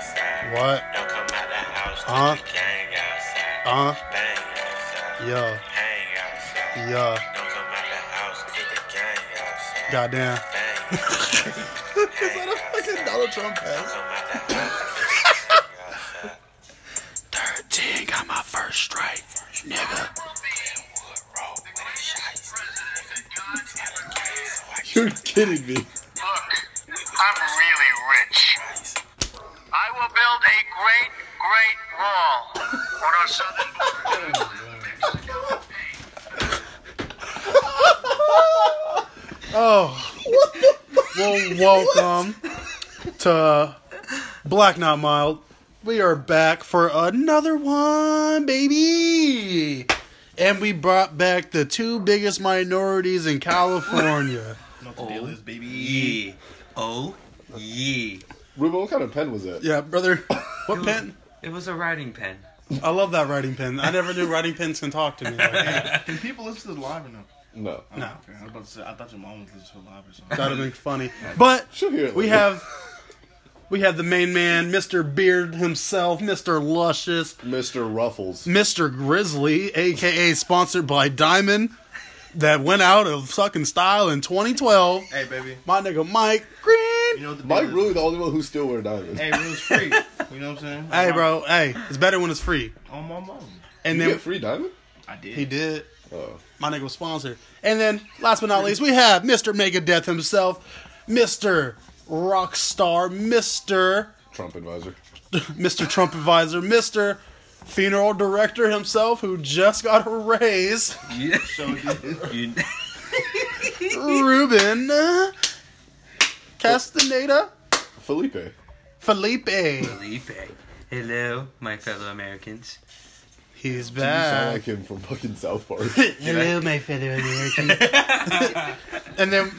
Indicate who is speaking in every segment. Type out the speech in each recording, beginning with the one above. Speaker 1: What?
Speaker 2: Don't come out the house.
Speaker 1: Uh-huh.
Speaker 2: Uh-huh. Gang outside.
Speaker 1: Uh-huh.
Speaker 2: Bang outside.
Speaker 1: Yeah.
Speaker 2: Hang outside.
Speaker 1: Yeah.
Speaker 2: Don't come out the house. Get the gang outside.
Speaker 1: Goddamn.
Speaker 2: Bang outside.
Speaker 3: Is that a fucking Donald Trump
Speaker 2: Don't
Speaker 3: ass?
Speaker 2: come out the house. Get the
Speaker 4: 13,
Speaker 2: gang outside.
Speaker 4: got my first strike, nigga.
Speaker 3: You're kidding me.
Speaker 5: Look, I'm really rich. I will build a great, great wall on our southern border.
Speaker 1: Oh. well, welcome to Black Not Mild. We are back for another one, baby. And we brought back the two biggest minorities in California.
Speaker 6: Not the deal is, baby. Yeah. Oh, yeah.
Speaker 3: Ruben, what kind of pen was that?
Speaker 1: yeah, brother. What pen?
Speaker 6: It was a writing pen.
Speaker 1: I love that writing pen. I never knew writing pens can talk to me. Like that.
Speaker 7: Can people listen to the live or no?
Speaker 3: No.
Speaker 7: Oh,
Speaker 1: No.
Speaker 7: Okay. I was about to say, I thought your mom was listening to the live or something.
Speaker 1: That'd have been funny. But
Speaker 3: She'll hear it
Speaker 1: we
Speaker 3: later.
Speaker 1: have we have the main man, Mr. Beard himself, Mr. Luscious,
Speaker 3: Mr. Ruffles.
Speaker 1: Mr. Grizzly, aka sponsored by Diamond, that went out of fucking style in 2012.
Speaker 7: Hey, baby.
Speaker 1: My nigga Mike Green.
Speaker 7: You know what the
Speaker 3: Mike
Speaker 7: deal
Speaker 3: really
Speaker 7: is?
Speaker 3: the only one who still wear diamonds.
Speaker 7: Hey, real is free. You know what I'm saying?
Speaker 1: Hey, bro. Hey, it's better when it's free.
Speaker 7: On my mom.
Speaker 1: And
Speaker 3: you
Speaker 1: then
Speaker 3: get free diamond?
Speaker 7: I did.
Speaker 1: he did.
Speaker 3: Oh.
Speaker 1: My nigga was sponsored. And then, last but not least, we have Mr. Megadeth himself, Mr. Rockstar, Mr.
Speaker 3: Trump advisor.
Speaker 1: Mr. Trump advisor, Mr. Funeral director himself, who just got a raise,
Speaker 6: Yeah.
Speaker 7: So did.
Speaker 6: You,
Speaker 1: Ruben uh, Castaneda
Speaker 3: Felipe.
Speaker 1: Felipe.
Speaker 6: Felipe. Hello, my fellow Americans.
Speaker 1: He's
Speaker 3: You sound
Speaker 1: back.
Speaker 3: like him from fucking South Park.
Speaker 1: Hello, my fellow American. and then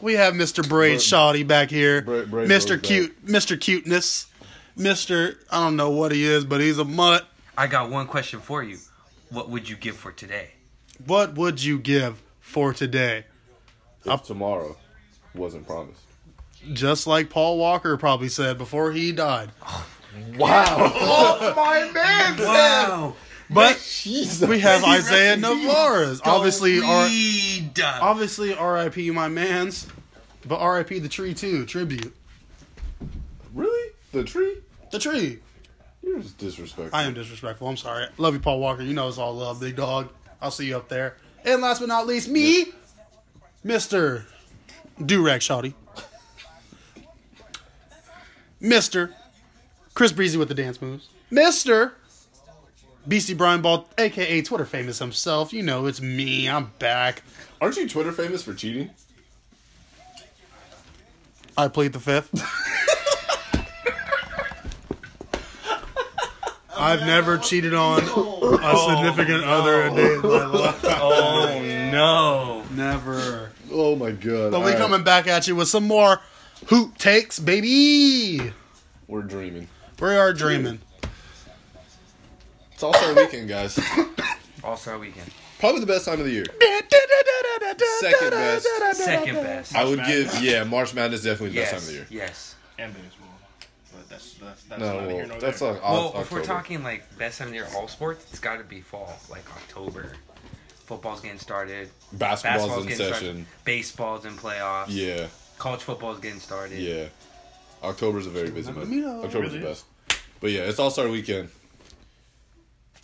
Speaker 1: we have Mr. Braid Shoddy back here,
Speaker 3: Bra- Braid
Speaker 1: Mr.
Speaker 3: Bro's
Speaker 1: Cute, Mr. Cuteness, Mr. I don't know what he is, but he's a mutt.
Speaker 6: I got one question for you. What would you give for today?
Speaker 1: What would you give for today?
Speaker 3: Up tomorrow wasn't promised.
Speaker 1: Just like Paul Walker probably said before he died.
Speaker 6: Wow.
Speaker 1: But
Speaker 3: Jesus.
Speaker 1: we have Isaiah Navarez. Obviously, R-
Speaker 6: Read.
Speaker 1: obviously, R.I.P. My man's, but R.I.P. the tree too. Tribute
Speaker 3: Really? The tree?
Speaker 1: the tree.
Speaker 3: You're just disrespectful.
Speaker 1: I am disrespectful. I'm sorry. Love you, Paul Walker. You know it's all love, big dog. I'll see you up there. And last but not least, me, Mister Durag Shawty, Mister Chris Breezy with the dance moves, Mister BC Brian Ball, aka Twitter famous himself. You know it's me. I'm back.
Speaker 3: Aren't you Twitter famous for cheating?
Speaker 1: I plead the fifth. I've never cheated on a significant other a day in my life.
Speaker 6: Oh no.
Speaker 1: Never.
Speaker 3: Oh my god.
Speaker 1: But
Speaker 3: All
Speaker 1: we
Speaker 3: right.
Speaker 1: coming back at you with some more hoot takes, baby.
Speaker 3: We're dreaming.
Speaker 1: We are dreaming.
Speaker 3: It's also a weekend, guys.
Speaker 6: All Star Weekend.
Speaker 3: Probably the best time of the year. Second best.
Speaker 6: Second best.
Speaker 3: I would give, yeah, March Madness is definitely the best
Speaker 6: yes.
Speaker 3: time of the year.
Speaker 6: Yes.
Speaker 7: And baseball. But that's, that's, that's
Speaker 3: No,
Speaker 7: neither here
Speaker 3: well,
Speaker 7: nor
Speaker 3: that's
Speaker 7: there.
Speaker 3: like
Speaker 6: Well,
Speaker 3: October.
Speaker 6: if we're talking like best time of the year, all sports, it's got to be fall, like October. Football's getting started.
Speaker 3: basketball's,
Speaker 6: Basketball's
Speaker 3: in
Speaker 6: getting
Speaker 3: session.
Speaker 6: started. Baseball's in playoffs.
Speaker 3: Yeah,
Speaker 6: College footballall's getting started.
Speaker 3: yeah. October's a very busy month.
Speaker 1: me know.
Speaker 3: October's the best. But yeah, it's All Star weekend.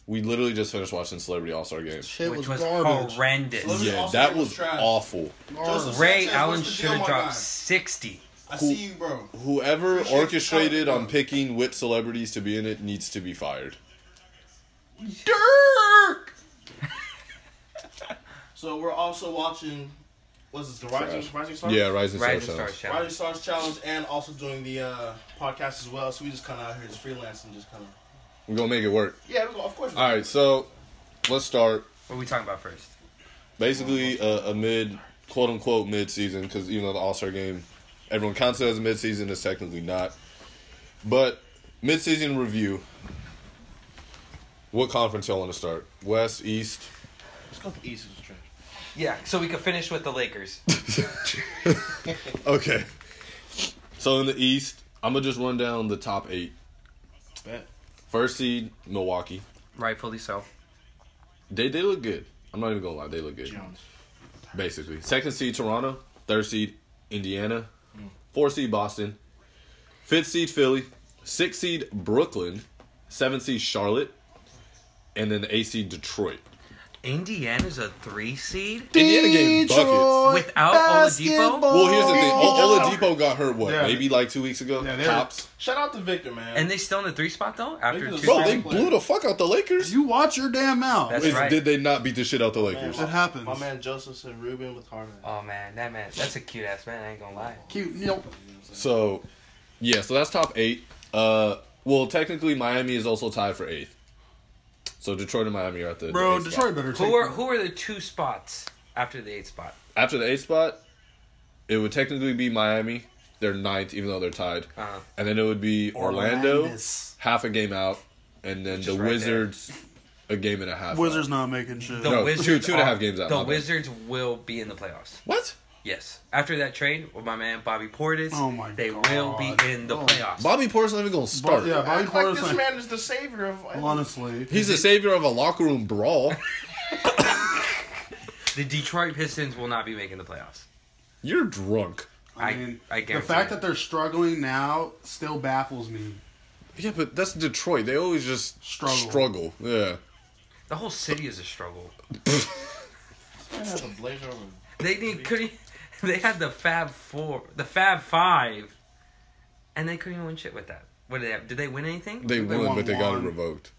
Speaker 3: We literally just finished watching Celebrity All Star Game.
Speaker 1: Shit
Speaker 6: Which
Speaker 1: was,
Speaker 6: was
Speaker 1: garbage.
Speaker 6: horrendous.
Speaker 7: Celebrity
Speaker 3: Yeah,
Speaker 7: All-Star
Speaker 3: that
Speaker 7: Game was
Speaker 3: was
Speaker 7: trash.
Speaker 3: awful.
Speaker 7: Joseph
Speaker 6: Ray
Speaker 7: Sanchez,
Speaker 6: Allen
Speaker 7: what's the
Speaker 6: should
Speaker 7: deal,
Speaker 6: have
Speaker 7: my
Speaker 6: dropped
Speaker 7: guy?
Speaker 6: 60.
Speaker 7: I see you, bro.
Speaker 3: Whoever
Speaker 7: Appreciate the
Speaker 3: orchestrated
Speaker 7: talent,
Speaker 3: on
Speaker 7: bro.
Speaker 3: picking which celebrities to be in it needs to be fired.
Speaker 6: Dirk!
Speaker 7: So we're also watching, what's this, the Rising,
Speaker 3: Trash.
Speaker 7: Rising Stars?
Speaker 3: Yeah, Rising Star
Speaker 6: Rising Star
Speaker 3: Challenge.
Speaker 6: Challenge.
Speaker 7: Rising Stars Challenge and also doing the uh, podcast as well. So we just kind of out here just freelancing, just kind of.
Speaker 3: We're gonna make it work.
Speaker 7: Yeah, we go, of course. we
Speaker 3: All right, so let's start.
Speaker 6: What are we talking about first?
Speaker 3: basically a, a mid quote unquote mid season because even though the All Star game everyone counts it as a mid season it's technically not. But mid season review. What conference y'all want to start? West, East.
Speaker 7: Let's go with the East. It's trash.
Speaker 6: Yeah, so we could finish with the Lakers.
Speaker 3: Okay. So in the East, I'm gonna just run down the top eight.
Speaker 7: Bet.
Speaker 3: First seed, Milwaukee.
Speaker 6: Rightfully so.
Speaker 3: They they look good. I'm not even gonna lie, they look good.
Speaker 7: Jones.
Speaker 3: Basically, second seed Toronto, third seed Indiana, fourth seed Boston, fifth seed Philly, sixth seed Brooklyn, seventh seed Charlotte, and then the eighth seed Detroit.
Speaker 6: Indiana's a three seed
Speaker 3: Indiana getting buckets.
Speaker 1: Detroit
Speaker 6: Without Oladipo?
Speaker 1: basketball.
Speaker 3: Well, here's the thing.
Speaker 7: Oh.
Speaker 3: O- Oladipo got hurt what
Speaker 7: Yeah.
Speaker 3: maybe like two weeks ago.
Speaker 1: Yeah, they're-
Speaker 3: Tops.
Speaker 7: Shout out to Victor, man.
Speaker 6: and they still in the three spot though. After
Speaker 7: Lakers
Speaker 6: two,
Speaker 7: are
Speaker 3: Bro,
Speaker 7: Bro,
Speaker 3: they
Speaker 7: they
Speaker 3: blew the fuck out the Lakers.
Speaker 1: You watch your damn mouth.
Speaker 6: That's
Speaker 3: Is-
Speaker 6: right.
Speaker 3: Did they not beat the shit out the
Speaker 7: Man,
Speaker 3: Lakers?
Speaker 7: my-
Speaker 1: That happens. Uh,
Speaker 7: My man Joseph and Ruben with Harmon.
Speaker 6: oh man, that man, that's a cute ass man. I ain't gonna lie.
Speaker 1: Cute. Nope.
Speaker 3: So, yeah, so that's top eight. Uh, well, technically Miami is also tied for eighth. So Detroit and Miami are at the
Speaker 1: Bro,
Speaker 3: the eighth
Speaker 1: Detroit
Speaker 3: Spot.
Speaker 1: better take
Speaker 6: Who are who are the two spots after the eight spot?
Speaker 3: After the eighth spot, it would technically be Miami. They're ninth, even though they're tied,
Speaker 6: Uh-huh.
Speaker 3: and then it would be Orlando,
Speaker 1: Orlandis.
Speaker 3: half a game out, and then
Speaker 6: Which
Speaker 3: the
Speaker 6: is right there.
Speaker 3: Wizards, a game and a half.
Speaker 1: Wizards
Speaker 3: out.
Speaker 1: not making shit.
Speaker 6: The
Speaker 3: No,
Speaker 6: Wizards
Speaker 3: two- two and a
Speaker 6: are-
Speaker 3: half games out,
Speaker 6: The
Speaker 3: my bad.
Speaker 6: Wizards will be in the playoffs.
Speaker 3: What?
Speaker 6: Yes. After that trade with my man Bobby Portis,
Speaker 1: Oh, my
Speaker 6: they
Speaker 1: God.
Speaker 6: will be in the
Speaker 1: Oh.
Speaker 6: playoffs.
Speaker 3: Bobby Portis not even gonna start.
Speaker 1: yeah, Bobby
Speaker 7: Act like
Speaker 1: Portis.
Speaker 7: this
Speaker 1: like-
Speaker 7: man is the savior of.
Speaker 1: honestly,
Speaker 3: He's the savior of a locker room brawl.
Speaker 6: the Detroit Pistons will not be making the playoffs.
Speaker 3: You're drunk.
Speaker 1: I
Speaker 6: I-
Speaker 1: mean,
Speaker 6: I
Speaker 1: the
Speaker 6: guarantee
Speaker 1: fact
Speaker 6: it.
Speaker 1: that they're struggling now still baffles me.
Speaker 3: Yeah, but that's Detroit. They always just
Speaker 1: Struggle.
Speaker 3: struggle. Yeah.
Speaker 6: The whole city is a struggle.
Speaker 7: Man has a blazer over.
Speaker 6: They didn't couldn't. They had the Fab Four, the Fab Five, and they couldn't even win shit with that. What did they? Have? Did they win anything?
Speaker 3: They won,
Speaker 1: won
Speaker 3: but they got it
Speaker 1: one.
Speaker 3: revoked.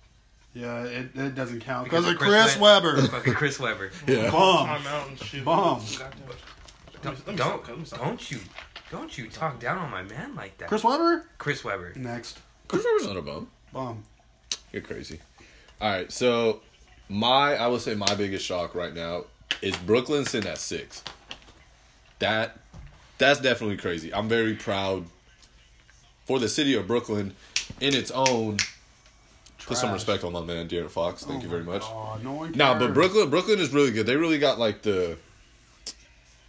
Speaker 1: Yeah, it, it doesn't count
Speaker 6: Because
Speaker 1: because of
Speaker 6: of
Speaker 1: Chris,
Speaker 6: Chris
Speaker 1: Webber.
Speaker 6: Fucking Chris Webber.
Speaker 3: Yeah.
Speaker 1: Bum.
Speaker 7: Timeout and shoot.
Speaker 1: Bomb.
Speaker 7: Goddamn.
Speaker 6: Don't
Speaker 7: Let me
Speaker 6: don't,
Speaker 7: stop, let me stop.
Speaker 6: don't you don't you talk down on my man like that,
Speaker 1: Chris Webber
Speaker 6: Chris Webber.
Speaker 1: next.
Speaker 3: Chris Webber's not a bum.
Speaker 1: Bum.
Speaker 3: You're crazy. All right, so my I would say my biggest shock right now is Brooklyn sitting at six. That that's definitely crazy. I'm very proud for the city of Brooklyn in its own. Put some
Speaker 1: Trash.
Speaker 3: respect on my man Derek Fox. Thank you very much.
Speaker 1: Oh, no one
Speaker 3: Nah, but
Speaker 1: cares.
Speaker 3: Brooklyn, Brooklyn is really good. They really got like the,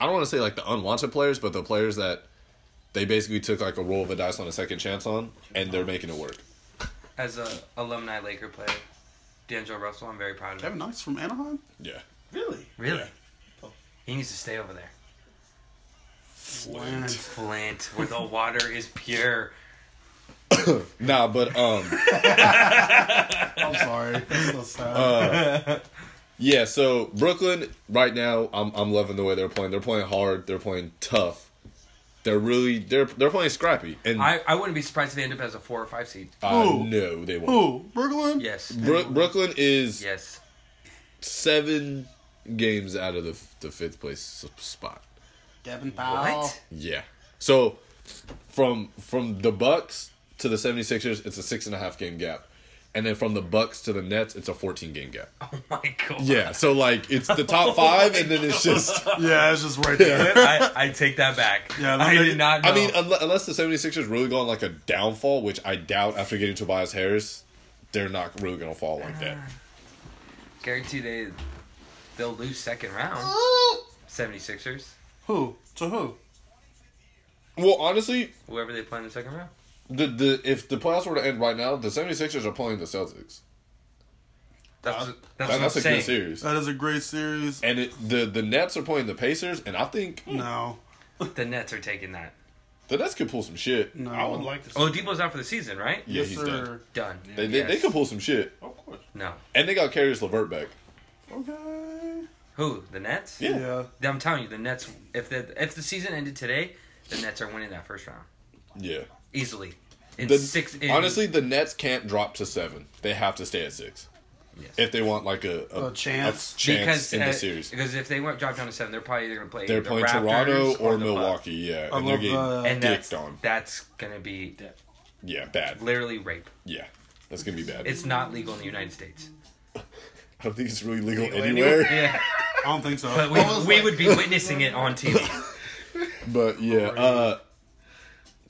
Speaker 3: I don't want to say like the unwanted players, but the players that they basically took like a roll of the dice on a second chance on, and they're making it work.
Speaker 6: As a alumni Laker player, D'Angelo Russell, I'm very proud of him.
Speaker 1: Kevin Knox from Anaheim.
Speaker 3: Yeah,
Speaker 7: Really?
Speaker 6: Really? He needs to stay over there.
Speaker 1: Flint.
Speaker 6: Flint, where the water is pure.
Speaker 3: nah, but um,
Speaker 1: I'm sorry. That's so sad.
Speaker 3: Uh, yeah. So Brooklyn right now, I'm I'm loving the way they're playing. They're playing hard. They're playing tough. They're really they're they're playing scrappy, and I,
Speaker 6: I, I wouldn't be surprised if they end up as a four or five seed.
Speaker 1: Who?
Speaker 3: know they won't.
Speaker 1: Who? Brooklyn.
Speaker 6: Yes.
Speaker 3: Bro- Brooklyn is
Speaker 6: Yes.
Speaker 3: seven games out of the the fifth place spot.
Speaker 1: Devin
Speaker 6: What?
Speaker 1: Powell.
Speaker 3: Yeah. So from from the Bucks to the 76ers, it's a six and a half game gap. And then from the Bucks to the Nets, it's a 14 game gap.
Speaker 6: Oh my god.
Speaker 3: Yeah. So like it's the top five, and then it's just
Speaker 1: Yeah, it's just right there.
Speaker 6: I, I take that back.
Speaker 1: Yeah,
Speaker 6: I
Speaker 1: they-
Speaker 6: did not know.
Speaker 3: I mean, uh, unle- unless the 76ers really go on like a downfall, which I doubt after getting Tobias Harris, they're not really going to fall like that.
Speaker 1: Ah.
Speaker 6: guarantee they they'll lose second round. 76ers,
Speaker 1: Who? To who?
Speaker 3: Well, honestly,
Speaker 6: whoever they play in the second round.
Speaker 3: the, the if the playoffs were to end right now, the 76ers are playing the Celtics.
Speaker 6: That's that's,
Speaker 3: That-
Speaker 6: what I'm
Speaker 3: that's a
Speaker 6: saying.
Speaker 3: good series.
Speaker 1: That is a great series.
Speaker 3: And it, the the Nets are playing the Pacers, and I think
Speaker 1: No.
Speaker 6: The Nets are taking that.
Speaker 3: the Nets could pull some shit.
Speaker 1: No.
Speaker 7: I would like to. See
Speaker 6: Oladipo's out for the season, right?
Speaker 3: Yeah,
Speaker 1: yes,
Speaker 3: he's
Speaker 1: sir.
Speaker 3: done.
Speaker 6: Done.
Speaker 3: They, they, they
Speaker 6: Yes.
Speaker 3: could pull some shit.
Speaker 7: Of course.
Speaker 6: No.
Speaker 3: And they got Carius Levert back.
Speaker 1: Okay.
Speaker 6: Who? The Nets?
Speaker 3: Yeah.
Speaker 1: Yeah.
Speaker 6: I'm telling you, the Nets. If the if the season ended today, the Nets are winning that first round
Speaker 3: Yeah.
Speaker 6: easily. In
Speaker 3: The-
Speaker 6: six. In,
Speaker 3: honestly, the Nets can't drop to seven. They have to stay at six
Speaker 6: Yes.
Speaker 3: if they want like a,
Speaker 1: A chance.
Speaker 3: chance in the
Speaker 6: uh,
Speaker 3: series.
Speaker 6: Because if they went drop down to seven, they're probably either going to play.
Speaker 3: They're
Speaker 6: the
Speaker 3: playing
Speaker 6: Raptors
Speaker 3: Toronto or,
Speaker 6: the Bucks.
Speaker 3: Milwaukee. Yeah,
Speaker 1: I
Speaker 3: and they're
Speaker 1: love
Speaker 3: getting
Speaker 1: uh,
Speaker 6: And that's
Speaker 3: dicked on.
Speaker 6: that's going to be
Speaker 3: Yeah, bad.
Speaker 6: literally rape.
Speaker 3: Yeah, that's gonna be bad.
Speaker 6: It's not legal in the United States.
Speaker 3: I don't think it's really legal
Speaker 7: Legal
Speaker 3: anywhere.
Speaker 6: Yeah,
Speaker 1: I don't think so.
Speaker 6: but we, we would be witnessing it on TV.
Speaker 3: But yeah, uh,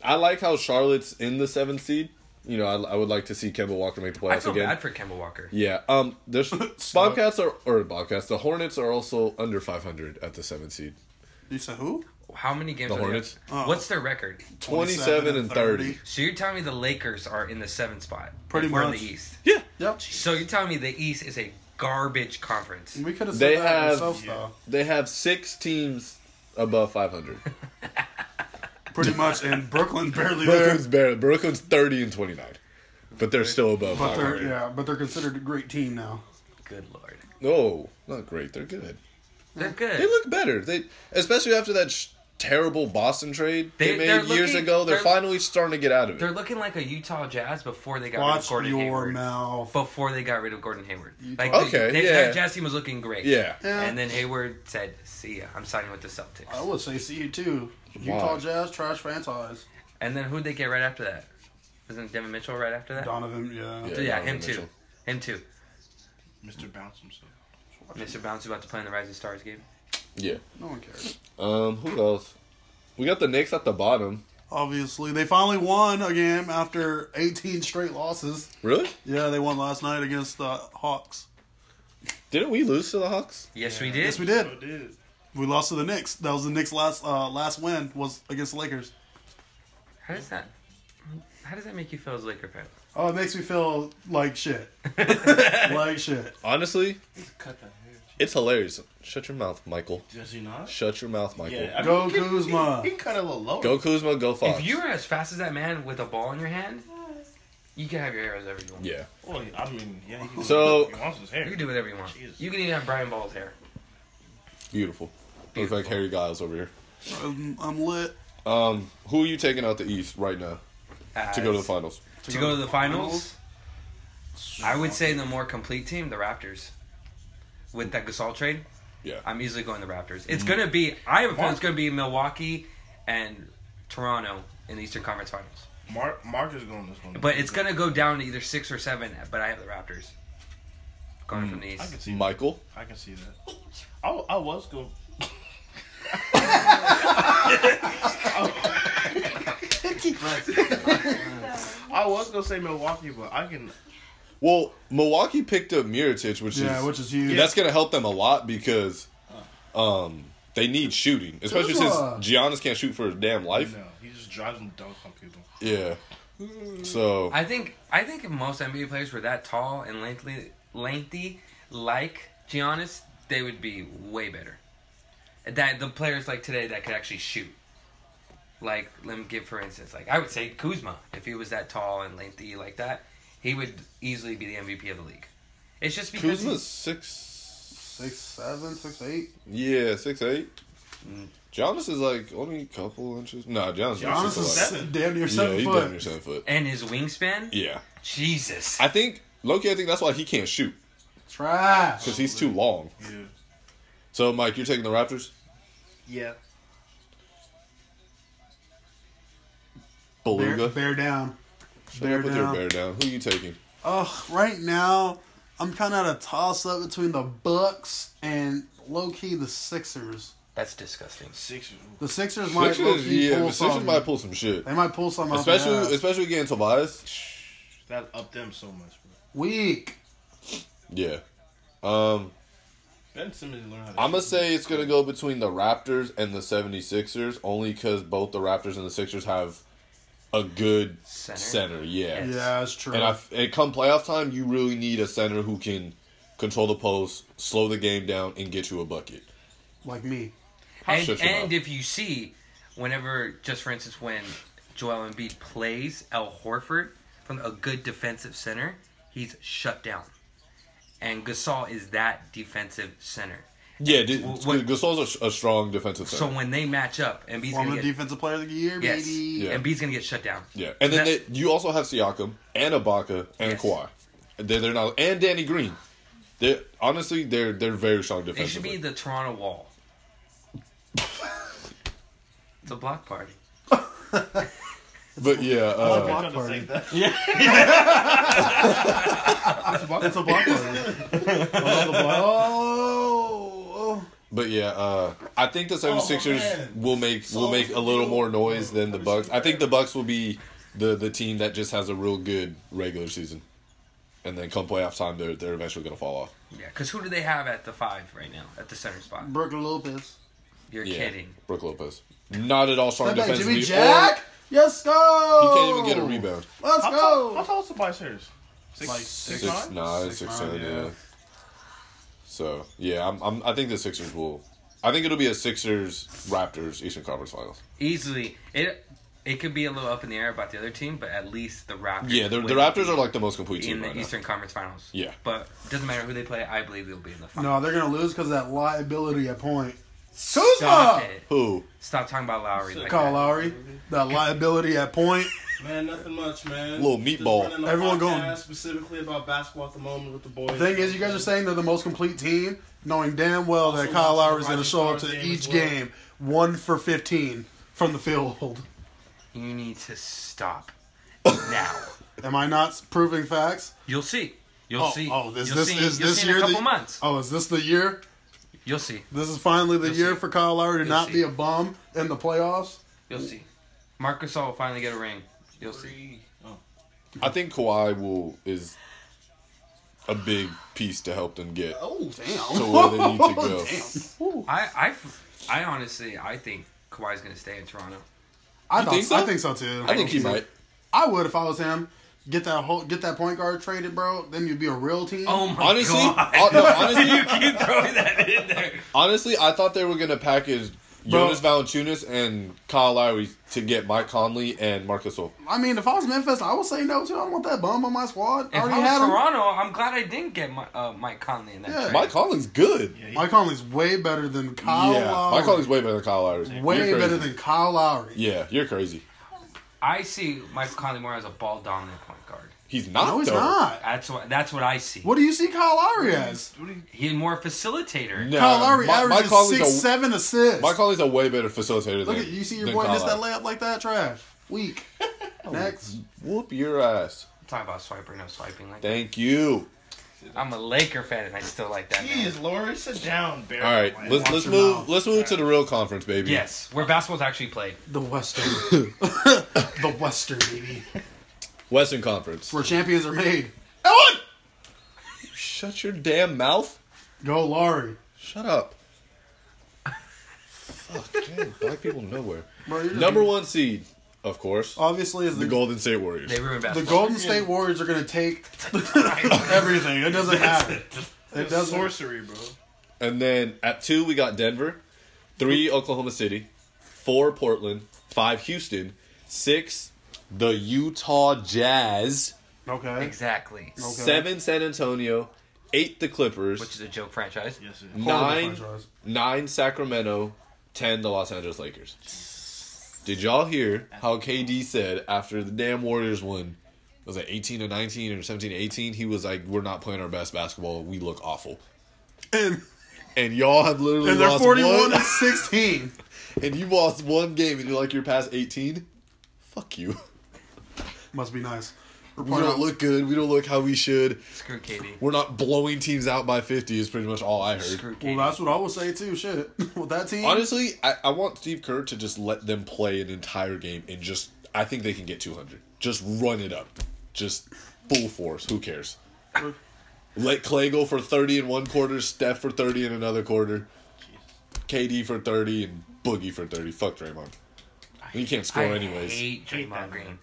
Speaker 3: I like how Charlotte's in the seventh seed. You know, I, I would like to see Kemba Walker make the
Speaker 6: I
Speaker 3: playoffs
Speaker 6: feel
Speaker 3: again.
Speaker 6: bad for Kemba Walker.
Speaker 3: Yeah. Um. There's
Speaker 1: Stop.
Speaker 3: Bobcats are or Bobcats. The Hornets are also under 500 at the seventh seed.
Speaker 1: you said who?
Speaker 6: how many games?
Speaker 3: The
Speaker 6: are they up?
Speaker 3: Hornets?
Speaker 1: Oh.
Speaker 6: What's their record?
Speaker 3: 27 and 30.
Speaker 6: So you're telling me the Lakers are in the seventh spot?
Speaker 1: Pretty
Speaker 6: for
Speaker 1: much.
Speaker 6: the East.
Speaker 3: Yeah.
Speaker 1: Yep.
Speaker 6: So you're telling me the East is a garbage conference?
Speaker 1: We could have said
Speaker 3: They
Speaker 1: that
Speaker 3: have-
Speaker 1: ourselves, though.
Speaker 3: They have six teams above 500.
Speaker 1: Pretty much, and Brooklyn barely there.
Speaker 3: Brooklyn's, barely, Brooklyn's 30 and 29. But they're still above
Speaker 1: But they're
Speaker 3: 500.
Speaker 1: yeah, but they're considered a great team now.
Speaker 6: Good lord,
Speaker 3: No, Oh, not great. They're good.
Speaker 6: they're good.
Speaker 3: They look better. They, especially after that sh- terrible Boston trade they,
Speaker 6: They- they're
Speaker 3: made years
Speaker 6: looking-
Speaker 3: ago. They're,
Speaker 6: they're-
Speaker 3: finally starting to get out of
Speaker 6: They're
Speaker 3: it.
Speaker 6: looking like a Utah Jazz before they got rid of
Speaker 1: Watch your
Speaker 6: Gordon Hayward.
Speaker 1: mouth.
Speaker 6: Before they got rid of Gordon Hayward, like
Speaker 3: Utah-
Speaker 6: the-
Speaker 3: Okay,
Speaker 6: they-
Speaker 3: yeah.
Speaker 6: their Jazz team was looking great.
Speaker 3: Yeah.
Speaker 1: Yeah.
Speaker 6: and then Hayward said, "See ya, I'm signing with the Celtics."
Speaker 1: I would say see you too. Utah
Speaker 3: Why?
Speaker 1: Jazz trash franchise.
Speaker 6: And then who'd they get right after that? Wasn't Devin Mitchell right after that?
Speaker 1: Donovan, yeah.
Speaker 3: Yeah.
Speaker 6: yeah,
Speaker 3: Donovan
Speaker 6: him too.
Speaker 3: Mitchell.
Speaker 6: Him too.
Speaker 7: Mr. Bounce himself.
Speaker 6: Mr. Bounce about to play in the Rising Stars game.
Speaker 3: Yeah.
Speaker 1: No one cares.
Speaker 3: Um, who else? We got the Knicks at the bottom.
Speaker 1: Obviously, they finally won a game after 18 straight losses.
Speaker 3: Really?
Speaker 1: Yeah, they won last night against the Hawks.
Speaker 3: Didn't we lose to the Hawks?
Speaker 6: Yes, we did.
Speaker 1: Yes, we did.
Speaker 7: So did.
Speaker 1: We lost to the Knicks. That was the Knicks' last uh, last win was against the Lakers.
Speaker 6: How does that? How does that make you feel as a Laker fan?
Speaker 1: Oh, it makes me feel like shit. like shit.
Speaker 3: Honestly,
Speaker 7: Cut that hair.
Speaker 3: it's hilarious. Shut your mouth, Michael.
Speaker 7: Does he not?
Speaker 3: Shut your mouth, Michael.
Speaker 7: Yeah. I mean,
Speaker 1: Go
Speaker 7: he can-
Speaker 1: Kuzma.
Speaker 7: He, he can cut it a little lower.
Speaker 3: Go Kuzma, go Fox.
Speaker 6: If you were as fast as that man with a ball in your hand, you can have your hair as whatever you want.
Speaker 3: yeah.
Speaker 7: Well, I mean, yeah. He can
Speaker 3: So-
Speaker 7: he wants his
Speaker 6: You
Speaker 7: hair.
Speaker 6: can do whatever you want.
Speaker 7: Jesus.
Speaker 6: You can even have Brian Ball's hair.
Speaker 3: Beautiful. Looks
Speaker 6: Beautiful.
Speaker 3: like Harry Giles over here.
Speaker 1: I'm, I'm lit.
Speaker 3: Um, who are you taking out the East right now
Speaker 6: As-
Speaker 3: to go to the finals?
Speaker 6: To go to the finals, I would say the more complete team, the Raptors. With that Gasol trade,
Speaker 3: Yeah.
Speaker 6: I'm easily going the Raptors. It's gonna be. I have a feeling it's gonna be Milwaukee and Toronto in the Eastern Conference Finals.
Speaker 7: Mark, Mark is going this one.
Speaker 6: But it's gonna go down to either six or seven. But I have the Raptors going from the
Speaker 7: I
Speaker 6: East.
Speaker 7: can see. Mike.
Speaker 3: Michael.
Speaker 7: I can see that. I, I was going. I was gonna say Milwaukee, but I can.
Speaker 3: Well, Milwaukee picked up Miritich, which
Speaker 1: Yeah,
Speaker 3: is
Speaker 1: which is huge.
Speaker 3: that's gonna help them a lot because um they need shooting, especially since
Speaker 1: Kuzma.
Speaker 3: Giannis can't shoot for his damn life.
Speaker 7: No, he just drives and dunks on people.
Speaker 3: Yeah. So
Speaker 6: I think I think if most NBA players were that tall and lengthy, lengthy like Giannis, they would be way better. That the players like today that could actually shoot. Like let me give for instance, like I would say Kuzma, if he was that tall and lengthy like that, he would easily be the MVP of the league. It's just because
Speaker 3: Kuzma's six,
Speaker 1: Six, seven, six, eight.
Speaker 3: yeah, six eight. Giannis is like only a couple inches. No, Giannis,
Speaker 1: Giannis is
Speaker 3: like,
Speaker 1: seven, damn near
Speaker 3: Yeah,
Speaker 1: seven
Speaker 3: he's damn near
Speaker 1: foot.
Speaker 3: seven foot.
Speaker 6: and his wingspan,
Speaker 3: Yeah,
Speaker 6: Jesus.
Speaker 3: I think Loki. I think that's why he can't shoot
Speaker 1: Trash.
Speaker 3: because he's too long.
Speaker 7: Yeah.
Speaker 3: So, Mike, you're taking the Raptors.
Speaker 7: Yeah.
Speaker 1: Bear,
Speaker 3: Beluga.
Speaker 1: bear down.
Speaker 3: Shut
Speaker 1: Bear
Speaker 3: up with your
Speaker 1: down.
Speaker 3: bear down. Who you taking?
Speaker 1: Ugh, right now, I'm kind of at a toss up between the Bucks and low key the Sixers.
Speaker 6: That's disgusting.
Speaker 7: Six.
Speaker 1: The Sixers might low
Speaker 3: Sixers,
Speaker 1: key
Speaker 3: yeah,
Speaker 1: pull
Speaker 3: but Sixers
Speaker 1: some.
Speaker 3: might pull some shit.
Speaker 1: they might pull some.
Speaker 3: Especially,
Speaker 1: Especially
Speaker 3: especially getting Tobias.
Speaker 7: That upped them so much. Bro.
Speaker 1: weak.
Speaker 3: Yeah. Um,
Speaker 7: Ben Simmons learned how to.
Speaker 3: I'm gonna
Speaker 7: shoot.
Speaker 3: say it's gonna go between the Raptors and the 76ers, only because both the Raptors and the Sixers have a good
Speaker 6: Center?
Speaker 3: center. yeah.
Speaker 6: Yes.
Speaker 1: Yeah, it's true.
Speaker 3: And I, and come playoff time, you really need a center who can control the post, slow the game down, and get you a bucket.
Speaker 1: like me.
Speaker 6: And,
Speaker 3: Shut your
Speaker 6: and
Speaker 3: mouth.
Speaker 6: if you see, whenever, just for instance, when Joel Embiid plays Al Horford from a good defensive center, he's shut down. And Gasol is that defensive center.
Speaker 3: Yeah, dude,
Speaker 6: Well, what-
Speaker 3: Gasol's a, a strong defensive
Speaker 6: So
Speaker 3: center.
Speaker 6: when they match up, Embiid's
Speaker 1: Former
Speaker 6: gonna get
Speaker 1: defensive player of the year,
Speaker 6: yes,
Speaker 1: baby.
Speaker 3: Yeah.
Speaker 6: Embiid's gonna get shut down.
Speaker 3: yeah, and then
Speaker 6: That's-
Speaker 3: they, you also have Siakam and Ibaka and
Speaker 6: Yes.
Speaker 3: Kawhi. They're, they're not and Danny Green. They're honestly they're they're very strong
Speaker 6: It should
Speaker 3: defensively.
Speaker 6: be the Toronto Wall. it's a block party.
Speaker 3: but
Speaker 7: I
Speaker 3: yeah, uh,
Speaker 7: was
Speaker 1: block
Speaker 7: gonna say
Speaker 1: party.
Speaker 7: that.
Speaker 1: It's a block party. oh, the block- oh, oh.
Speaker 3: But yeah, uh, I think the 76ers
Speaker 7: man.
Speaker 3: will make will make a little more noise than the Bucks. I think the Bucks will be the, the team that just has a real good regular season, and then come playoff time, they're they're eventually gonna fall off.
Speaker 6: Yeah, because who do they have at the five right now at the center spot?
Speaker 1: Brooklyn Lopez.
Speaker 6: You're
Speaker 3: Yeah,
Speaker 6: kidding.
Speaker 3: Brooke Lopez. Not at all strong
Speaker 1: That
Speaker 3: defensively.
Speaker 1: Jimmy
Speaker 3: or-
Speaker 1: Jack. Oh. Yes,
Speaker 3: He
Speaker 1: go.
Speaker 3: can't even get a rebound.
Speaker 1: Let's
Speaker 7: How
Speaker 1: go.
Speaker 7: tall, how tall is Tobias Harris? Six,
Speaker 1: Like
Speaker 7: six,
Speaker 3: Six
Speaker 7: nine?
Speaker 3: nine,
Speaker 1: Six
Speaker 3: six
Speaker 1: nine,
Speaker 3: ten,
Speaker 1: yeah.
Speaker 3: yeah. So yeah, I'm, I'm. I think the Sixers will. I think it'll be a Sixers Raptors Eastern Conference Finals.
Speaker 6: Easily. It it could be a little up in the air about the other team, but at least the Raptors.
Speaker 3: Yeah, the, the
Speaker 6: would
Speaker 3: Raptors
Speaker 6: be
Speaker 3: are like the most complete team
Speaker 6: in the
Speaker 3: right
Speaker 6: Eastern Conference Finals.
Speaker 3: Yeah.
Speaker 6: But doesn't matter who they play, I believe they'll be in the
Speaker 1: No,
Speaker 6: finals.
Speaker 1: they're gonna lose because of that liability at point.
Speaker 6: Stop
Speaker 1: Kuzma,
Speaker 6: it.
Speaker 3: now. Who?
Speaker 6: Stop talking about Lowry. Like
Speaker 1: Kyle
Speaker 6: that.
Speaker 1: Lowry, that liability at point.
Speaker 7: Man, nothing much, man.
Speaker 3: Little meatball.
Speaker 7: running a
Speaker 1: Everyone
Speaker 7: podcast
Speaker 1: going.
Speaker 7: specifically about basketball at the moment with the boys.
Speaker 1: The thing is, you guys are saying they're the most complete team, knowing damn well that Kyle Lowry's gonna show up to each game one for fifteen from the field.
Speaker 6: You need to stop now.
Speaker 1: Am I not proving facts?
Speaker 6: You'll see. You'll
Speaker 1: Oh,
Speaker 6: see.
Speaker 1: oh, is
Speaker 6: you'll
Speaker 1: this
Speaker 6: see.
Speaker 1: is
Speaker 6: you'll
Speaker 1: this
Speaker 6: see
Speaker 1: year
Speaker 6: in a couple
Speaker 1: the
Speaker 6: months.
Speaker 1: oh is this the year?
Speaker 6: You'll see.
Speaker 1: This is finally the
Speaker 6: You'll
Speaker 1: year
Speaker 6: see.
Speaker 1: for Kyle Lowry to
Speaker 6: You'll
Speaker 1: not
Speaker 6: see.
Speaker 1: be a bum in the playoffs.
Speaker 6: You'll see. Marcus will finally get a ring. You'll see.
Speaker 3: I think Kawhi will is a big piece to help them get
Speaker 1: Oh
Speaker 3: to
Speaker 1: damn!
Speaker 3: where they need to go.
Speaker 6: I, I, I honestly, I think Kawhi's gonna stay in Toronto.
Speaker 1: I,
Speaker 3: You
Speaker 1: thought,
Speaker 3: think so?
Speaker 1: I think so too.
Speaker 3: I think he might.
Speaker 1: I would if I was him. Get that whole get that point guard traded, bro. Then you'd be a real team.
Speaker 6: Oh my
Speaker 3: Honestly,
Speaker 6: god!
Speaker 3: hon- no, honestly,
Speaker 6: you keep throwing that in there.
Speaker 3: honestly, I thought they were gonna package
Speaker 1: Bro.
Speaker 3: Jonas Valanciunas and Kyle Lowry to get Mike Conley and Marcus Sol.
Speaker 1: I mean, if I was Memphis, I would say no too. I don't want that bum on my squad. I
Speaker 6: If
Speaker 1: already
Speaker 6: I was
Speaker 1: had him.
Speaker 6: Toronto, I'm glad I didn't get my, uh, Mike Conley in that
Speaker 1: Yeah.
Speaker 6: trade.
Speaker 3: Mike Conley's good.
Speaker 1: Mike Conley's way better than Kyle
Speaker 3: yeah,
Speaker 1: Lowry.
Speaker 3: Mike Conley's way better than Kyle Lowry. You're
Speaker 1: way
Speaker 3: crazy.
Speaker 1: better than Kyle Lowry.
Speaker 3: Yeah, you're crazy.
Speaker 6: I see Mike Conley more as a ball dominant point guard.
Speaker 3: He's not.
Speaker 1: no, he's
Speaker 3: though.
Speaker 1: not.
Speaker 6: That's what that's what I see.
Speaker 1: What do you see Kyle Lowry as?
Speaker 6: He's more a facilitator.
Speaker 3: No,
Speaker 1: Kyle Lowry
Speaker 3: Mi- Mike
Speaker 1: averages
Speaker 3: Conley's
Speaker 1: six,
Speaker 3: a,
Speaker 1: seven assists.
Speaker 3: Mike Conley's a way better facilitator.
Speaker 1: Look at
Speaker 3: than,
Speaker 1: you see your
Speaker 3: than
Speaker 1: boy
Speaker 3: Kyle
Speaker 1: miss that
Speaker 3: Lowry. Oh,
Speaker 1: layup like that. Trash. Weak. Next.
Speaker 3: Whoop your ass!
Speaker 6: Talk about swiper, no swiping. Like
Speaker 3: Thank you.
Speaker 6: I'm a Laker fan, and I still like that. man.
Speaker 7: Jeez, Lori, sit down, Barry.
Speaker 3: All right, let's let's
Speaker 1: your
Speaker 3: move
Speaker 1: mouth.
Speaker 3: let's move to the real conference, baby.
Speaker 6: Yes, where basketball's actually played.
Speaker 1: The Western. the Western, baby.
Speaker 3: Western Conference.
Speaker 1: Where champions are made.
Speaker 3: Ellen, shut your damn mouth.
Speaker 1: Go Lowry.
Speaker 3: Shut up. Fuck, damn, black people nowhere.
Speaker 1: Bro, you're just-
Speaker 3: Number one seed, of course,
Speaker 1: Obviously, is
Speaker 3: the
Speaker 1: Oh, the,
Speaker 3: Golden State Warriors.
Speaker 6: They ruined
Speaker 1: the
Speaker 6: basketball.
Speaker 1: Golden State Warriors are going to take everything. It doesn't matter. It
Speaker 7: That's
Speaker 1: doesn't.
Speaker 7: sorcery, bro.
Speaker 3: And then at two, we got Denver, three, Oklahoma City, four, Portland, five, Houston, six, the Utah Jazz,
Speaker 1: Okay.
Speaker 6: Exactly.
Speaker 3: seven, San Antonio, eight, the
Speaker 6: Which
Speaker 3: Clippers,
Speaker 6: is a joke franchise.
Speaker 7: Yes, sir.
Speaker 3: nine,
Speaker 1: franchise.
Speaker 3: nine, Sacramento, ten, the Los Angeles Lakers. Did y'all hear how KD said after the damn Warriors won? Was it 18 or 19 or 17 or 18? He was like, We're not playing our best basketball. We look awful.
Speaker 1: And,
Speaker 3: And y'all have literally
Speaker 1: and they're
Speaker 3: lost
Speaker 1: 41
Speaker 3: one.
Speaker 1: and 16.
Speaker 3: and you lost one game and you're like you're past 18 fuck you
Speaker 1: Must be nice. We're
Speaker 3: we don't look good we don't look how we should
Speaker 6: Screw KD.
Speaker 3: we're not blowing teams out by 50 is pretty much all i heard
Speaker 6: Screw KD.
Speaker 1: Well, that's what I would say too. Shit. With that team.
Speaker 3: honestly I, I want steve kerr to just let them play an entire game and just i think they can get 200 just run it up just full force who cares let clay go for 30 in one quarter steph for 30 in another quarter kd for 30 and boogie for 30 fuck draymond he can't score
Speaker 6: I
Speaker 3: anyways
Speaker 6: hate
Speaker 7: Hate that
Speaker 6: Draymond Green.
Speaker 7: man.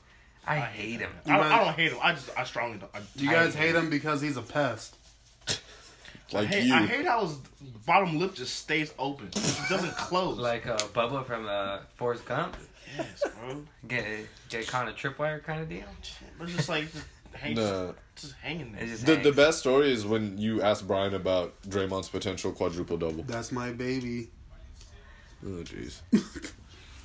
Speaker 6: I hate him.
Speaker 7: I, don't- I
Speaker 1: guys-
Speaker 7: don't hate him. I just, I strongly don't. I,
Speaker 1: you guys hate him because he's a pest.
Speaker 7: I
Speaker 3: like
Speaker 7: hate,
Speaker 3: you
Speaker 7: I hate how his bottom lip just stays open. It doesn't close.
Speaker 6: Like uh, Bubba from uh, Forrest Gump.
Speaker 7: yes, bro.
Speaker 6: Get get kind of tripwire kind of deal.
Speaker 7: It's just like, just, hang,
Speaker 3: Nah.
Speaker 7: just hanging there.
Speaker 6: It just
Speaker 3: The,
Speaker 6: hangs.
Speaker 3: the best story is when you asked Brian about Draymond's potential quadruple double.
Speaker 1: That's my baby.
Speaker 3: Oh, jeez.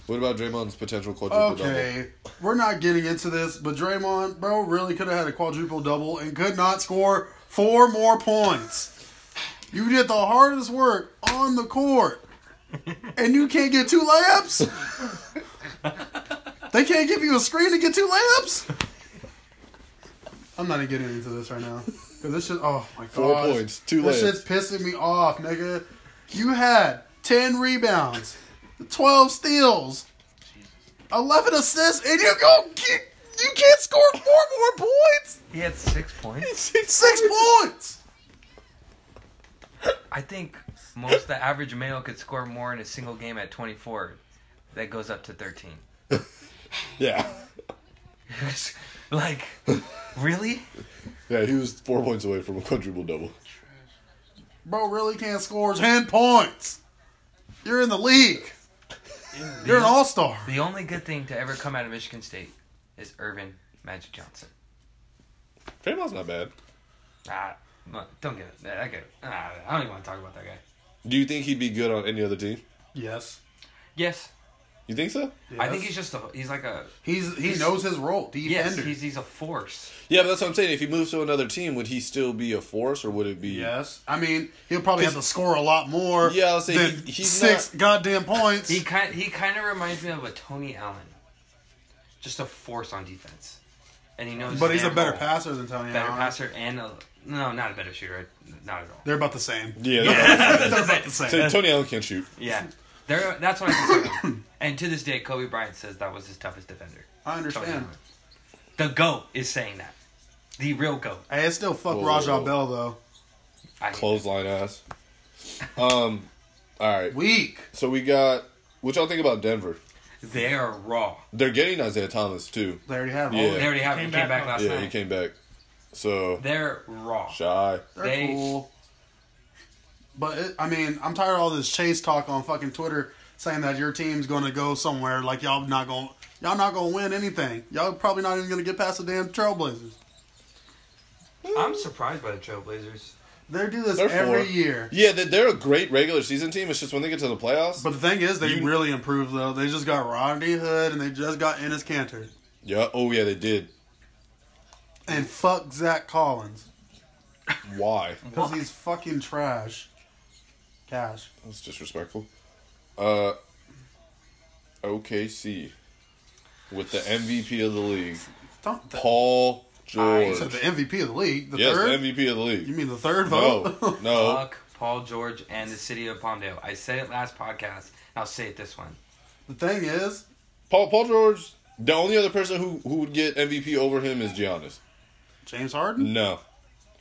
Speaker 3: what about Draymond's potential quadruple
Speaker 1: Okay, we're not getting into this, but Draymond, bro, really could have had a quadruple double and could not score four more points. You did the hardest work on the court, and you can't get two layups. they can't give you a screen to get two layups. I'm not even getting into this right now because this shit. Oh my god,
Speaker 3: Four points, two
Speaker 1: This
Speaker 3: layups.
Speaker 1: shit's pissing me off, nigga. You had ten rebounds, twelve steals. 11 assists, and you go, you, you can't score four more points.
Speaker 6: He had six points.
Speaker 1: Six points.
Speaker 6: I think Most the average male could score more in a single game at 24. That goes up to 13.
Speaker 3: Yeah.
Speaker 6: like, really?
Speaker 3: Yeah, he was four points away from a quadruple double.
Speaker 1: Bro really can't score 10 points. You're in the league. You're an all star.
Speaker 6: The only good thing to ever come out of Michigan State is Irvin Magic Johnson.
Speaker 3: Draymond's not bad.
Speaker 6: Ah, no, don't get it. That guy. Ah, I don't even want to talk about that guy.
Speaker 3: Do you think he'd be good on any other team?
Speaker 1: Yes.
Speaker 6: Yes,
Speaker 3: You think so?
Speaker 6: I think he's just a. He's like a.
Speaker 1: He's he knows his role.
Speaker 6: Yes,
Speaker 1: Defender.
Speaker 6: he's he's a force.
Speaker 3: Yeah, but that's what I'm saying. If he moves to another team, would he still be a force, or would it be?
Speaker 1: yes. I mean, he'll probably have to score a lot more
Speaker 3: Yeah, I'll say
Speaker 1: than
Speaker 3: he- he's
Speaker 1: six goddamn points.
Speaker 6: He kind he kind of reminds me of a Tony Allen, just a force on defense, and he knows.
Speaker 1: but
Speaker 6: his
Speaker 1: he's a
Speaker 6: damn
Speaker 1: better
Speaker 6: role.
Speaker 1: passer than Tony
Speaker 6: better
Speaker 1: Allen.
Speaker 6: passer, and a no, not a better shooter, not at all.
Speaker 1: They're about the same.
Speaker 3: Yeah. that's-
Speaker 1: They're about the same.
Speaker 3: so Tony Allen can't shoot.
Speaker 6: Yeah, there. That's what I consider. him. and to this day, Kobe Bryant says that was his toughest defender.
Speaker 1: I
Speaker 6: Tony
Speaker 1: understand.
Speaker 6: Allen. The goat is saying that. The real goat.
Speaker 1: Hey, it's still fuck
Speaker 3: Whoa.
Speaker 1: Rajah Bell though.
Speaker 6: I
Speaker 3: Clothesline ass. Um. All right.
Speaker 1: Weak.
Speaker 3: So we got. What y'all think about Denver?
Speaker 6: They are raw.
Speaker 3: They're getting Isaiah Thomas too.
Speaker 1: They already have.
Speaker 3: Yeah.
Speaker 1: all of
Speaker 6: They
Speaker 1: it.
Speaker 6: already have. He came,
Speaker 7: Came back
Speaker 6: back
Speaker 7: on-
Speaker 6: last
Speaker 3: Yeah,
Speaker 6: night.
Speaker 3: he came back. So
Speaker 6: They're raw.
Speaker 3: shy.
Speaker 1: They're
Speaker 6: They-
Speaker 1: cool. But it, I mean, I'm tired of all this chase talk on fucking Twitter saying that your team's going to go somewhere. Like y'all not going, to y'all not going to win anything. Y'all probably not even going to get past the damn Trailblazers.
Speaker 6: I'm surprised by the Trailblazers.
Speaker 1: They do this
Speaker 3: They're
Speaker 1: every
Speaker 3: four.
Speaker 1: year.
Speaker 3: Yeah, they- they're a great regular season team. It's just when they get to the playoffs.
Speaker 1: But the thing is, they
Speaker 3: You-
Speaker 1: really improved though. They just got Rodney Hood and they just got Ennis Cantor
Speaker 3: yeah. Oh yeah, they did.
Speaker 1: and fuck Zach Collins
Speaker 3: Why?
Speaker 1: because he's fucking trash. Cash.
Speaker 3: That's disrespectful. Uh, OKC with the MVP of the league,
Speaker 1: Don't.
Speaker 3: Paul
Speaker 1: you
Speaker 3: George.
Speaker 1: said the MVP of the league. The
Speaker 3: yes,
Speaker 1: third.
Speaker 3: the MVP of the
Speaker 1: you Uh,
Speaker 3: league.
Speaker 1: mean the third
Speaker 3: No,
Speaker 1: vote?
Speaker 3: no.
Speaker 6: Fuck Paul George and the city of Palmdale. I said it last podcast. I'll say it this one.
Speaker 1: the thing is,
Speaker 3: Paul Paul George. The only other person who who would get MVP over him is Giannis.
Speaker 1: James Harden.
Speaker 3: No,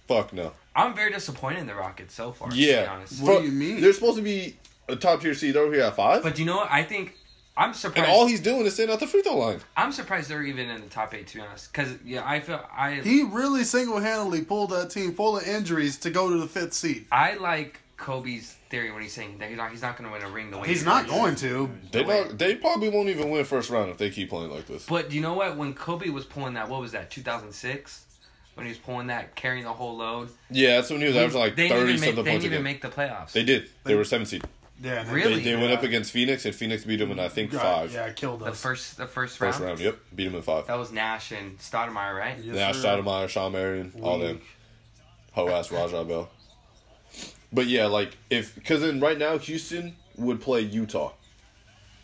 Speaker 3: fuck no.
Speaker 6: I'm very disappointed in the Rockets so far. To be
Speaker 3: Yeah.
Speaker 6: honest.
Speaker 1: What
Speaker 3: Fuck-
Speaker 1: do you mean?
Speaker 3: They're supposed to be a top tier seed. They're over here at five,
Speaker 6: But do you know what? I think I'm
Speaker 3: and
Speaker 6: surprised.
Speaker 3: all he's doing is sitting at the free throw line.
Speaker 6: I'm surprised they're even in the top eight. To be honest, because yeah, I feel I
Speaker 1: He really single handedly pulled that team full of injuries to go to the fifth seed.
Speaker 6: I like Kobe's theory when he's saying that he's not, he's not going to win a ring the way
Speaker 1: He's
Speaker 6: he
Speaker 1: not
Speaker 6: is.
Speaker 1: going to.
Speaker 3: They not, they probably won't even win first round if they keep playing like this.
Speaker 6: But you know what? When Kobe was pulling that, what was that? 2006, when he was pulling that, carrying the whole load.
Speaker 3: Yeah, that's when he was averaging like
Speaker 6: they didn't
Speaker 3: thirty
Speaker 6: even make,
Speaker 3: something
Speaker 6: they didn't
Speaker 3: points a
Speaker 6: even
Speaker 3: game.
Speaker 6: make the playoffs.
Speaker 3: They did. They were seven seed.
Speaker 1: Yeah, they-
Speaker 6: Really?
Speaker 3: They, they went
Speaker 1: Yeah.
Speaker 3: up against Phoenix, and Phoenix beat them in I think
Speaker 1: God,
Speaker 3: five.
Speaker 1: Yeah, killed
Speaker 6: the
Speaker 1: us.
Speaker 6: first the first round.
Speaker 3: First round, yep, beat them in five.
Speaker 6: That was Nash and Stoudemire, right?
Speaker 1: Yes,
Speaker 3: Nash,
Speaker 1: sir.
Speaker 3: Stoudemire, Sean Marion, all them. Ho ass Rajah Bell. But yeah, like if because then right now Houston would play Utah.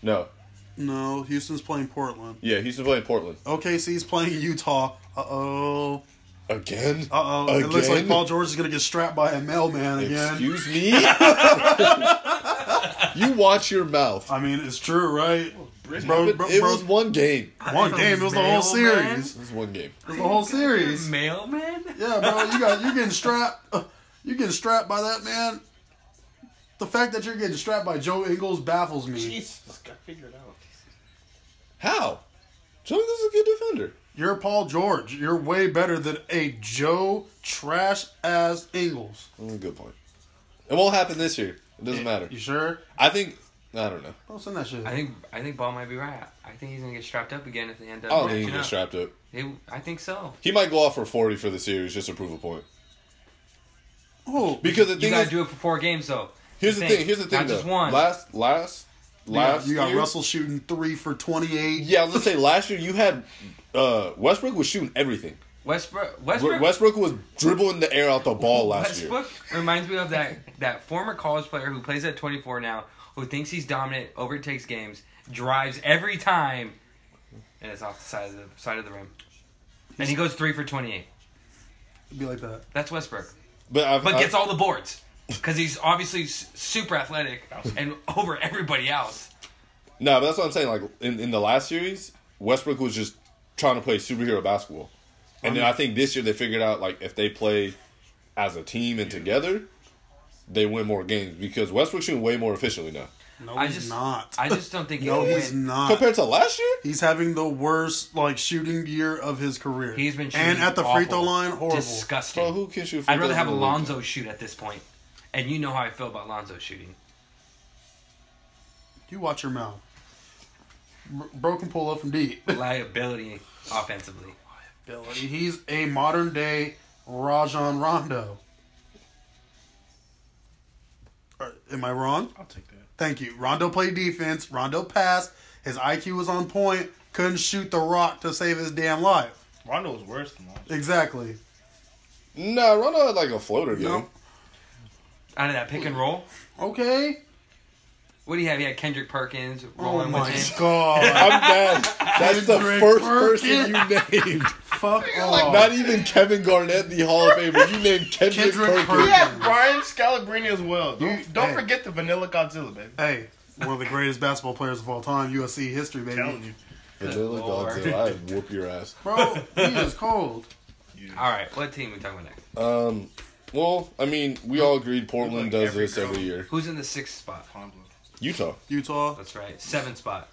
Speaker 3: No,
Speaker 1: No, Houston's playing Portland.
Speaker 3: yeah, Houston's playing Portland
Speaker 1: OKC's playing Utah. Uh oh.
Speaker 3: again.
Speaker 1: Uh oh. It looks like Paul George is going to get strapped by a mailman again.
Speaker 3: Excuse me. you watch your mouth.
Speaker 1: I mean, it's true, right? Bro,
Speaker 3: It,
Speaker 1: bro,
Speaker 3: it
Speaker 1: bro.
Speaker 3: was one game.
Speaker 1: one game. It was the whole
Speaker 6: Mailman?
Speaker 1: series.
Speaker 3: It was one game.
Speaker 1: It was the whole series.
Speaker 6: Mailman.
Speaker 1: Yeah, bro, you got you getting strapped. You getting strapped by that man. The fact that you're getting strapped by Joe Ingles baffles me.
Speaker 7: Jesus, got figured out.
Speaker 3: How? Jones is a good defender.
Speaker 1: You're Paul George. You're way better than a Joe trash ass Ingles.
Speaker 3: Mm, good point. It won't happen this year. It doesn't matter.
Speaker 1: You sure?
Speaker 3: I think. I don't know.
Speaker 1: Don't send that shit.
Speaker 6: I think I think Ball might be right. I think he's gonna get strapped up again if they end up.
Speaker 3: I don't think he
Speaker 6: matching
Speaker 3: gets
Speaker 6: up.
Speaker 3: strapped up.
Speaker 6: He- I think so.
Speaker 3: He might go off for forty for the series just to prove a point.
Speaker 1: oh,
Speaker 3: Because the
Speaker 6: You
Speaker 3: thing
Speaker 6: gotta
Speaker 3: is,
Speaker 6: do it for four games though.
Speaker 3: here's the thing. Here's the thing.
Speaker 6: Not
Speaker 3: though.
Speaker 6: just one.
Speaker 3: Last, last,
Speaker 1: you got,
Speaker 3: last.
Speaker 1: you got
Speaker 3: year-
Speaker 1: Russell shooting three for twenty eight.
Speaker 3: Yeah, I was gonna say last year you had uh, Westbrook was shooting everything.
Speaker 6: Westbrook.
Speaker 3: Westbrook,
Speaker 6: Westbrook.
Speaker 3: Westbrook was dribbling the air out the ball last year.
Speaker 6: Westbrook reminds me of that that former college player who plays at 24 now, who thinks he's dominant, overtakes games, drives every time, and it's off the side of the side of the rim, and he goes three for 28.
Speaker 1: It'd be like that.
Speaker 6: That's Westbrook,
Speaker 3: But I've,
Speaker 6: but
Speaker 3: I've-
Speaker 6: gets all the boards because he's obviously s- super athletic and over everybody else.
Speaker 3: no, but that's what I'm saying. Like in, in the last series, Westbrook was just trying to play superhero basketball, and then I think this year they figured out like if they play as a team and together, they win more games because Westbrook's shooting way more efficiently now
Speaker 1: No,
Speaker 6: I
Speaker 1: Oh, he's
Speaker 6: just-
Speaker 1: not.
Speaker 6: I just don't think
Speaker 1: no,
Speaker 6: he'll
Speaker 1: he's
Speaker 6: win.
Speaker 1: not.
Speaker 3: compared to last year.
Speaker 1: He's having the worst like shooting year of his career.
Speaker 6: He's been shooting
Speaker 1: and at the free throw
Speaker 6: awful.
Speaker 1: line, horrible.
Speaker 6: Disgusting.
Speaker 3: Bro, who can shoot? free
Speaker 6: I'd rather
Speaker 3: throws
Speaker 6: have
Speaker 3: in the league?
Speaker 6: Alonzo shoot at this point, and you know how I feel about Alonzo shooting.
Speaker 1: You watch your mouth. Bro- Broken pull up from deep.
Speaker 6: Liability offensively.
Speaker 1: He's a modern day Rajon Rondo. Or, Am I wrong?
Speaker 7: I'll take that.
Speaker 1: Thank you. Rondo played defense. Rondo passed. His IQ was on point. Couldn't shoot the rock to save his damn life.
Speaker 7: Rondo was worse than Lonzo.
Speaker 1: Exactly.
Speaker 3: Nah, Rondo had like a floater game.
Speaker 1: No.
Speaker 6: Out of that pick and roll,
Speaker 1: Okay.
Speaker 6: what do you have? You had Kendrick Perkins
Speaker 1: Oh
Speaker 6: rolling
Speaker 1: my
Speaker 6: with him.
Speaker 1: god.
Speaker 3: I'm mad. That's the
Speaker 1: Kendrick
Speaker 3: first
Speaker 1: Perkins.
Speaker 3: person you named.
Speaker 1: Fuck off.
Speaker 3: Not even Kevin Garnett, the Hall of Famer. You named Kendrick,
Speaker 1: Kendrick
Speaker 3: Perkins.
Speaker 1: Perkins.
Speaker 7: Yeah, Brian Scalabrine as well. Don't,
Speaker 1: You-
Speaker 7: don't
Speaker 1: hey.
Speaker 7: forget the Vanilla Godzilla, baby.
Speaker 1: hey, one of the greatest basketball players of all time, USC history, baby.
Speaker 7: telling you.
Speaker 3: Vanilla
Speaker 6: Lord.
Speaker 3: Godzilla, I whoop your ass.
Speaker 1: Bro, he is cold.
Speaker 6: All right, what team we talking about next?
Speaker 3: Um, well, I mean, we all agreed Portland
Speaker 7: Like
Speaker 3: does
Speaker 7: every
Speaker 3: this every
Speaker 7: girl.
Speaker 3: year.
Speaker 6: Who's in the sixth spot?
Speaker 3: Utah
Speaker 1: Utah,
Speaker 6: That's right, seventh spot.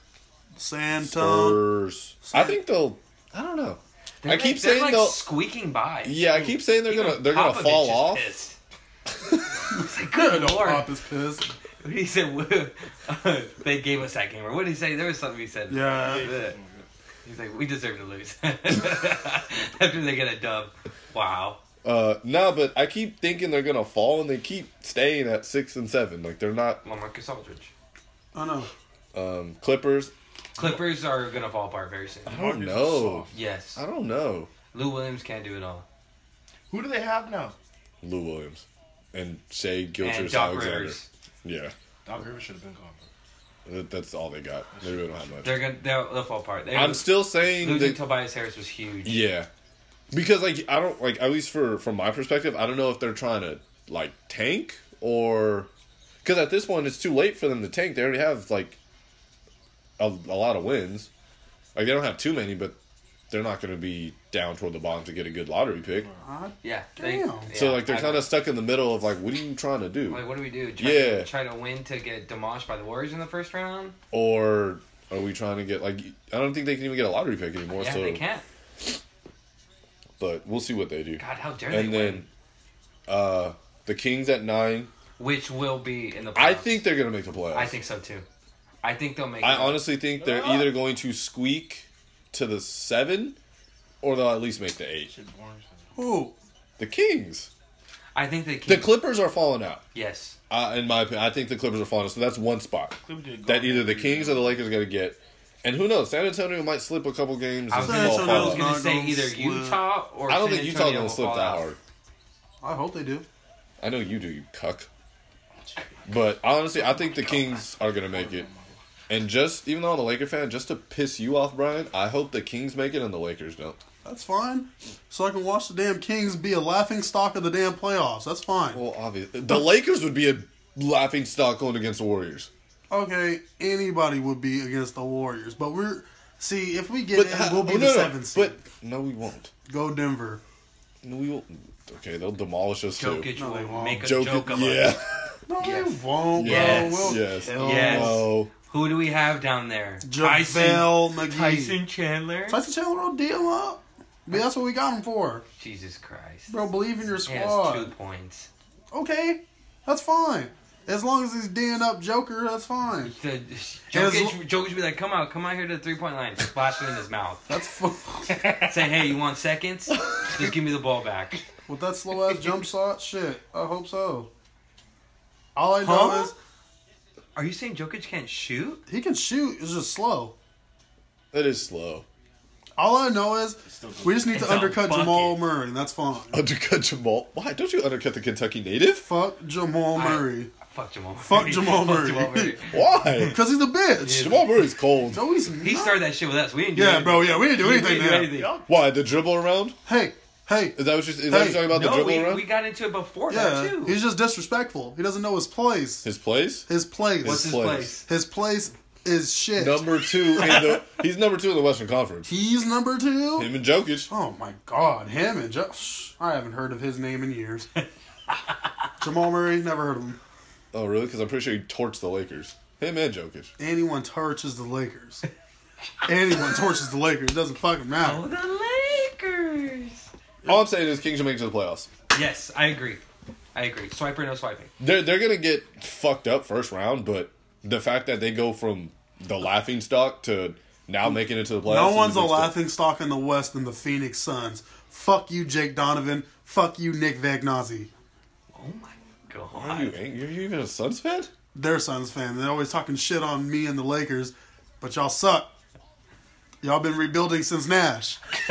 Speaker 1: Santone.
Speaker 3: Spurs. I think they'll. I don't know.
Speaker 6: They're
Speaker 3: I keep
Speaker 6: like,
Speaker 3: saying
Speaker 6: they're like
Speaker 3: they'll.
Speaker 6: squeaking by.
Speaker 3: Yeah, I keep saying they're
Speaker 6: Even
Speaker 3: gonna they're gonna
Speaker 6: Popovich
Speaker 3: fall
Speaker 6: is
Speaker 3: off.
Speaker 6: pissed. He's like, good
Speaker 1: Pop
Speaker 6: lord.
Speaker 1: is pissed.
Speaker 6: He said they gave us that game. Or what did he say? There was something he said.
Speaker 1: Yeah.
Speaker 6: Yeah. He's like, we deserve to lose. After they get a dub. Wow.
Speaker 3: Uh, no, but I keep thinking they're gonna fall, and they keep staying at six and seven. Like they're not
Speaker 6: Lamarcus Aldridge.
Speaker 1: I know.
Speaker 3: um, Clippers.
Speaker 6: Clippers are going to fall apart very soon.
Speaker 3: I don't know.
Speaker 6: Yes.
Speaker 3: I don't know.
Speaker 6: Lou Williams can't do it all.
Speaker 7: Who do they have now?
Speaker 3: Lou Williams and Shea
Speaker 6: and
Speaker 3: Gilchrist
Speaker 6: Doc
Speaker 3: Alexander.
Speaker 6: Rivers.
Speaker 3: Yeah,
Speaker 7: Doc Rivers should have been gone.
Speaker 3: that- that's all they got. They really don't have much.
Speaker 6: They're going to they'll, they'll fall apart. They,
Speaker 3: I'm still saying
Speaker 6: losing
Speaker 3: that.
Speaker 6: Tobias Harris was huge.
Speaker 3: Yeah, because like I don't like at least for from my perspective, I don't know if they're trying to like tank or because at this point it's too late for them to tank. They already have like a, a lot of wins. Like they don't have too many, but they're not going to be down toward the bottom to get a good lottery pick.
Speaker 1: I,
Speaker 6: Yeah. They,
Speaker 1: Damn.
Speaker 6: yeah,
Speaker 3: so like they're
Speaker 6: I
Speaker 3: kind of
Speaker 6: don't-
Speaker 3: stuck in the middle of like what are you trying to do?
Speaker 6: Like, what do we do? Try,
Speaker 3: Yeah.
Speaker 6: Try to win to get demolished by the Warriors in the first round?
Speaker 3: or are we trying to get like I don't think they can even get a lottery pick anymore.
Speaker 6: Yeah,
Speaker 3: so,
Speaker 6: they can't.
Speaker 3: but we'll see what they do.
Speaker 6: God, how dare
Speaker 3: and
Speaker 6: they
Speaker 3: then
Speaker 6: win?
Speaker 3: uh the Kings at nine.
Speaker 6: Which will be in the playoffs.
Speaker 3: I think they're gonna make the playoffs.
Speaker 6: I think so too. I think they'll make
Speaker 3: I
Speaker 6: it.
Speaker 3: honestly think they're either going to squeak to the seven, or they'll at least make the eight.
Speaker 7: Should Warren-
Speaker 1: who?
Speaker 3: The Kings,
Speaker 6: I think they
Speaker 3: the
Speaker 6: can.
Speaker 3: Clippers are falling out.
Speaker 6: yes.
Speaker 3: Uh, in my opinion, I think the Clippers are falling out. So that's one spot
Speaker 7: Clippers did
Speaker 3: that
Speaker 7: gone.
Speaker 3: either the Kings or the Lakers are gonna get. And who knows? San Antonio might slip a couple games.
Speaker 6: I
Speaker 3: and
Speaker 6: was,
Speaker 1: San
Speaker 6: gonna,
Speaker 3: fall-
Speaker 1: Antonio's
Speaker 3: fall
Speaker 6: I was
Speaker 3: out.
Speaker 6: gonna
Speaker 1: not
Speaker 6: say
Speaker 1: gonna
Speaker 6: either
Speaker 1: slip.
Speaker 6: Utah or
Speaker 3: I don't think
Speaker 6: San
Speaker 3: Utah's
Speaker 6: Antonio
Speaker 3: gonna
Speaker 6: will
Speaker 3: slip
Speaker 6: fall
Speaker 3: that
Speaker 6: out.
Speaker 3: hard.
Speaker 1: I hope they do.
Speaker 3: I know you do, you cuck. But honestly, I think the Kings are gonna make it. And just even though I'm a Laker fan, just to piss you off, Brian, I hope the Kings make it and the Lakers don't.
Speaker 1: That's fine. So I can watch the damn Kings be a laughing stock of the damn playoffs. That's fine.
Speaker 3: Well, obviously, the Lakers would be a laughing stock going against the Warriors.
Speaker 1: Okay, anybody would be against the Warriors, but we're see if we get
Speaker 3: But
Speaker 1: in,
Speaker 3: how- oh,
Speaker 1: we'll be
Speaker 3: no,
Speaker 1: the
Speaker 3: no,
Speaker 1: seventh seed.
Speaker 3: But no, we won't.
Speaker 1: Go Denver.
Speaker 3: No, we will. Okay, they'll demolish us
Speaker 6: Jokic
Speaker 3: too.
Speaker 1: No, they
Speaker 6: will
Speaker 1: won't.
Speaker 6: make a
Speaker 3: Jokic,
Speaker 6: joke of
Speaker 3: yeah,
Speaker 6: us.
Speaker 1: No,
Speaker 6: Yes.
Speaker 1: they won't,
Speaker 6: Yes.
Speaker 1: bro. We'll
Speaker 3: yes,
Speaker 1: kill
Speaker 6: Yes.
Speaker 1: them.
Speaker 3: Oh,
Speaker 6: Who do we have down there?
Speaker 1: JaVale McGee.
Speaker 6: Tyson Chandler.
Speaker 1: Tyson Chandler will deal up. But that's what we got him for.
Speaker 6: Jesus Christ.
Speaker 1: Bro, believe in your
Speaker 6: He has two
Speaker 1: squad.
Speaker 6: points.
Speaker 1: Okay, that's fine. As long as he's D'ing up Joker, that's fine.
Speaker 6: The,
Speaker 1: has
Speaker 6: Jokic, Jokic would be like, come out, come out here to the three point line, splash it in his mouth.
Speaker 1: That's fu-
Speaker 6: Say, hey, you want seconds? Just give me the ball back.
Speaker 1: with that slow ass jump shot. Shit, I hope so. All I know
Speaker 6: Huh?
Speaker 1: is
Speaker 6: Are you saying Jokic can't shoot?
Speaker 1: he can shoot. It's just slow.
Speaker 3: that is slow.
Speaker 1: All I know is we just need
Speaker 6: It's
Speaker 1: to
Speaker 6: a
Speaker 1: undercut
Speaker 6: bucket.
Speaker 1: Jamal Murray. and That's fine.
Speaker 3: Undercut Jamal. Why don't you undercut the Kentucky native?
Speaker 1: Fuck Jamal
Speaker 6: I-
Speaker 1: Murray
Speaker 6: Fuck Jamal. Murray.
Speaker 1: Fuck Jamal
Speaker 6: Fuck
Speaker 1: Murray.
Speaker 3: Why?
Speaker 1: because he's a bitch.
Speaker 3: Jamal Murray's cold.
Speaker 1: No, he's
Speaker 6: He
Speaker 1: not.
Speaker 6: started that shit with us. We didn't do
Speaker 1: Yeah,
Speaker 6: anything.
Speaker 1: bro. Yeah, we didn't do
Speaker 6: We
Speaker 1: anything.
Speaker 6: didn't do
Speaker 1: there.
Speaker 6: anything.
Speaker 3: Why the dribble around?
Speaker 1: Hey, hey.
Speaker 3: Is that what you? Is that what
Speaker 1: Hey,
Speaker 3: you're talking about? the
Speaker 6: No,
Speaker 3: dribble
Speaker 6: we,
Speaker 3: around
Speaker 6: we got into it before that
Speaker 1: Yeah,
Speaker 6: too.
Speaker 1: he's just disrespectful. He doesn't know his place.
Speaker 3: his place.
Speaker 1: His place.
Speaker 6: What's his
Speaker 3: place.
Speaker 6: place?
Speaker 1: His place is shit.
Speaker 3: Number two in the. he's number two in the Western Conference.
Speaker 1: He's number two.
Speaker 3: Him and Jokic.
Speaker 1: Oh my God, him and Josh. I haven't heard of his name in years. Jamal Murray, never heard of him.
Speaker 3: Oh, really? Because I'm pretty sure he torched the Lakers. Him and Jokic.
Speaker 1: Anyone torches the Lakers. Anyone torches the Lakers. It doesn't fucking matter.
Speaker 6: Oh, the Lakers.
Speaker 3: All I'm saying is Kings should make it to the playoffs.
Speaker 6: Yes, I agree. I agree. Swiper, no swiping.
Speaker 3: They're they're gonna get fucked up first round, but the fact that they go from the laughing stock to now making it to the playoffs.
Speaker 1: No
Speaker 3: is
Speaker 1: one's a
Speaker 3: big step.
Speaker 1: laughing stock in the West than the Phoenix Suns. Fuck you, Jake Donovan. Fuck you, Nick Vagnozzi.
Speaker 6: Oh my
Speaker 3: Are you
Speaker 6: god.
Speaker 3: angry? Are you even a Suns fan?
Speaker 1: They're Suns fan. They're always talking shit on me and the Lakers, but y'all suck. Y'all been rebuilding since Nash.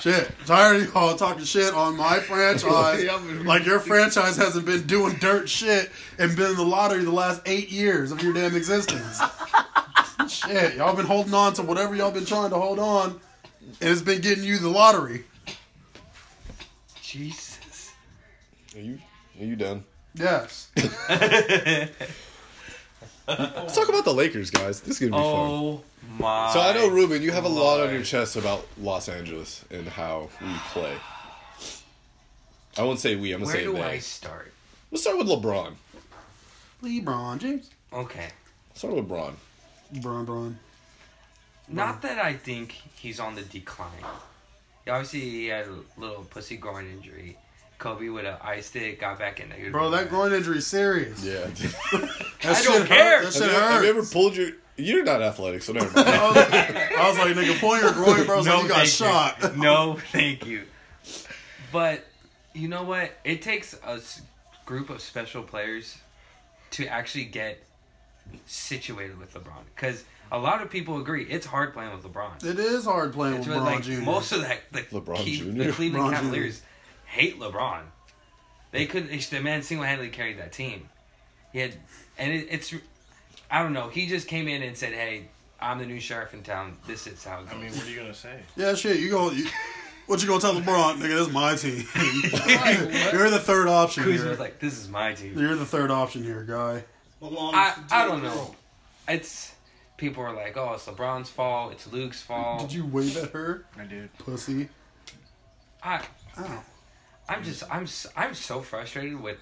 Speaker 1: shit, tired of y'all talking shit on my franchise. like your franchise hasn't been doing dirt shit and been in the lottery the last eight years of your damn existence. shit, y'all been holding on to whatever y'all been trying to hold on, and it's been getting you the lottery.
Speaker 6: Jesus.
Speaker 3: Are you are you done?
Speaker 1: Yes.
Speaker 3: Let's talk about the Lakers, guys. This is gonna be fun.
Speaker 6: Oh my.
Speaker 3: So I know Ruben, you have a lot on your chest about Los Angeles and how we play. I won't say we. I'm gonna
Speaker 6: Where
Speaker 3: say
Speaker 6: do
Speaker 3: they.
Speaker 6: I start?
Speaker 3: Let's start with LeBron.
Speaker 1: LeBron James.
Speaker 6: Okay.
Speaker 3: Let's start with LeBron.
Speaker 1: LeBron, LeBron.
Speaker 6: Not that I think he's on the decline. He obviously, he had a little pussy groin injury. Kobe with an eye stick got back in there.
Speaker 1: Bro, that groin injury's serious.
Speaker 3: Yeah.
Speaker 1: That
Speaker 6: I don't
Speaker 1: shit
Speaker 6: care.
Speaker 1: Hurt. That
Speaker 3: have,
Speaker 1: shit
Speaker 3: you, have
Speaker 1: hurt.
Speaker 3: you ever pulled your? You're not athletic, so never mind.
Speaker 1: I, was like, I was like, nigga, pull your groin, bro. So you got shot.
Speaker 6: You. No, thank you. But you know what? It takes a s- group of special players to actually get situated with LeBron. Because a lot of people agree it's hard playing with LeBron.
Speaker 1: It is hard playing
Speaker 6: It's
Speaker 1: with
Speaker 6: what,
Speaker 1: LeBron
Speaker 6: like
Speaker 1: Jr.
Speaker 6: most of that the,
Speaker 3: LeBron
Speaker 6: Ke-
Speaker 3: Jr.?
Speaker 6: the Cleveland
Speaker 1: LeBron Jr.
Speaker 6: Cavaliers hate LeBron. They could the man single handedly carried that team. He had, and it, it's I don't know. He just came in and said, "Hey, I'm the new sheriff in town. This is how it goes."
Speaker 7: I mean, what are you gonna say?
Speaker 1: yeah, shit. You go. You, what you gonna tell LeBron, nigga? This is my team. You're the third option
Speaker 6: Kuzma's
Speaker 1: here.
Speaker 6: like, "This is my team."
Speaker 1: You're the third option here, guy.
Speaker 6: I I don't know. It's people are like, "Oh, it's LeBron's fault. It's Luke's fault."
Speaker 1: Did you wave at her,
Speaker 7: I did.
Speaker 1: pussy?
Speaker 6: I
Speaker 1: Ow.
Speaker 6: I'm just I'm s- I'm so frustrated with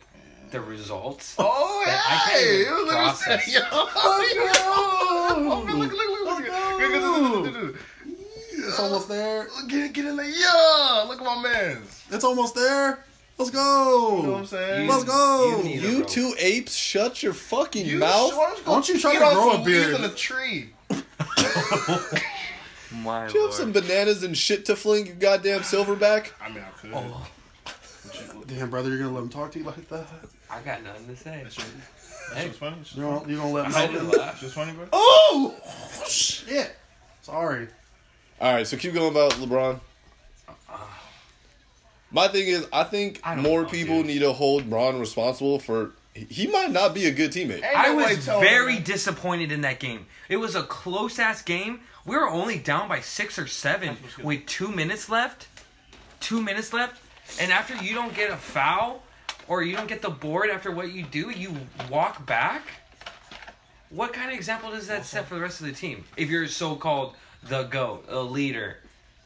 Speaker 6: the results.
Speaker 3: Oh,
Speaker 6: that I can't even process.
Speaker 3: Oh, no.
Speaker 1: It's almost there.
Speaker 7: Get, get in there. Yeah, look at my man's.
Speaker 1: It's almost there. Let's
Speaker 7: You know what I'm
Speaker 1: go.
Speaker 7: saying?
Speaker 1: Let's go.
Speaker 6: need a
Speaker 3: You
Speaker 6: rope.
Speaker 3: two apes, shut your fucking
Speaker 7: You
Speaker 3: mouth.
Speaker 7: sure was gonna
Speaker 1: Don't you try
Speaker 7: eat
Speaker 1: to
Speaker 7: on
Speaker 1: grow
Speaker 7: some
Speaker 1: a
Speaker 7: leaves
Speaker 1: beard.
Speaker 7: in a tree.
Speaker 6: My
Speaker 3: you have some
Speaker 6: lord.
Speaker 3: bananas and shit to fling, you goddamn silverback.
Speaker 7: I mean, I could.
Speaker 1: Damn, brother, you're gonna let him talk to you like that?
Speaker 6: I got nothing to say.
Speaker 7: That's just, that's
Speaker 6: Hey.
Speaker 7: just funny. It's
Speaker 1: You gonna, you gonna let him?
Speaker 6: I
Speaker 1: talk to
Speaker 6: didn't
Speaker 1: you?
Speaker 6: laugh.
Speaker 7: just funny, bro.
Speaker 1: Oh shit! Sorry.
Speaker 3: All right, so keep going about LeBron. My thing is, I think
Speaker 6: Uh-uh. I don't
Speaker 3: more
Speaker 6: know,
Speaker 3: people
Speaker 6: dude.
Speaker 3: need to hold Bron responsible for. He he might not be a good teammate.
Speaker 7: Ain't
Speaker 6: I
Speaker 7: nobody
Speaker 6: was
Speaker 7: telling me
Speaker 6: very
Speaker 7: that.
Speaker 6: disappointed in that game. It was a close ass game. We were only down by six or seven with two minutes left. Two minutes left. And after you don't get a foul or you don't get the board after what you do, you walk back. What kind of example does that set for the rest of the team? If you're so called the GOAT, a leader.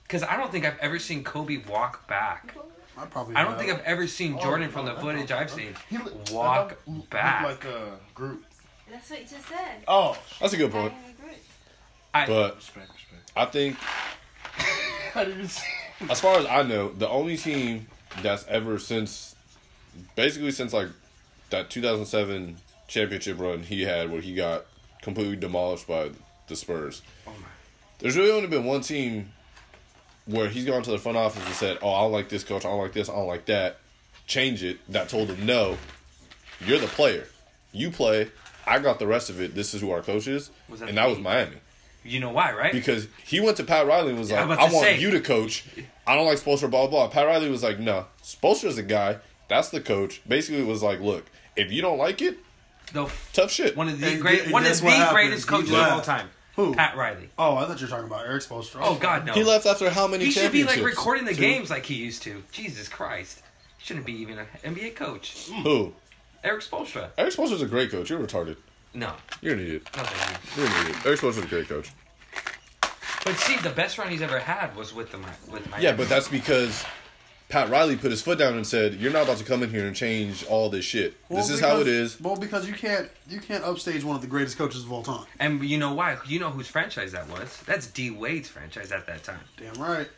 Speaker 6: Because I don't think I've ever seen Kobe walk back.
Speaker 1: I probably.
Speaker 6: I don't
Speaker 1: have.
Speaker 6: think I've ever
Speaker 7: Oh,
Speaker 6: seen Jordan from the footage I've seen
Speaker 7: He look-
Speaker 6: walk
Speaker 7: I don't-
Speaker 6: back.
Speaker 7: Look like a group.
Speaker 8: That's what you just said.
Speaker 7: Oh,
Speaker 3: That's a good point.
Speaker 8: I agree.
Speaker 6: I-
Speaker 3: But
Speaker 7: respect, respect.
Speaker 3: I think
Speaker 7: I didn't even see.
Speaker 3: as far as I know, the only team that's ever since, basically since like that 2007 championship run he had where he got completely demolished by the Spurs.
Speaker 6: Oh,
Speaker 3: There's really only been one team where he's gone to the front office and said, "Oh, I don't like this coach. I don't like this. I don't like that. Change it." That told him, "No, you're the player. You play. I got the rest of it. This is who our coach is."
Speaker 6: Was that
Speaker 3: and
Speaker 6: the
Speaker 3: that was
Speaker 6: Heat?
Speaker 3: Miami
Speaker 6: you know why, right?
Speaker 3: because he went to Pat Riley and was
Speaker 6: Yeah,
Speaker 3: like,
Speaker 6: I'm about
Speaker 3: "I
Speaker 6: to
Speaker 3: want
Speaker 6: say.
Speaker 3: you to coach. I don't like Spoelstra, blah blah." blah. Pat Riley was like, "No, Spoelstra's a guy. That's the coach." Basically, it was like, "Look, if you don't like it,
Speaker 6: the f-
Speaker 3: tough shit."
Speaker 6: one of the
Speaker 1: And
Speaker 6: great,
Speaker 1: gu-
Speaker 6: one of
Speaker 1: guess
Speaker 6: the
Speaker 1: what happened?
Speaker 6: greatest
Speaker 1: He
Speaker 6: coaches of
Speaker 1: left.
Speaker 6: all time.
Speaker 1: Who?
Speaker 6: Pat Riley.
Speaker 1: Oh, I thought you were talking about Eric Spoelstra.
Speaker 6: Oh God, no.
Speaker 3: he left after how many
Speaker 6: He should be
Speaker 3: championships?
Speaker 6: like recording the
Speaker 3: Two.
Speaker 6: games like he used to. Jesus Christ, he shouldn't be even an NBA coach.
Speaker 1: Mm.
Speaker 3: Who?
Speaker 6: Eric Spoelstra.
Speaker 3: Eric Spoelstra's a great coach. You're retarded.
Speaker 6: No,
Speaker 3: You're an idiot.
Speaker 6: no thank you.
Speaker 3: You're an idiot. Eric Spoelstra's a great coach.
Speaker 6: But see, the best run he's ever had was with the Mi- with Miami.
Speaker 3: Yeah, but that's because Pat Riley put his foot down and said, "You're not about to come in here and change all this shit. this is how it is."
Speaker 1: Well, because you can't you can't upstage one of the greatest coaches of all time.
Speaker 6: And you know why? You know whose franchise that was? That's D Wade's franchise at that time.
Speaker 1: Damn right.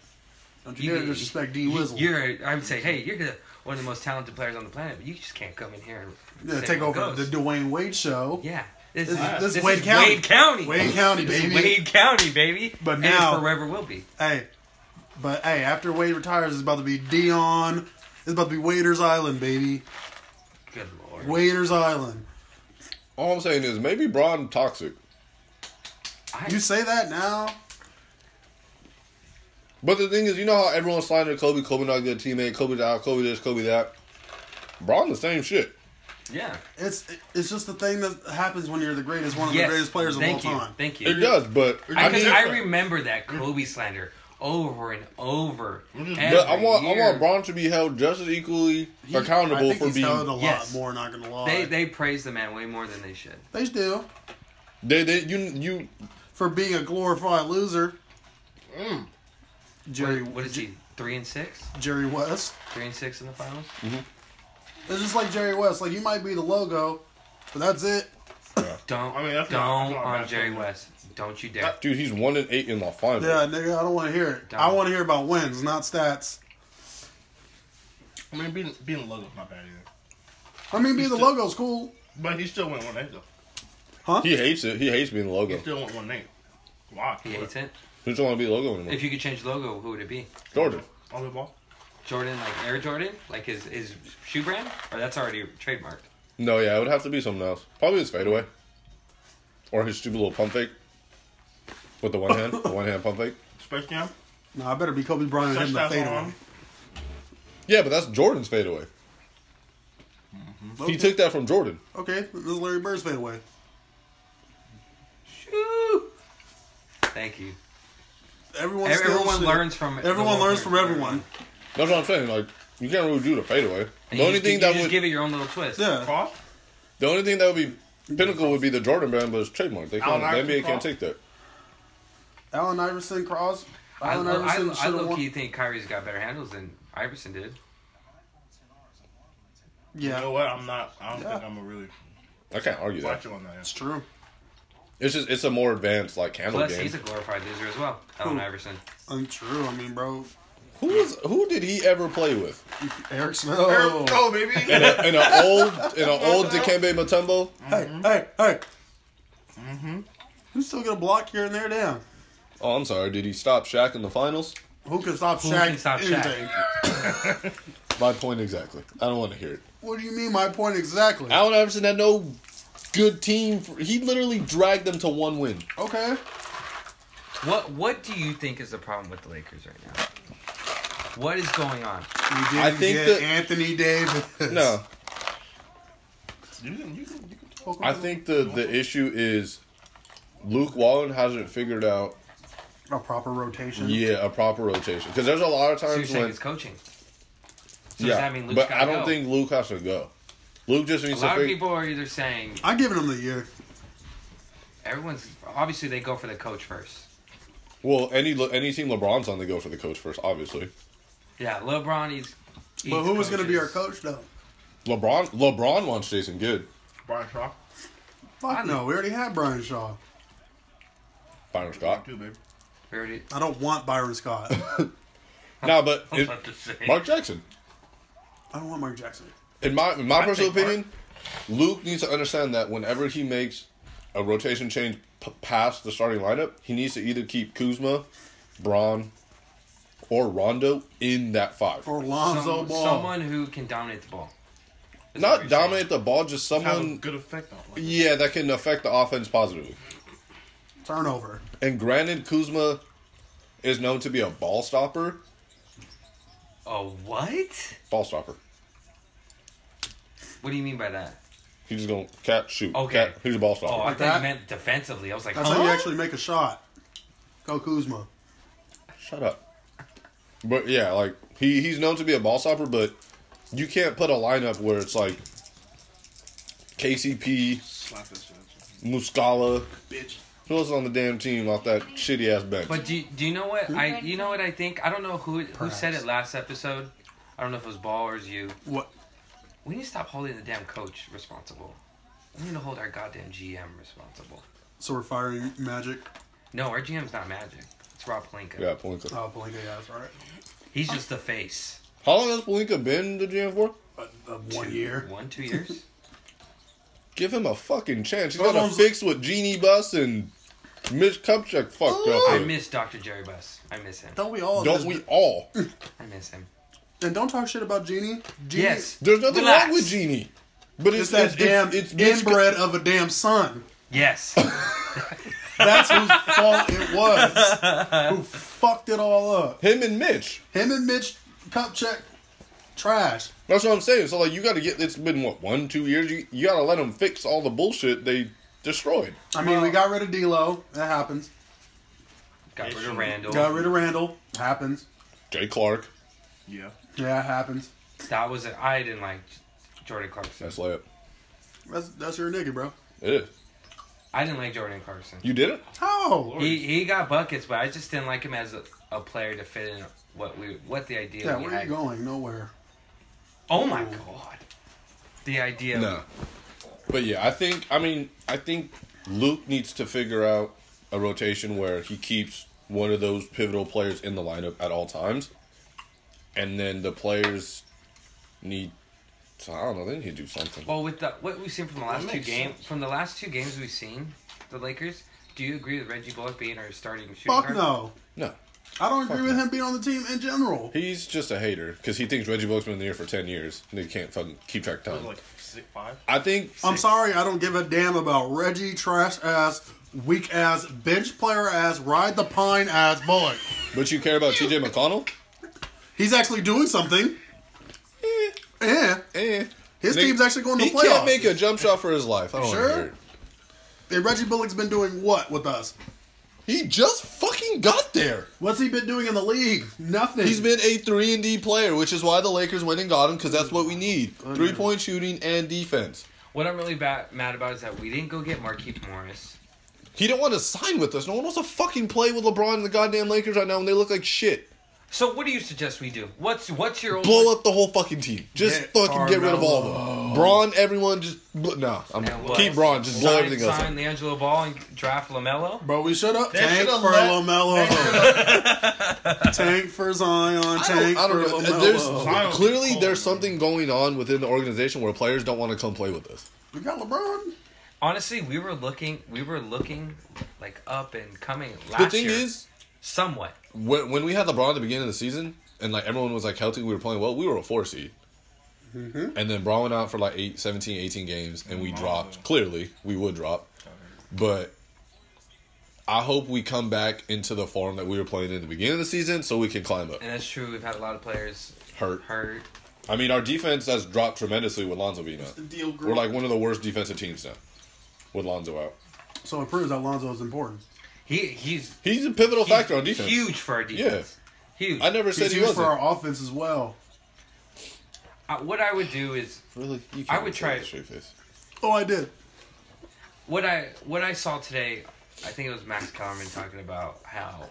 Speaker 1: Don't you, dare disrespect D
Speaker 6: you-
Speaker 1: Wizzle.
Speaker 6: You're, I would say, hey, you're the, one of the most talented players on the planet, but you just can't come in here and
Speaker 1: Yeah,
Speaker 6: say
Speaker 1: take
Speaker 6: what
Speaker 1: over
Speaker 6: goes.
Speaker 1: the Dwayne Wade show.
Speaker 6: yeah. This,
Speaker 1: This
Speaker 6: is,
Speaker 1: is- this is
Speaker 6: this
Speaker 1: Wade
Speaker 6: is
Speaker 1: County.
Speaker 6: Wade County.
Speaker 1: Wade County,
Speaker 6: This is
Speaker 1: baby.
Speaker 6: Wade County, baby.
Speaker 1: But
Speaker 6: And
Speaker 1: now-
Speaker 6: it forever will be.
Speaker 1: Hey, but hey, after Wade retires, it's about to be Dion. It's about to be Waiters Island, baby.
Speaker 6: Good lord.
Speaker 1: Waiters Island.
Speaker 3: All I'm saying is maybe Braun toxic,
Speaker 1: You say that now?
Speaker 3: but the thing is, you know how everyone's slandering Kobe. Kobe not a good teammate. Kobe that. Kobe this. Kobe that. Braun the same shit.
Speaker 6: Yeah.
Speaker 1: It's it's just the thing that happens when you're the greatest, one of
Speaker 6: Yes.
Speaker 1: the greatest players of all
Speaker 6: Thank you.
Speaker 1: time.
Speaker 6: Thank you.
Speaker 3: It does, but
Speaker 6: I,
Speaker 3: I,
Speaker 6: can-
Speaker 3: mean,
Speaker 6: I remember that Kobe slander over and over.
Speaker 1: Mm-hmm.
Speaker 6: every
Speaker 3: but I want I
Speaker 6: year.
Speaker 3: want Braun to be held just as equally
Speaker 1: He- I
Speaker 3: accountable
Speaker 1: think
Speaker 3: for
Speaker 1: he's held a
Speaker 3: being.
Speaker 1: lot
Speaker 6: Yes.
Speaker 1: more. Not gonna lie,
Speaker 6: They they praise the man way more than they should.
Speaker 1: They do
Speaker 3: They, they, you, you.
Speaker 1: for being a glorified loser.
Speaker 3: Mm.
Speaker 1: Jerry,
Speaker 6: What- what is he? Three and six?
Speaker 1: Jerry West.
Speaker 6: Three and six in the finals?
Speaker 1: It's just like Jerry West. Like you might be the logo, but that's it.
Speaker 6: Don't
Speaker 7: I mean, that's
Speaker 6: don't
Speaker 7: not- that's not
Speaker 6: on
Speaker 7: bad
Speaker 6: Jerry
Speaker 7: though.
Speaker 6: West. Don't you dare.
Speaker 3: Dude, he's one and eight in the finals.
Speaker 1: Yeah, nigga, I don't want to hear it. I want to hear about wins, not stats.
Speaker 7: I mean, being being a logo's not bad either,
Speaker 1: I mean, being the logo's cool,
Speaker 7: but he still went one eight though.
Speaker 1: huh?
Speaker 3: He hates it. He hates being the
Speaker 7: He
Speaker 3: logo.
Speaker 7: still went one eight. Why?
Speaker 6: He hates it.
Speaker 3: Who doesn't want to be the logo anymore?
Speaker 6: If you could change the logo, who would it be?
Speaker 3: Jordan.
Speaker 7: On the ball.
Speaker 6: Jordan, like Air Jordan, like his his shoe brand, or that's already trademarked.
Speaker 3: No, yeah, it would have to be something else. Probably his fadeaway, or his stupid little pump fake with the one hand, the one hand pump fake.
Speaker 7: Space Jam.
Speaker 1: No, I better be Kobe Bryant hitting the
Speaker 7: Touchdown
Speaker 1: fadeaway.
Speaker 7: on.
Speaker 3: Yeah, but that's Jordan's fadeaway. He
Speaker 6: Mm-hmm.
Speaker 1: Okay.
Speaker 3: took that from Jordan.
Speaker 1: Okay, this is Larry Bird's fadeaway.
Speaker 6: Shoo! Thank you.
Speaker 1: Everyone,
Speaker 6: Ev-
Speaker 1: steals
Speaker 6: everyone
Speaker 1: shit.
Speaker 6: learns from it.
Speaker 1: Everyone learns from everyone.
Speaker 3: That's what I'm saying. Like you can't really do the fadeaway.
Speaker 6: And
Speaker 3: The
Speaker 6: you
Speaker 3: only
Speaker 6: just,
Speaker 3: thing
Speaker 6: you
Speaker 3: that
Speaker 6: just
Speaker 3: would
Speaker 6: give it your own little twist.
Speaker 1: Yeah,
Speaker 7: Cross.
Speaker 3: the only thing that would be pinnacle would be the Jordan brand, but it's trademark. They can't,
Speaker 7: Allen
Speaker 3: the
Speaker 7: Iverson
Speaker 3: NBA can't
Speaker 7: call?
Speaker 3: take that.
Speaker 1: Allen Iverson, Cross.
Speaker 6: I,
Speaker 1: Allen
Speaker 6: lo- I,
Speaker 1: Iverson
Speaker 6: I
Speaker 1: should have
Speaker 6: low
Speaker 1: won.
Speaker 6: key think Kyrie's got better handles than Iverson did.
Speaker 1: Yeah,
Speaker 7: You know what? I'm not. I don't
Speaker 1: Yeah.
Speaker 7: think I'm gonna really
Speaker 3: I can't argue that.
Speaker 7: watch you on that.
Speaker 1: it's true.
Speaker 3: It's just it's a more advanced like candle
Speaker 6: Plus,
Speaker 3: game.
Speaker 6: he's a glorified loser as well, Allen
Speaker 1: Who?
Speaker 6: Iverson.
Speaker 1: I'm true. I mean, bro,
Speaker 3: Who was who did he ever play with?
Speaker 1: Eric Snow.
Speaker 7: Go, oh, baby.
Speaker 3: In a, in a old in an old Dikembe Mutombo.
Speaker 1: Hey, hey, hey. Mm-hmm. Who's still gonna block here and there down?
Speaker 3: Oh, I'm sorry. Did he stop Shaq in the finals?
Speaker 1: Who can stop
Speaker 6: Who
Speaker 1: Shaq?
Speaker 6: can stop Shaq?
Speaker 1: anything?
Speaker 3: My point exactly. I don't want to hear it.
Speaker 1: What do you mean? My point exactly.
Speaker 3: Allen Iverson had no good team. For, he literally dragged them to one win.
Speaker 1: Okay.
Speaker 6: What What do you think is the problem with the Lakers right now? What is going on?
Speaker 1: We didn't
Speaker 3: I think
Speaker 1: get
Speaker 3: that-
Speaker 1: Anthony Davis.
Speaker 3: No,
Speaker 7: You can, you can, you can.
Speaker 3: I think the the issue is Luke Wallen hasn't figured out
Speaker 1: a proper rotation.
Speaker 3: yeah a proper rotation because there's a lot of
Speaker 6: So you're
Speaker 3: times
Speaker 6: saying
Speaker 3: when
Speaker 6: it's coaching. So does
Speaker 3: yeah,
Speaker 6: that mean Luke's
Speaker 3: but
Speaker 6: gotta
Speaker 3: I don't
Speaker 6: go?
Speaker 3: think Luke has to go. Luke just
Speaker 6: A
Speaker 3: needs to
Speaker 6: lot of
Speaker 3: figure.
Speaker 6: people are either saying
Speaker 1: I'm giving him the year.
Speaker 6: everyone's obviously they go for the coach first.
Speaker 3: Well, any Le- any team LeBron's on, they go for the coach first, obviously.
Speaker 6: Yeah, LeBron is.
Speaker 1: But who was going to be our coach though?
Speaker 3: LeBron LeBron wants Jason Kidd.
Speaker 7: Brian Shaw.
Speaker 1: Fuck no. We already had Brian Shaw.
Speaker 3: Byron Scott.
Speaker 7: Too, baby.
Speaker 6: Already,
Speaker 1: I don't want Byron Scott.
Speaker 3: No, but
Speaker 6: I was
Speaker 3: it,
Speaker 6: about to say.
Speaker 3: Mark Jackson.
Speaker 1: I don't want Mark Jackson.
Speaker 3: In my in my
Speaker 6: I
Speaker 3: personal
Speaker 6: think Mark-
Speaker 3: opinion, Luke needs to understand that whenever he makes a rotation change p- past the starting lineup, he needs to either keep Kuzma, Braun, or Rondo in that five.
Speaker 1: Or Lonzo
Speaker 6: Some-
Speaker 1: Ball.
Speaker 6: someone who can dominate the ball. Is what
Speaker 3: Not
Speaker 6: you're
Speaker 3: dominate the ball, just
Speaker 7: Have a
Speaker 3: someone.
Speaker 7: good effect on. Like,
Speaker 3: Yeah, that can affect the offense positively.
Speaker 1: Turnover.
Speaker 3: And granted, Kuzma is known to be a ball stopper.
Speaker 6: saying. Oh what?
Speaker 3: Ball stopper.
Speaker 6: What do you mean by that?
Speaker 3: He's just gonna cat shoot.
Speaker 6: Okay.
Speaker 3: Cat, he's a ball
Speaker 6: Oh,
Speaker 3: stopper.
Speaker 6: I
Speaker 1: Like
Speaker 6: think
Speaker 1: that?
Speaker 6: you meant defensively. I was like,
Speaker 1: That's
Speaker 6: huh?
Speaker 1: how you actually make a shot. Go Kuzma.
Speaker 3: Shut up. But yeah, like he he's known to be a ball stopper, but you can't put a lineup where it's like KCP,
Speaker 7: slap this shit.
Speaker 3: Muscala.
Speaker 7: bitch.
Speaker 3: Who else is on the damn team off that shitty ass bench?
Speaker 1: Hmm?
Speaker 6: But do you, do you know what I you know what I think? I don't know who who said it last episode, I don't know if it was Ball or it was you.
Speaker 1: What?
Speaker 6: We need to stop holding the damn coach responsible. We need to hold our goddamn GM responsible.
Speaker 1: So we're firing Magic.
Speaker 6: No, our GM's not Magic. It's Rob Palinka.
Speaker 3: Yeah, Palinka.
Speaker 1: Oh, Blinka, yeah, that's right.
Speaker 6: He's just the face.
Speaker 3: How long has Palinka been the GM for?
Speaker 1: Uh, uh, one year.
Speaker 6: One, two years.
Speaker 3: Give him a fucking chance. He's
Speaker 1: How
Speaker 3: got to
Speaker 1: long's-
Speaker 3: fix what Genie Bus and Mitch Kupchak fucked
Speaker 6: I
Speaker 3: up. with.
Speaker 6: miss Dr. Jerry Buss. I miss him.
Speaker 1: Don't we all?
Speaker 3: Don't we all?
Speaker 6: I miss him.
Speaker 1: And don't talk shit about Genie. Genie
Speaker 6: Yes.
Speaker 3: There's nothing
Speaker 6: Relax.
Speaker 3: wrong with Genie. But it's,
Speaker 1: It's that
Speaker 3: it's,
Speaker 1: damn
Speaker 3: it's, it's Mitch
Speaker 1: inbred of a damn son.
Speaker 6: Yes.
Speaker 1: That's whose fault it was. Who fucked it all up?
Speaker 3: Him and Mitch.
Speaker 1: Him and Mitch Kupchak, trash.
Speaker 3: That's what I'm saying. So like, you got to get. It's been what one, two years. You you got to let them fix all the bullshit they destroyed.
Speaker 1: I mean, we got rid of D'Lo. That happens.
Speaker 6: Got rid of Randall.
Speaker 1: Got rid of Randall. Happens.
Speaker 3: Jay Clark.
Speaker 7: Yeah.
Speaker 1: Yeah, it happens.
Speaker 6: That was it. I didn't like Jordan Clarkson.
Speaker 3: That's layup.
Speaker 1: That's that's your nigga, bro.
Speaker 3: It is.
Speaker 6: I didn't like Jordan Clarkson.
Speaker 3: You did it.
Speaker 1: Oh,
Speaker 6: He he got buckets, but I just didn't like him as a, a player to fit in what we what the idea.
Speaker 1: yeah.
Speaker 6: we
Speaker 1: Where are
Speaker 6: had.
Speaker 1: you going? Nowhere.
Speaker 6: Oh my god. The idea.
Speaker 3: No. But yeah, I think I mean I think Luke needs to figure out a rotation where he keeps one of those pivotal players in the lineup at all times, and then the players need. So I don't know. They need to do something.
Speaker 6: Well, with the what we've seen from the last two
Speaker 7: makes
Speaker 6: games, from the last two games we've seen, the Lakers. Do you agree with Reggie Bullock being our starting shooting
Speaker 1: Fuck
Speaker 6: guard?
Speaker 1: no.
Speaker 3: No,
Speaker 1: I don't agree with him being on the team in general.
Speaker 3: he's just a hater because he thinks Reggie Bullock's been in the air for ten years and he can't fucking keep track of time.
Speaker 7: Like six, five.
Speaker 3: I think
Speaker 1: I'm sorry, I don't give a damn about Reggie trash ass, weak ass, bench player ass, ride the pine ass Bullock.
Speaker 3: But you care about TJ McConnell?
Speaker 1: He's actually doing something. Yeah,
Speaker 3: Eh.
Speaker 1: his
Speaker 3: Nick-
Speaker 1: team's actually going to
Speaker 3: He
Speaker 1: playoffs.
Speaker 3: can't make a jump shot for his life. I don't
Speaker 1: Sure.
Speaker 3: sure. Hear it.
Speaker 1: and Reggie Bullock's been doing what with us?
Speaker 3: He just fucking got there.
Speaker 1: What's he been doing in the league? Nothing.
Speaker 3: He's been a three and D player, which is why the Lakers went and got him because that's what we need: three point shooting and defense.
Speaker 6: What I'm really ba- mad about is that we didn't go get Markeith Morris.
Speaker 3: He didn't want to sign with us. No one wants to fucking play with LeBron and the goddamn Lakers right now, and they look like shit.
Speaker 6: So what do you suggest we do? What's what's your old
Speaker 3: Blow up the whole fucking team. Just
Speaker 1: Get
Speaker 3: fucking get rid of all of them. Braun, everyone, just bl- nah. I'm,
Speaker 6: And what?
Speaker 3: keep Braun. Just blow
Speaker 6: sign,
Speaker 3: everything else.
Speaker 6: sign
Speaker 3: up.
Speaker 6: Leangelo Ball and draft Lamelo?
Speaker 1: Bro, we should have tank
Speaker 7: should've
Speaker 1: for
Speaker 7: let-
Speaker 1: Lomelo. tank for Zion.
Speaker 3: I don't,
Speaker 1: Tank
Speaker 3: I
Speaker 1: for
Speaker 3: don't
Speaker 1: Lomelo.
Speaker 3: know.
Speaker 7: Zion
Speaker 3: There's, clearly,
Speaker 7: cold.
Speaker 3: there's something going on within the organization where players don't want to come play with us.
Speaker 1: We got LeBron.
Speaker 6: Honestly, we were looking we were looking like up and coming last
Speaker 3: The thing
Speaker 6: year.
Speaker 3: is,
Speaker 6: somewhat.
Speaker 3: when, when we had LeBron at the beginning of the season and like everyone was like healthy, we were playing well, we were a four seed. And then Braun went out for like eight, 17, 18 games and we dropped. Clearly, we would drop. But I hope we come back into the form that we were playing in the beginning of the season so we can climb up.
Speaker 6: And that's true. We've had a lot of players
Speaker 3: Hurt.
Speaker 6: hurt.
Speaker 3: I mean, our defense has dropped tremendously with Lonzo being out.
Speaker 7: The deal group.
Speaker 3: We're like one of the worst defensive teams now with Lonzo out.
Speaker 1: So it proves that Lonzo is important.
Speaker 6: He he's,
Speaker 3: He's a pivotal
Speaker 6: he's
Speaker 3: factor on defense.
Speaker 6: huge for our defense. Huge.
Speaker 3: I never said
Speaker 1: He's
Speaker 3: he
Speaker 1: huge for
Speaker 3: wasn't.
Speaker 1: our offense as well.
Speaker 6: Uh, what I would do is
Speaker 3: Really, you
Speaker 6: I would
Speaker 3: say
Speaker 6: try
Speaker 3: that
Speaker 6: it.
Speaker 3: straight face.
Speaker 1: Oh, I did.
Speaker 6: what I what I saw today. I think it was Max Kellerman talking about how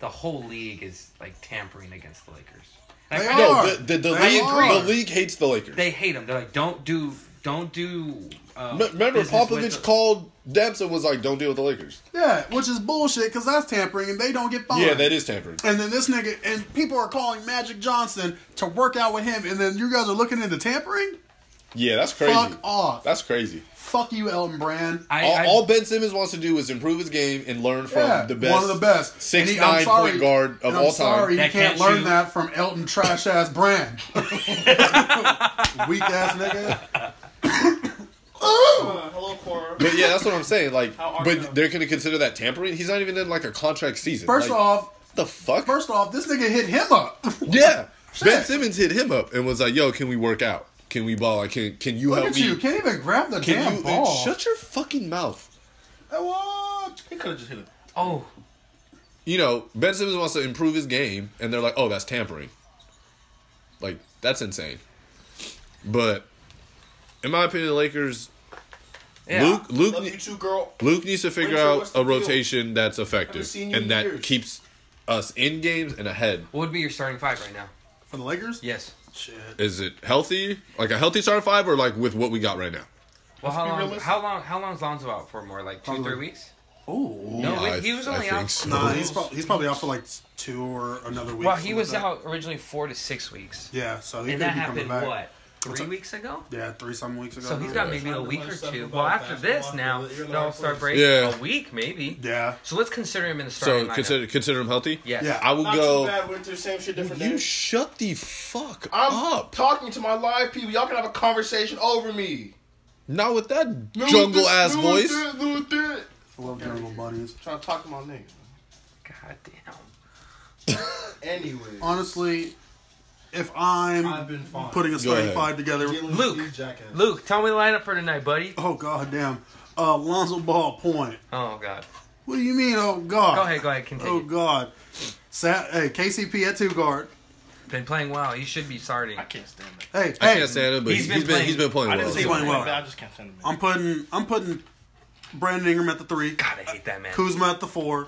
Speaker 6: the whole league is like tampering against the Lakers. Like,
Speaker 1: They
Speaker 6: I know
Speaker 1: are.
Speaker 3: No, the, the, the
Speaker 1: They
Speaker 3: league
Speaker 1: are.
Speaker 3: the league hates the Lakers.
Speaker 6: They hate him. They're like, don't do, don't do. Uh,
Speaker 3: M- remember,
Speaker 6: business with
Speaker 3: Popovich
Speaker 6: the-
Speaker 3: called Dempsey and was like, "Don't deal with the Lakers."
Speaker 1: Yeah, which is bullshit because that's tampering and they don't get fined.
Speaker 3: Yeah, that is tampering.
Speaker 1: And then this nigga and people are calling Magic Johnson to work out with him, and then you guys are looking into tampering.
Speaker 3: Yeah, that's crazy.
Speaker 1: Fuck off.
Speaker 3: That's crazy.
Speaker 1: Fuck you, Elton Brand.
Speaker 6: I,
Speaker 3: all,
Speaker 6: I,
Speaker 3: all Ben Simmons wants to do is improve his game and learn from
Speaker 1: yeah,
Speaker 3: the best,
Speaker 1: one of the best
Speaker 3: six
Speaker 1: And he- I'm
Speaker 3: nine
Speaker 1: sorry-
Speaker 3: point guard of
Speaker 1: and
Speaker 3: all
Speaker 1: I'm sorry,
Speaker 3: time.
Speaker 1: you
Speaker 6: That
Speaker 1: can't
Speaker 6: can't
Speaker 1: learn
Speaker 6: shoot.
Speaker 1: that from Elton trash ass Brand. Weak ass nigga.
Speaker 7: Uh, hello, Cora.
Speaker 3: But yeah, that's what I'm saying. Like,
Speaker 7: How are
Speaker 3: but
Speaker 7: you?
Speaker 3: they're gonna consider that tampering. He's not even in like a contract season.
Speaker 1: First
Speaker 3: Like,
Speaker 1: off,
Speaker 3: the fuck.
Speaker 1: first off, this nigga hit him up.
Speaker 3: yeah, Ben
Speaker 1: Shit.
Speaker 3: Simmons hit him up and was like, "Yo, can we work out? Can we ball? I can. Can you
Speaker 1: Look
Speaker 3: help
Speaker 1: at
Speaker 3: me?
Speaker 1: you, can't even grab the
Speaker 3: Can
Speaker 1: damn
Speaker 3: you
Speaker 1: ball.
Speaker 3: shut your fucking mouth?"
Speaker 1: Hey, what?
Speaker 7: He could have just hit it.
Speaker 6: oh,
Speaker 3: you know, Ben Simmons wants to improve his game, and they're like, oh, that's tampering. Like, that's insane. But in my opinion, the Lakers,
Speaker 6: yeah.
Speaker 3: Luke, Luke,
Speaker 7: Love you too, girl.
Speaker 3: Luke needs to figure
Speaker 7: Rachel,
Speaker 3: out
Speaker 7: what's the
Speaker 3: a
Speaker 7: deal?
Speaker 3: rotation that's effective
Speaker 7: seen you
Speaker 3: and
Speaker 7: in
Speaker 3: that
Speaker 7: years.
Speaker 3: keeps us in games and ahead.
Speaker 6: What would be your starting five right now?
Speaker 1: For the Lakers?
Speaker 6: Yes.
Speaker 1: Shit.
Speaker 3: Is it healthy? Like a healthy starting five, or like with what we got right now?
Speaker 6: Well, how
Speaker 7: be
Speaker 6: long?
Speaker 7: realistic.
Speaker 6: How long? How long's Lonzo out for? More like two,
Speaker 1: Probably-
Speaker 6: three weeks.
Speaker 1: Oh.
Speaker 6: No,
Speaker 3: I-
Speaker 6: wait, he was
Speaker 3: I
Speaker 6: only
Speaker 3: think
Speaker 6: out.
Speaker 3: so.
Speaker 1: Nah, he's, prob- he's probably out for like two or another week.
Speaker 6: Well, he
Speaker 1: something
Speaker 6: was
Speaker 1: like that.
Speaker 6: out originally four to six weeks,
Speaker 1: Yeah, so he
Speaker 6: and
Speaker 1: could
Speaker 6: that
Speaker 1: be coming
Speaker 6: happened
Speaker 1: back.
Speaker 6: what three
Speaker 1: up?
Speaker 6: weeks ago.
Speaker 1: Yeah, three some weeks ago.
Speaker 6: So he's got maybe a week or two. Well, after this now, the All Star break,
Speaker 3: Yeah.
Speaker 6: a week maybe.
Speaker 1: Yeah.
Speaker 6: So let's consider him in the starting
Speaker 3: So
Speaker 6: lineup.
Speaker 3: consider consider him healthy.
Speaker 6: Yes.
Speaker 1: Yeah.
Speaker 3: I will
Speaker 7: Not
Speaker 3: go.
Speaker 7: too bad. We're through same shit, different
Speaker 3: You
Speaker 7: day.
Speaker 3: shut the fuck
Speaker 7: I'm
Speaker 3: up.
Speaker 7: talking to my live people. Y'all can have a conversation over me.
Speaker 3: Not with that jungle ass voice.
Speaker 1: Love jungle bunnies.
Speaker 7: Trying to talk to my nigga.
Speaker 6: God damn.
Speaker 7: Anyway,
Speaker 1: Honestly, if I'm
Speaker 7: I've been fine.
Speaker 1: putting a starting
Speaker 3: ahead.
Speaker 1: five together,
Speaker 6: Luke. Luke, tell me the lineup for tonight, buddy.
Speaker 1: oh god damn, uh, Lonzo Ball point.
Speaker 6: Oh God.
Speaker 1: What do you mean? Oh god.
Speaker 6: Go ahead. Go ahead. Continue.
Speaker 1: Oh god. Sa- hey, KCP at two guard.
Speaker 6: Been playing well. He should be starting.
Speaker 7: I can't stand it.
Speaker 1: Hey,
Speaker 3: I
Speaker 1: hey.
Speaker 3: can't stand it, but he's
Speaker 6: He's
Speaker 3: been he's
Speaker 6: been
Speaker 3: been, he's been playing
Speaker 7: I didn't
Speaker 3: well.
Speaker 7: say
Speaker 1: He's
Speaker 7: he
Speaker 1: playing
Speaker 7: wasn't
Speaker 1: well.
Speaker 7: bad. I just can't stand him.
Speaker 1: I'm putting I'm putting Brandon Ingram at the three.
Speaker 6: God, I hate that man.
Speaker 1: Kuzma at the four.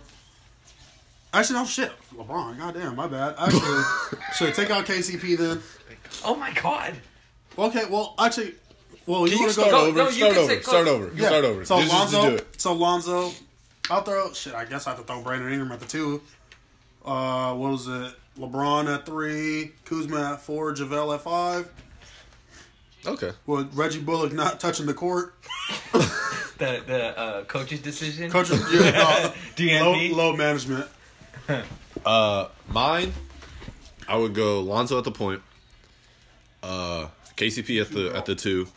Speaker 1: Actually, no shit. LeBron. Goddamn, my bad. Actually, should take out KCP then.
Speaker 6: Oh my God.
Speaker 1: Okay, well, actually, well,
Speaker 3: Can you
Speaker 1: wanna
Speaker 3: start
Speaker 6: No,
Speaker 3: over?
Speaker 6: no, you
Speaker 3: start,
Speaker 6: can
Speaker 3: over
Speaker 6: say-
Speaker 3: start over.
Speaker 1: Yeah.
Speaker 3: Start over.
Speaker 1: So
Speaker 3: Just- just
Speaker 1: Lonzo,
Speaker 3: do it.
Speaker 1: so Lonzo, I'll throw shit. I guess I have to throw Brandon Ingram at the two. Uh, what was it? LeBron at three, Kuzma at four, Javale at five.
Speaker 3: Okay.
Speaker 1: With Reggie Bullock not touching the court,
Speaker 6: The the uh, coach's decision.
Speaker 1: coach of- yeah, no,
Speaker 6: DNP.
Speaker 1: low, low management.
Speaker 3: Uh, mine, I would go Lonzo at the point. Uh, KCP at the at the two.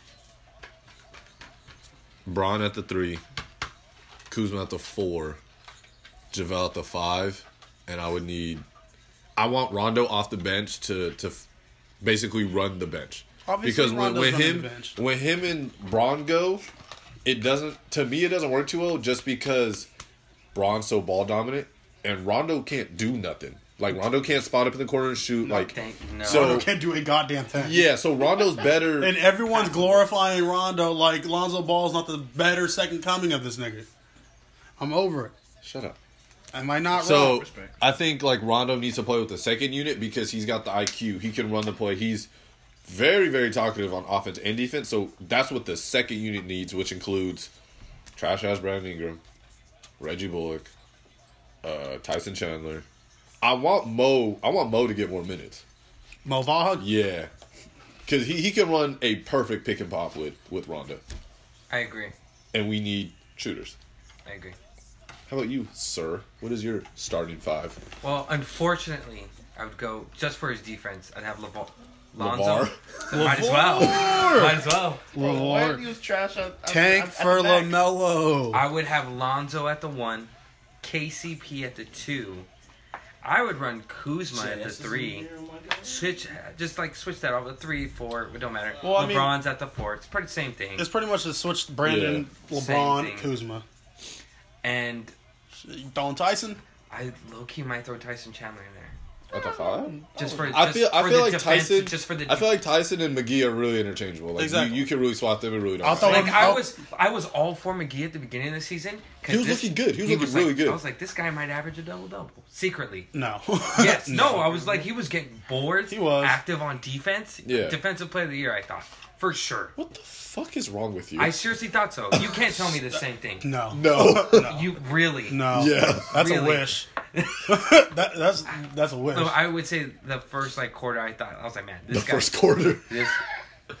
Speaker 3: Braun at the three. Kuzma at the four. Javale at the five, and I would need. I want Rondo off the bench to to f- basically run the bench
Speaker 1: Obviously,
Speaker 3: because when,
Speaker 1: Rondo's
Speaker 3: when
Speaker 1: running
Speaker 3: him
Speaker 1: the bench.
Speaker 3: when him and Braun go, it doesn't to me it doesn't work too well just because Braun's so ball dominant and Rondo can't do nothing. Like Rondo can't spot up in the corner and shoot. like
Speaker 6: thank- no.
Speaker 1: Rondo
Speaker 3: so
Speaker 1: can't do a goddamn thing.
Speaker 3: yeah, so Rondo's better.
Speaker 1: And everyone's glorifying Rondo like Lonzo Ball's not the better second coming of this nigga. I'm over it.
Speaker 3: Shut up.
Speaker 1: Am I not
Speaker 3: So
Speaker 1: wrong?
Speaker 3: I think like Rondo needs to play with the second unit because he's got the IQ. He can run the play. He's very very talkative on offense and defense. So that's what the second unit needs, which includes trash ass Brandon Ingram, Reggie Bullock, uh, Tyson Chandler. I want Mo. I want Mo to get more minutes.
Speaker 1: Mo Vaughn?
Speaker 3: Yeah, because he he can run a perfect pick and pop with with Rondo,
Speaker 6: I agree.
Speaker 3: and we need shooters.
Speaker 6: I agree.
Speaker 3: How about you, sir? What is your starting five?
Speaker 6: Well, unfortunately, I would go just for his defense. I'd have Levar.
Speaker 3: LeVar?
Speaker 6: Lonzo. Might as well. Might as well.
Speaker 7: Why do you trash out- out-
Speaker 1: Tank
Speaker 7: out- out
Speaker 1: for
Speaker 7: the back?
Speaker 1: LaMelo.
Speaker 6: I would have Lonzo at the one, KCP at the two. I would run Kuzma at the three. Switch, just like switch that off. The three, four, it don't matter.
Speaker 1: Well, I mean-
Speaker 6: LeBron's at the four. It's pretty same thing.
Speaker 1: It's pretty much just switched Brandon,
Speaker 6: Yeah.
Speaker 1: LeBron,
Speaker 6: Same thing.
Speaker 1: Kuzma.
Speaker 6: And
Speaker 1: Don Tyson?
Speaker 6: I low key might throw Tyson Chandler in there.
Speaker 3: At the five?
Speaker 6: Just for,
Speaker 3: Oh, I
Speaker 6: just
Speaker 3: feel I
Speaker 6: for
Speaker 3: feel
Speaker 6: the
Speaker 3: like
Speaker 6: defense,
Speaker 3: Tyson.
Speaker 6: Just for the
Speaker 3: I feel like Tyson and McGee are really interchangeable. Like
Speaker 1: Exactly.
Speaker 3: you, you can really swap them and really. Don't
Speaker 1: I'll throw
Speaker 3: matter.
Speaker 6: Like
Speaker 1: him
Speaker 6: I
Speaker 1: out.
Speaker 6: was, I was all for McGee at the beginning of the season. 'cause
Speaker 3: He was
Speaker 6: this-
Speaker 3: looking good. He was looking
Speaker 6: like-
Speaker 3: really good.
Speaker 6: I was like, this guy might average a double double secretly.
Speaker 1: No.
Speaker 6: Yes. no. I was like, he was getting bored.
Speaker 1: He was.
Speaker 6: active on defense.
Speaker 3: Yeah.
Speaker 6: Defensive player of the year, I thought for sure.
Speaker 3: what the fuck is wrong with you?
Speaker 6: I seriously thought so. You can't tell me the same thing.
Speaker 1: No.
Speaker 3: no.
Speaker 6: You really?
Speaker 1: No.
Speaker 3: Yeah.
Speaker 1: That's a
Speaker 6: Really?
Speaker 1: wish. that, that's that's a wish.
Speaker 6: No, I would say the first like quarter. I thought I was like, man, this
Speaker 3: the
Speaker 6: guy.
Speaker 3: first quarter.
Speaker 6: this,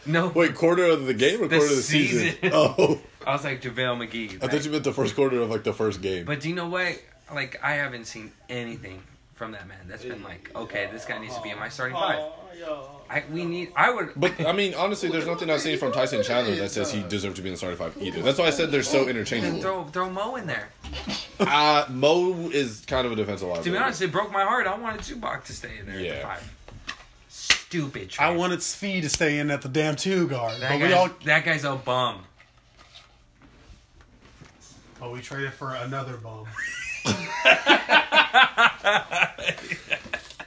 Speaker 6: no.
Speaker 3: Wait, quarter of the game or quarter of the season?
Speaker 6: season.
Speaker 3: Oh,
Speaker 6: I was like Javale McGee.
Speaker 3: I
Speaker 6: like-
Speaker 3: thought you meant the first quarter of like the first game.
Speaker 6: But do you know what? Like I haven't seen anything from that man. That's been like, okay, this guy needs to be in my starting five. I we need. I would.
Speaker 3: But I mean, honestly, there's nothing I've seen from Tyson Chandler that says he deserved to be in the starting five either. That's why I said they're so
Speaker 6: Then
Speaker 3: interchangeable.
Speaker 6: throw throw Mo in there.
Speaker 3: Uh, Mo is kind of a defensive liability.
Speaker 6: To be honest, it broke my heart. I wanted Zubac to stay in there at
Speaker 3: Yeah.
Speaker 6: the five. Stupid. Trade.
Speaker 1: I wanted Svi to stay in at the damn two guard.
Speaker 6: that
Speaker 1: but we
Speaker 6: guy's,
Speaker 1: all
Speaker 6: that guy's a bum.
Speaker 1: but Oh, we traded for another bomb.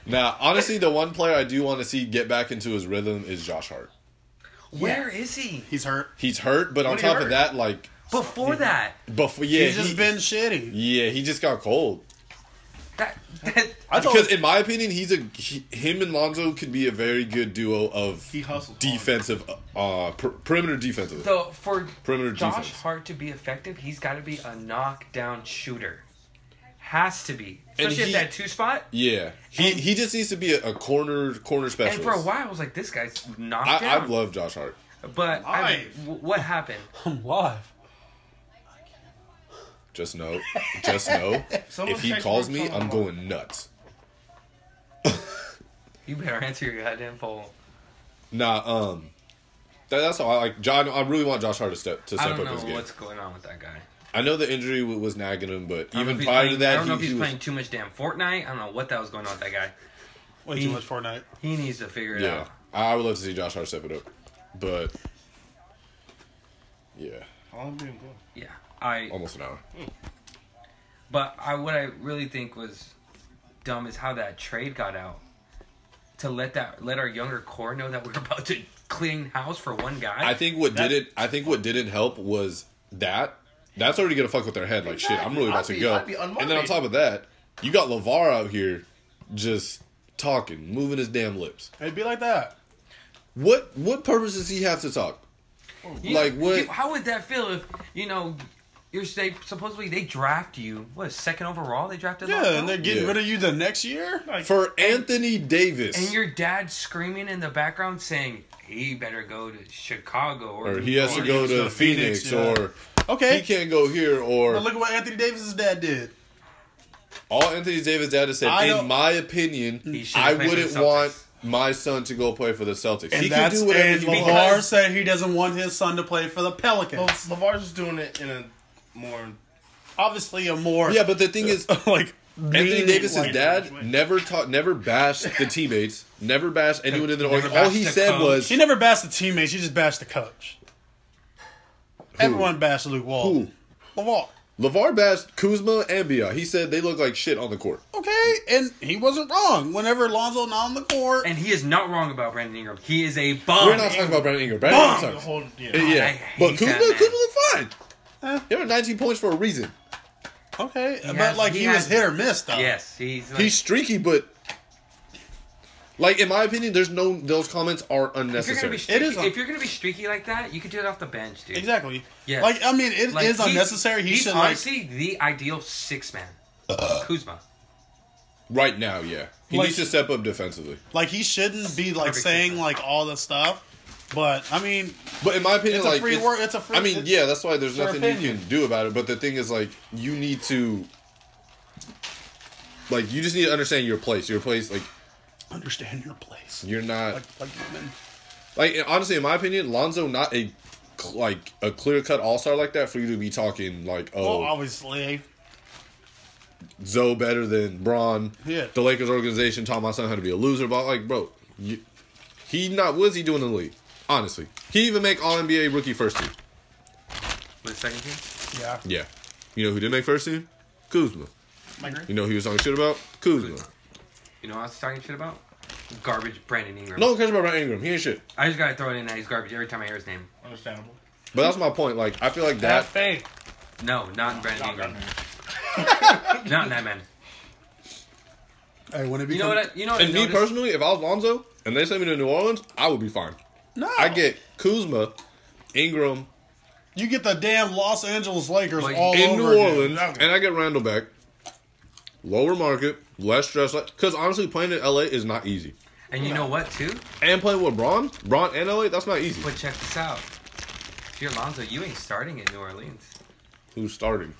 Speaker 3: now, honestly, the one player I do want to see get back into his rhythm is Josh Hart.
Speaker 6: Where is he?
Speaker 1: He's hurt.
Speaker 3: He's hurt, but on
Speaker 6: What do you
Speaker 3: top of
Speaker 6: hurt?
Speaker 3: that, like
Speaker 6: Before that,
Speaker 3: before, yeah,
Speaker 1: He's just
Speaker 3: he-
Speaker 1: been shitty.
Speaker 3: Yeah, he just got cold.
Speaker 6: that
Speaker 7: I told
Speaker 3: Because in my opinion, he's a he, him and Lonzo could be a very good duo of
Speaker 7: He hustles hard.
Speaker 3: defensive, uh, per, perimeter defensive.
Speaker 6: So for
Speaker 3: Perimeter
Speaker 6: Josh
Speaker 3: defense.
Speaker 6: Hart to be effective, he's got to be a knockdown shooter. Has to be,
Speaker 3: And
Speaker 6: especially
Speaker 3: he-
Speaker 6: at that two spot.
Speaker 3: yeah, he
Speaker 6: And-
Speaker 3: he just needs to be a, a corner corner specialist.
Speaker 6: And for a while, I was like, this guy's knocked
Speaker 3: I, I
Speaker 6: down.
Speaker 3: love Josh Hart.
Speaker 6: but I,
Speaker 7: Live.
Speaker 6: w- what happened?
Speaker 1: I'm live.
Speaker 3: Just know, just know.
Speaker 7: Someone
Speaker 3: if he
Speaker 7: text
Speaker 3: calls
Speaker 7: Mark
Speaker 3: me,
Speaker 7: Solomon.
Speaker 3: I'm going nuts.
Speaker 6: You better answer your goddamn poll.
Speaker 3: Nah, um, that, that's how I like John. I really want Josh Hart to step to
Speaker 6: I
Speaker 3: step
Speaker 6: don't
Speaker 3: up his
Speaker 6: know
Speaker 3: game.
Speaker 6: what's going on with that guy.
Speaker 3: I know the injury w- was nagging him, but
Speaker 6: I don't know if
Speaker 3: even
Speaker 6: he's
Speaker 3: prior to
Speaker 6: playing-
Speaker 3: that,
Speaker 6: I don't
Speaker 3: he,
Speaker 6: know if he's
Speaker 3: he was-
Speaker 6: playing too much damn Fortnite. I don't know what that was going on with that guy.
Speaker 1: Way too much Fortnite.
Speaker 6: He needs to figure it
Speaker 3: Yeah,
Speaker 6: out.
Speaker 3: I I would love to see Josh Hart step it up, but yeah,
Speaker 7: How long did it go?
Speaker 6: Yeah, I.
Speaker 3: almost an hour.
Speaker 6: But I what I really think was dumb is how that trade got out. To let that let our younger core know that we're about to clean house for one guy.
Speaker 3: I think what didn't I think what didn't help was that that's already gonna fuck with their head. Like shit, I'm really about
Speaker 7: I'd
Speaker 3: to
Speaker 7: be-
Speaker 3: go.
Speaker 7: I'd be
Speaker 3: And then on
Speaker 7: unmotivated.
Speaker 3: top of that, you got Lavar out here just talking, moving his damn lips.
Speaker 7: It'd be like that.
Speaker 3: What what purpose does he have to talk?
Speaker 6: You-
Speaker 3: like what?
Speaker 6: you- how would that feel if you know you're they supposedly they draft you what second overall they drafted
Speaker 1: Yeah,
Speaker 6: Lonzo?
Speaker 1: and they're getting
Speaker 3: Yeah.
Speaker 1: rid of you the next year.
Speaker 3: for Anthony Davis.
Speaker 6: and your dad screaming in the background saying he better go to Chicago or,
Speaker 3: or he has to
Speaker 6: or-
Speaker 3: go to Phoenix,
Speaker 1: Phoenix, yeah.
Speaker 3: or
Speaker 1: Okay.
Speaker 3: he can't go here or
Speaker 1: But look at what Anthony Davis' dad did.
Speaker 3: all Anthony Davis dad has said
Speaker 1: I
Speaker 3: in
Speaker 1: don't-
Speaker 3: my opinion
Speaker 6: He should've
Speaker 3: I
Speaker 6: played for the
Speaker 3: wouldn't
Speaker 6: Celtics.
Speaker 3: want my son to go play for the Celtics.
Speaker 1: And
Speaker 3: he can
Speaker 1: that's
Speaker 3: do whatever
Speaker 1: and
Speaker 3: he wants.
Speaker 1: LeVar
Speaker 6: Because-
Speaker 1: said he doesn't want his son to play for the
Speaker 7: Well,
Speaker 1: Pelicans.
Speaker 7: Lavar's just doing it in a more.
Speaker 1: Obviously, a more
Speaker 3: Yeah, but the thing is
Speaker 1: like
Speaker 3: Anthony
Speaker 1: mean,
Speaker 3: Davis's
Speaker 1: like-
Speaker 3: dad never taught, never bashed the teammates, never bashed anyone in the
Speaker 6: Never
Speaker 3: org. All
Speaker 6: bashed
Speaker 3: he
Speaker 6: the
Speaker 3: said
Speaker 6: coach.
Speaker 3: was,
Speaker 1: She never bashed the teammates. She just bashed the coach. Everyone bashed Luke Walton. LeVar.
Speaker 3: "Levar bashed Kuzma and Bi." He said they look like shit on the court.
Speaker 1: Okay, and he wasn't wrong. Whenever Lonzo not on the court,
Speaker 6: and he is not wrong about Brandon Ingram he is a bum
Speaker 3: We're not talking about Brandon Ingram. Brandon
Speaker 7: The
Speaker 3: Ingram sucks.
Speaker 7: whole, yeah.
Speaker 3: Yeah,
Speaker 6: Oh, I
Speaker 3: but
Speaker 6: hate
Speaker 3: Kuzma,
Speaker 6: that man.
Speaker 3: Kuzma looked fine. He had 19 points for a reason.
Speaker 1: okay, but
Speaker 6: has-
Speaker 1: like
Speaker 6: he
Speaker 1: he,
Speaker 6: has-
Speaker 1: was hit or miss though.
Speaker 6: yes he's like,
Speaker 3: He's streaky, but like in my opinion, there's no those comments are
Speaker 6: if you're gonna
Speaker 3: unnecessary.
Speaker 6: be streaky,
Speaker 1: It is a-
Speaker 6: if you're gonna be streaky like that you could do it off the bench dude
Speaker 1: exactly.
Speaker 6: Yes.
Speaker 1: like I mean, it is
Speaker 6: Like, he's-
Speaker 1: unnecessary. He
Speaker 6: he's
Speaker 1: should like
Speaker 6: honestly the ideal six man. Kuzma.
Speaker 3: right now, yeah, he
Speaker 1: Like-
Speaker 3: needs to step up defensively.
Speaker 1: like he shouldn't be like
Speaker 6: Perfect
Speaker 1: saying
Speaker 6: defense.
Speaker 1: like all this stuff. But I mean,
Speaker 3: But in my opinion,
Speaker 1: It's a
Speaker 3: like
Speaker 1: free wor- it's a free-
Speaker 3: I mean,
Speaker 1: it's-
Speaker 3: yeah, that's why there's
Speaker 1: your
Speaker 3: nothing you
Speaker 1: opinion.
Speaker 3: can do about it. But the thing is, like, you need to, like, you just need to understand your place. Your place, like,
Speaker 1: understand your place.
Speaker 3: you're not,
Speaker 1: Like, like you've been-
Speaker 3: like, honestly, in my opinion, Lonzo not a, cl- like, a clear cut all star like that for you to be talking like, oh,
Speaker 1: well, obviously,
Speaker 3: Zoe better than Braun.
Speaker 1: Yeah.
Speaker 3: The Lakers organization taught my son how to be a loser. But like, bro, you, he not what is he doing in the league? Honestly, he even make All NBA rookie first team.
Speaker 6: With second team?
Speaker 1: yeah.
Speaker 3: Yeah. You know who did make first team? Kuzma.
Speaker 7: Mike,
Speaker 3: You know who he was talking shit about? Kuzma.
Speaker 6: You know what I was talking shit about? Garbage Brandon Ingram.
Speaker 3: No one cares about Brandon Ingram. He ain't shit.
Speaker 6: I just gotta throw it in that he's garbage every time I hear his name.
Speaker 7: understandable.
Speaker 3: But that's my point. Like, I feel like that.
Speaker 7: fake.
Speaker 6: No, not in Brandon Ingram. not in that man.
Speaker 1: Hey, when it
Speaker 6: You know what I, you know what I
Speaker 3: And me
Speaker 6: noticed?
Speaker 3: personally, if I was Lonzo and they sent me to New Orleans, I would be fine.
Speaker 1: no,
Speaker 3: I get Kuzma, Ingram
Speaker 1: you get the damn Los Angeles Lakers
Speaker 6: Like,
Speaker 1: all
Speaker 3: in
Speaker 1: over
Speaker 3: New
Speaker 1: again.
Speaker 3: Orleans, and I get Randall back. Lower market, less stress. Because honestly, playing in LA is not easy.
Speaker 6: And you know what too?
Speaker 3: And playing with Braun, Braun and LA, that's not easy.
Speaker 6: But check this out. If you're Lonzo, you ain't starting in New Orleans.
Speaker 3: Who's starting?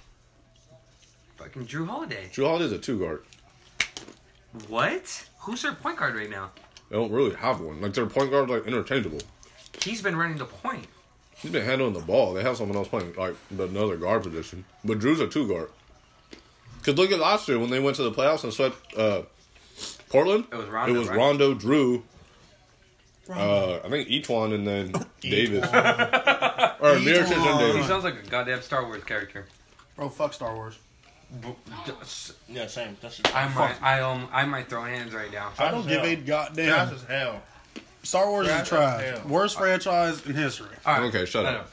Speaker 6: Fucking Drew Holiday.
Speaker 3: Drew Holiday's a two guard.
Speaker 6: What? Who's their point guard right now?
Speaker 3: They don't really have one. Like their point guard, like interchangeable.
Speaker 6: He's been running the point.
Speaker 3: He's been handling the ball. They have someone else playing like another guard position, but Drew's a two guard. Cause look at last year when they went to the playoffs and swept uh, Portland.
Speaker 6: It was Rondo,
Speaker 3: It was
Speaker 6: right?
Speaker 3: Rondo, Drew. Uh, I think Etwan and then Davis or Miritich
Speaker 1: Etwan.
Speaker 3: and
Speaker 6: He
Speaker 3: Davis.
Speaker 6: sounds like a goddamn Star Wars character.
Speaker 1: Bro, fuck Star Wars.
Speaker 7: Yeah, same. That's
Speaker 6: I might, I um, I might throw hands right now.
Speaker 1: I don't give a goddamn.
Speaker 7: That's as hell.
Speaker 1: Star Wars
Speaker 7: Trash
Speaker 1: is
Speaker 7: as
Speaker 1: trash.
Speaker 7: hell.
Speaker 1: Worst franchise in history.
Speaker 6: All
Speaker 3: Okay, shut
Speaker 6: no,
Speaker 3: up.
Speaker 6: no.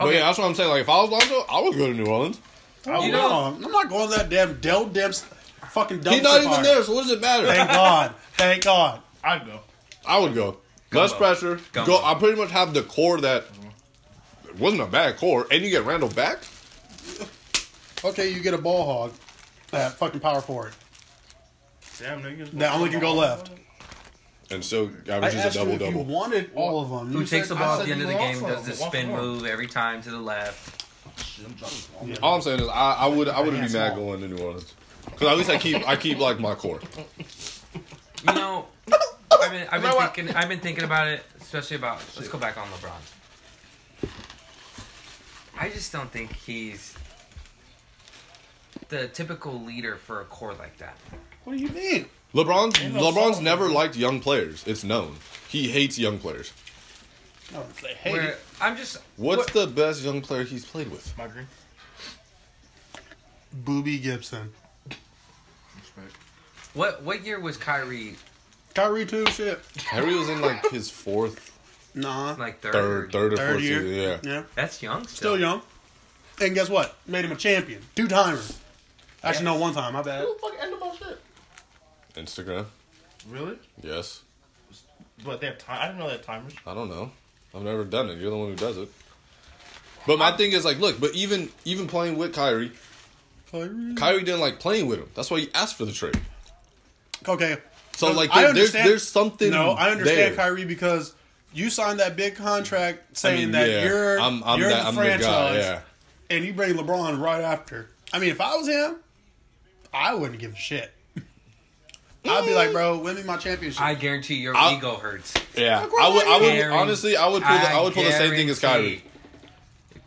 Speaker 3: But
Speaker 6: Okay,
Speaker 3: yeah, that's what I'm saying. Like if I was Lonzo, I would go to New Orleans.
Speaker 1: I
Speaker 6: You
Speaker 1: you
Speaker 6: know-
Speaker 1: I'm not going to that damn Dell Demps. Fucking dumpster
Speaker 3: He's not even
Speaker 1: fire.
Speaker 3: there, so what does it matter?
Speaker 1: Thank God. Thank God.
Speaker 7: I'd go.
Speaker 3: I would go. Less
Speaker 6: Gumbo.
Speaker 3: pressure.
Speaker 6: Gumbo.
Speaker 3: Go. I pretty much have the core that it wasn't a bad core, and you get Randall back.
Speaker 1: Okay, you get a ball hog. That fucking power forward.
Speaker 7: Damn niggas.
Speaker 1: That only can go left.
Speaker 3: And so
Speaker 1: I
Speaker 3: averages a
Speaker 1: asked you
Speaker 3: double
Speaker 1: if you
Speaker 3: double.
Speaker 1: wanted all of them.
Speaker 6: Who
Speaker 1: You
Speaker 6: takes the
Speaker 1: said-
Speaker 6: ball
Speaker 7: said
Speaker 6: at the end of the
Speaker 7: you
Speaker 6: game,
Speaker 7: also
Speaker 6: does the
Speaker 7: walk
Speaker 6: spin
Speaker 7: more.
Speaker 6: move every time to the left.
Speaker 3: All I'm saying is I, I would I wouldn't be mad going to New Orleans because at least I keep I keep like my core.
Speaker 6: You know, I've been, I've been thinking I've been thinking about it, especially about let's go back on LeBron. I just don't think he's the typical leader for a core like that.
Speaker 1: What do you mean?
Speaker 3: LeBron's
Speaker 7: no
Speaker 3: LeBron's
Speaker 7: song.
Speaker 3: never liked young players. It's known. He hates young players.
Speaker 1: No, they hate
Speaker 6: Where
Speaker 1: it.
Speaker 6: I'm just
Speaker 3: What's
Speaker 6: what-
Speaker 3: the best young player he's played with?
Speaker 7: My green.
Speaker 1: Booby Gibson.
Speaker 6: what what year was Kyrie
Speaker 1: Kyrie too. Shit.
Speaker 3: Harry was in like his fourth,
Speaker 1: Nah.
Speaker 6: like third?
Speaker 3: third, third or
Speaker 1: Third
Speaker 3: fourth
Speaker 1: year.
Speaker 3: season. Yeah.
Speaker 1: Yeah.
Speaker 6: That's young. Still,
Speaker 1: Still young. And guess what? Made him a champion. Two timer. Actually, no, one time. My bad.
Speaker 7: Who the fuck ended my shit?
Speaker 3: Instagram.
Speaker 7: Really?
Speaker 3: Yes.
Speaker 7: But they have time. I didn't know they had timers.
Speaker 3: I don't know. I've never done it. You're the one who does it. But my thing is like, look, but even even playing with Kyrie,
Speaker 1: Kyrie.
Speaker 3: Kyrie didn't like playing with him. That's why he asked for the trade.
Speaker 1: Okay.
Speaker 3: So, like,
Speaker 1: I
Speaker 3: there- there's-
Speaker 1: understand-
Speaker 3: there's something
Speaker 1: No, I understand
Speaker 3: there.
Speaker 1: Kyrie because you signed that big contract
Speaker 3: I
Speaker 1: saying
Speaker 3: mean,
Speaker 1: that
Speaker 3: yeah,
Speaker 1: you're
Speaker 3: I'm, I'm
Speaker 1: you're
Speaker 3: that-
Speaker 1: the
Speaker 3: I'm
Speaker 1: franchise,
Speaker 3: yeah.
Speaker 1: and you bring LeBron right after. I mean, if I was him, I wouldn't give a shit. I'd be like, bro, win me my championship.
Speaker 6: I guarantee your
Speaker 3: I'll-
Speaker 6: ego hurts.
Speaker 3: Yeah, I would. I would
Speaker 6: Guarantee.
Speaker 3: honestly. I would pull. The, I would pull the same thing as Kyrie.
Speaker 6: guarantee.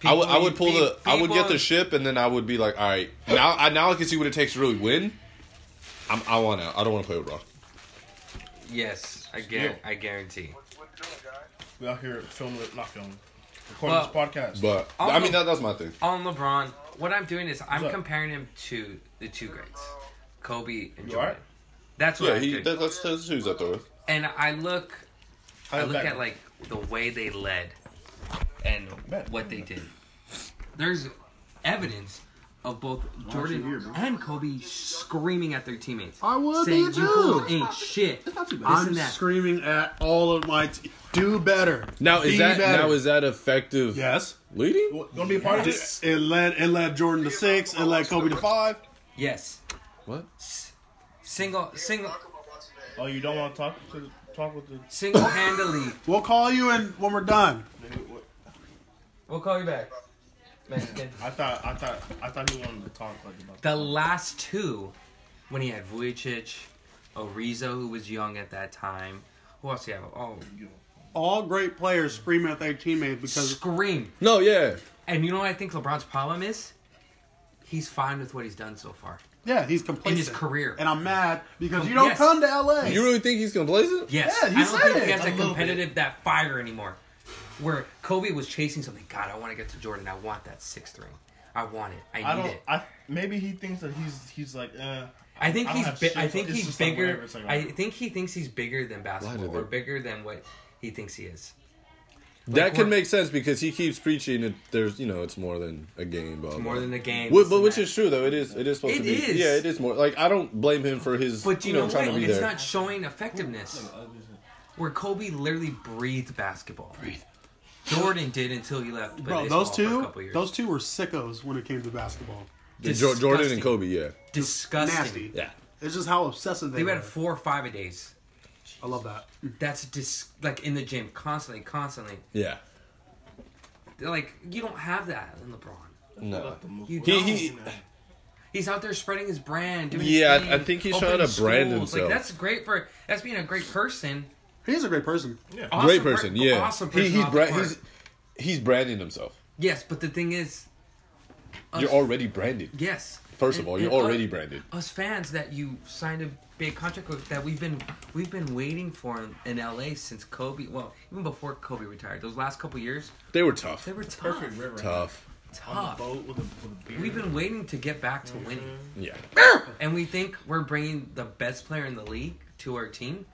Speaker 3: I would. I would pull the.
Speaker 6: People-
Speaker 3: I would get the
Speaker 6: people-
Speaker 3: ship, and then I would be like, all right, now. I now I can see what it takes to really win. I'm. I want out. I don't want to play with Rock.
Speaker 6: Yes, I guarantee. I guarantee.
Speaker 7: We out here filming, not filming, recording
Speaker 6: Well-
Speaker 7: this podcast.
Speaker 3: But
Speaker 6: I'll-
Speaker 3: I mean, that, that's my thing.
Speaker 6: On LeBron, what I'm doing is I'm
Speaker 7: What's up?
Speaker 6: comparing him to the two greats, Kobe and
Speaker 7: You
Speaker 6: Jordan.
Speaker 7: alright?
Speaker 6: That's what
Speaker 3: Yeah,
Speaker 6: I'm
Speaker 3: he.
Speaker 6: doing.
Speaker 3: That, that's that's who's up there with.
Speaker 6: and I look, I
Speaker 7: High
Speaker 6: look
Speaker 7: back.
Speaker 6: at like the way they led and what they did. There's evidence of both Jordan and Kobe screaming at their teammates.
Speaker 1: I would
Speaker 6: saying,
Speaker 1: be, too."
Speaker 6: "You fools ain't shit." This
Speaker 1: I'm
Speaker 6: and that.
Speaker 1: screaming at all of my te- do better.
Speaker 3: Now is
Speaker 1: Be
Speaker 3: that
Speaker 1: better.
Speaker 3: now is that effective
Speaker 1: yes.
Speaker 3: leading?
Speaker 7: Gonna be a part of this?
Speaker 1: It led it led Jordan to six. It led Kobe to five.
Speaker 6: Yes,
Speaker 3: What?
Speaker 6: single, single,
Speaker 7: Oh, you don't want to talk to talk with the.
Speaker 6: single-handedly.
Speaker 1: We'll call you and when we're done.
Speaker 6: we'll call you back, Mexican.
Speaker 7: I thought I thought I thought he wanted to talk like about
Speaker 6: The last two, when he had Vujicic, Ariza, who was young at that time. Who else do you have? Oh,
Speaker 1: All great players scream at their teammates because
Speaker 6: scream.
Speaker 3: No, yeah.
Speaker 6: And you know what I think LeBron's problem is? He's fine with what he's done so far.
Speaker 1: yeah, he's complacent
Speaker 6: In his career.
Speaker 1: And I'm mad because you don't
Speaker 6: Yes.
Speaker 1: come to LA.
Speaker 3: You really think he's complacent?
Speaker 6: Yes,
Speaker 1: Yeah, he
Speaker 6: I don't
Speaker 1: said
Speaker 6: think
Speaker 1: it
Speaker 6: he has
Speaker 1: a
Speaker 6: that
Speaker 1: little
Speaker 6: competitive, that fire anymore. Where Kobe was chasing something. God, I want to get to Jordan. I want that sixth ring. I want it. I need
Speaker 7: I don't.
Speaker 6: it.
Speaker 7: I maybe he thinks that he's he's like. Uh,
Speaker 6: I think
Speaker 7: I don't
Speaker 6: he's.
Speaker 7: have
Speaker 6: Bi-
Speaker 7: shit,
Speaker 6: I
Speaker 7: so
Speaker 6: think
Speaker 7: it's
Speaker 6: he's
Speaker 7: just like
Speaker 6: bigger.
Speaker 7: whatever, it's like
Speaker 6: I
Speaker 7: whatever.
Speaker 6: think he thinks he's bigger than basketball,
Speaker 3: they-
Speaker 6: or bigger than what he thinks he is.
Speaker 3: That
Speaker 6: we're-
Speaker 3: can make sense because he keeps preaching that there's you know it's more than a game, blah,
Speaker 6: More
Speaker 3: blah.
Speaker 6: than a game.
Speaker 3: Wh-
Speaker 6: this
Speaker 3: but
Speaker 6: and
Speaker 3: which
Speaker 6: that.
Speaker 3: is true though, it is it is supposed
Speaker 6: It
Speaker 3: to be.
Speaker 6: is.
Speaker 3: Yeah, it is more. Like I don't blame him for his.
Speaker 6: But you
Speaker 3: you know,
Speaker 6: know
Speaker 3: trying
Speaker 6: what?
Speaker 3: to be
Speaker 6: It's
Speaker 3: there.
Speaker 6: not showing effectiveness. Where Kobe literally breathed basketball. Breathe. Jordan did until he left.
Speaker 1: Bro,
Speaker 6: baseball
Speaker 1: those
Speaker 6: for a
Speaker 1: two,
Speaker 6: couple years.
Speaker 1: those two were sickos when it came to basketball.
Speaker 3: The Jo- Jordan
Speaker 6: Disgusting.
Speaker 3: and Kobe, yeah,
Speaker 6: disgusting.
Speaker 1: Nasty.
Speaker 3: yeah.
Speaker 1: It's just how obsessive they,
Speaker 6: They
Speaker 1: were.
Speaker 6: had four or five a days.
Speaker 1: I love that.
Speaker 6: That's dis- like in the gym constantly, constantly.
Speaker 3: Yeah.
Speaker 6: They're like you don't have that in LeBron.
Speaker 3: No.
Speaker 6: You
Speaker 3: He,
Speaker 6: don't.
Speaker 3: he
Speaker 6: he's out there spreading his brand. Doing his
Speaker 3: Yeah, I-
Speaker 6: thing,
Speaker 3: I think he's
Speaker 6: opening
Speaker 3: trying to brand
Speaker 6: schools.
Speaker 3: himself.
Speaker 6: Like that's great for that's being a great person.
Speaker 1: He's a great person.
Speaker 6: Awesome
Speaker 3: great
Speaker 6: per-
Speaker 3: person, yeah.
Speaker 6: Awesome
Speaker 3: he
Speaker 6: person.
Speaker 3: he's,
Speaker 6: off the
Speaker 3: bra-
Speaker 6: court.
Speaker 3: he's he's branding himself.
Speaker 6: yes, but the thing is,
Speaker 3: You're already branded.
Speaker 6: yes.
Speaker 3: First of
Speaker 6: And-
Speaker 3: all, you're
Speaker 6: and us-
Speaker 3: already branded.
Speaker 6: Us fans that you signed a big contract with that we've been we've been waiting for in, in LA since Kobe. Well, even before Kobe retired, those last couple years
Speaker 3: They were tough.
Speaker 6: they were tough.
Speaker 7: perfect river.
Speaker 3: tough.
Speaker 7: On the
Speaker 6: Tough.
Speaker 7: boat Mm-hmm. with a, with a beard.
Speaker 6: We've been waiting to get back to winning,
Speaker 3: Yeah.
Speaker 6: and we think we're bringing the best player in the league to our team.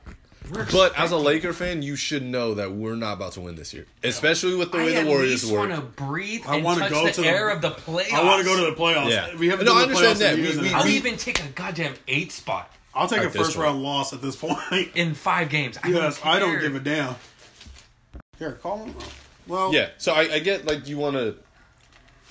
Speaker 3: But as a Laker fan, you should know that we're not about to win this year, especially with the way
Speaker 6: I
Speaker 3: the
Speaker 6: at
Speaker 3: Warriors
Speaker 6: least
Speaker 3: were.
Speaker 6: want to breathe
Speaker 1: I
Speaker 6: and
Speaker 1: wanna
Speaker 6: touch
Speaker 1: go
Speaker 6: the,
Speaker 1: to the-
Speaker 6: air of the playoffs.
Speaker 1: I want to go to the playoffs.
Speaker 3: Yeah.
Speaker 1: We haven't
Speaker 3: No,
Speaker 1: done
Speaker 3: I
Speaker 1: the
Speaker 3: understand
Speaker 1: playoffs
Speaker 3: that.
Speaker 1: in years.
Speaker 3: We-
Speaker 1: and
Speaker 3: we-
Speaker 6: I'll
Speaker 1: I-
Speaker 6: even take a goddamn eight spot
Speaker 1: I'll take a
Speaker 3: At this
Speaker 1: first round loss at this point.
Speaker 6: in five games. I
Speaker 1: Yes,
Speaker 6: don't
Speaker 1: I don't
Speaker 6: care.
Speaker 1: give a damn. Here, call him. Well,
Speaker 3: Yeah, so I, I get like you want to,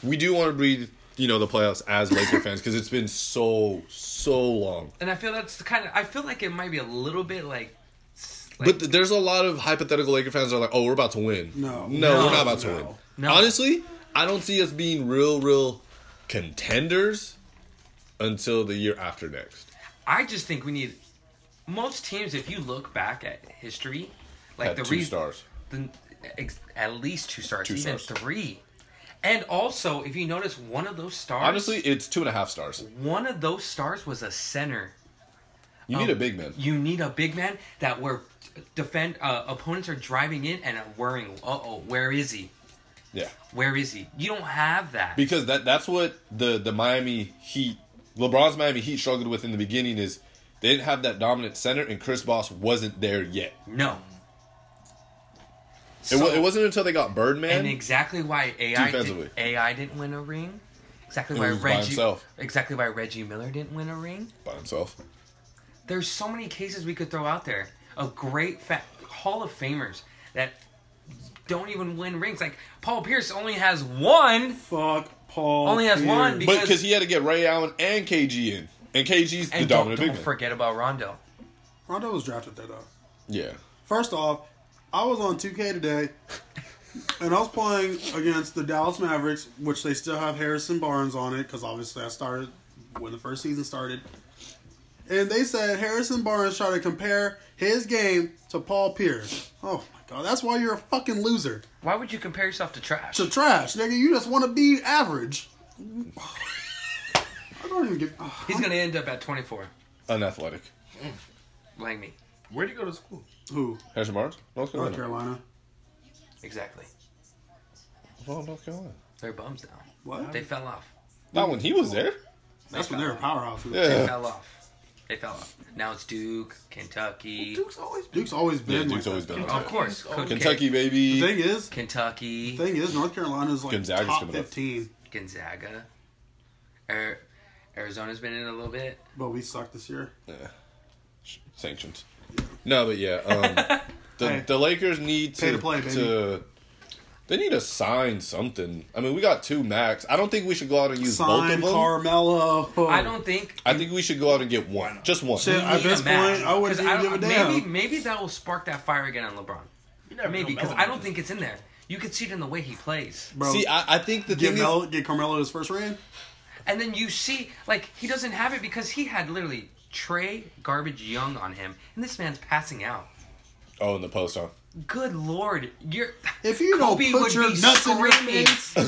Speaker 3: we do want to breathe, you know, the playoffs as Laker fans because it's been so so long.
Speaker 6: And I feel that's the kind of. I feel like it might be a little bit like. s- like
Speaker 3: But th- there's a lot of hypothetical Laker fans that are like, oh, we're about to win.
Speaker 1: No.
Speaker 3: no, we're not about to
Speaker 1: No.
Speaker 3: win.
Speaker 6: No.
Speaker 3: Honestly, I don't see us being real, real contenders until the year after next.
Speaker 6: I just think we need most teams. If you look back at history, like
Speaker 3: At
Speaker 6: the
Speaker 3: two
Speaker 6: reas-
Speaker 3: stars.
Speaker 6: the, ex- at least two stars,
Speaker 3: Two
Speaker 6: even
Speaker 3: stars.
Speaker 6: three. And also, if you notice, one of those stars,
Speaker 3: Honestly, it's two and a half stars.
Speaker 6: one of those stars was a center.
Speaker 3: You
Speaker 6: Um,
Speaker 3: need a big man.
Speaker 6: You need a big man that where defend uh, opponents are driving in and are worrying. Uh oh, where is he?
Speaker 3: Yeah.
Speaker 6: Where is he? You don't have that.
Speaker 3: because that that's what the the Miami Heat, LeBron's Miami Heat struggled with in the beginning is they didn't have that dominant center, and Chris Bosh wasn't there yet.
Speaker 6: no.
Speaker 3: it, wa-
Speaker 6: So-
Speaker 3: it wasn't until they got Birdman.
Speaker 6: and exactly why AI
Speaker 3: Defensively.
Speaker 6: did, AI didn't win a ring. Exactly
Speaker 3: It
Speaker 6: why
Speaker 3: was by
Speaker 6: Reggie.
Speaker 3: himself.
Speaker 6: Exactly why Reggie Miller didn't win a ring.
Speaker 3: by himself.
Speaker 6: There's so many cases we could throw out there of great fa- Hall of Famers that don't even win rings. Like Paul Pierce only has one,
Speaker 1: fuck Paul.
Speaker 6: only has
Speaker 1: Pierce.
Speaker 3: But
Speaker 6: one because
Speaker 3: because he had to get Ray Allen and KG in, and KG's the
Speaker 6: and don't,
Speaker 3: dominant
Speaker 6: don't
Speaker 3: big man.
Speaker 6: forget about Rondo.
Speaker 1: Rondo was drafted there though.
Speaker 3: Yeah,
Speaker 1: First off, I was on 2K today, and I was playing against the Dallas Mavericks, which they still have Harrison Barnes on it because obviously I started when the first season started. And they said Harrison Barnes tried to compare his game to Paul Pierce. Oh my god, that's why you're a fucking loser.
Speaker 6: Why would you compare yourself to trash?
Speaker 1: To trash, nigga. You just want to be average. I don't even give. Oh,
Speaker 6: He's gonna end up at 24,
Speaker 3: unathletic.
Speaker 6: like me.
Speaker 7: Where'd you go to school?
Speaker 1: who?
Speaker 3: Harrison Barnes, North
Speaker 1: North
Speaker 3: Carolina.
Speaker 1: Carolina.
Speaker 6: Exactly.
Speaker 3: Oh, North Carolina.
Speaker 6: They're bums now.
Speaker 1: What?
Speaker 6: They fell off.
Speaker 3: Not when he was there.
Speaker 1: That's when they're a powerhouse.
Speaker 6: They
Speaker 3: Yeah,
Speaker 6: fell off. They fell off. Now it's Duke, Kentucky.
Speaker 7: Duke's always been.
Speaker 1: Duke's always been.
Speaker 3: yeah Duke's
Speaker 1: like
Speaker 3: always
Speaker 1: that.
Speaker 3: been. on
Speaker 6: Of
Speaker 3: top.
Speaker 6: course,
Speaker 7: Oh,
Speaker 6: Coach K.
Speaker 3: Kentucky baby.
Speaker 1: Thing is,
Speaker 6: Kentucky,
Speaker 1: thing is, North Carolina's like
Speaker 3: Gonzaga's
Speaker 1: top
Speaker 3: coming up.
Speaker 1: fifteen,
Speaker 6: Gonzaga. Ar- Arizona's been in a little bit.
Speaker 1: but we suck this year.
Speaker 3: sanctions. No, but yeah, um, the
Speaker 1: Hey.
Speaker 3: the Lakers need
Speaker 1: Pay
Speaker 3: to,
Speaker 1: to play, baby.
Speaker 3: to- they need to sign something. I mean, we got two max. I don't think we should go out and use both
Speaker 1: Sign
Speaker 3: of them.
Speaker 1: Carmelo.
Speaker 6: I don't think.
Speaker 3: I think we should go out and get one, just one.
Speaker 1: Shit,
Speaker 6: we
Speaker 1: Oh. at
Speaker 6: need a
Speaker 1: this point,
Speaker 6: match.
Speaker 1: I wouldn't
Speaker 6: 'Cause
Speaker 1: even give a damn.
Speaker 6: Maybe, maybe that will spark that fire again on LeBron. Maybe because I don't think it's in there. You can see it in the way he plays,
Speaker 1: Bro,
Speaker 3: See, I, I think the
Speaker 1: get
Speaker 3: thing is,
Speaker 1: Mel, get Carmelo his first ring.
Speaker 6: and then you see like he doesn't have it because he had literally Trey Garbage Young on him, and this man's passing out.
Speaker 3: oh, in the post on.
Speaker 6: Good lord, you're
Speaker 1: If you don't
Speaker 6: Kobe
Speaker 1: put
Speaker 6: would
Speaker 1: your
Speaker 6: be
Speaker 1: nuts in your
Speaker 6: screaming,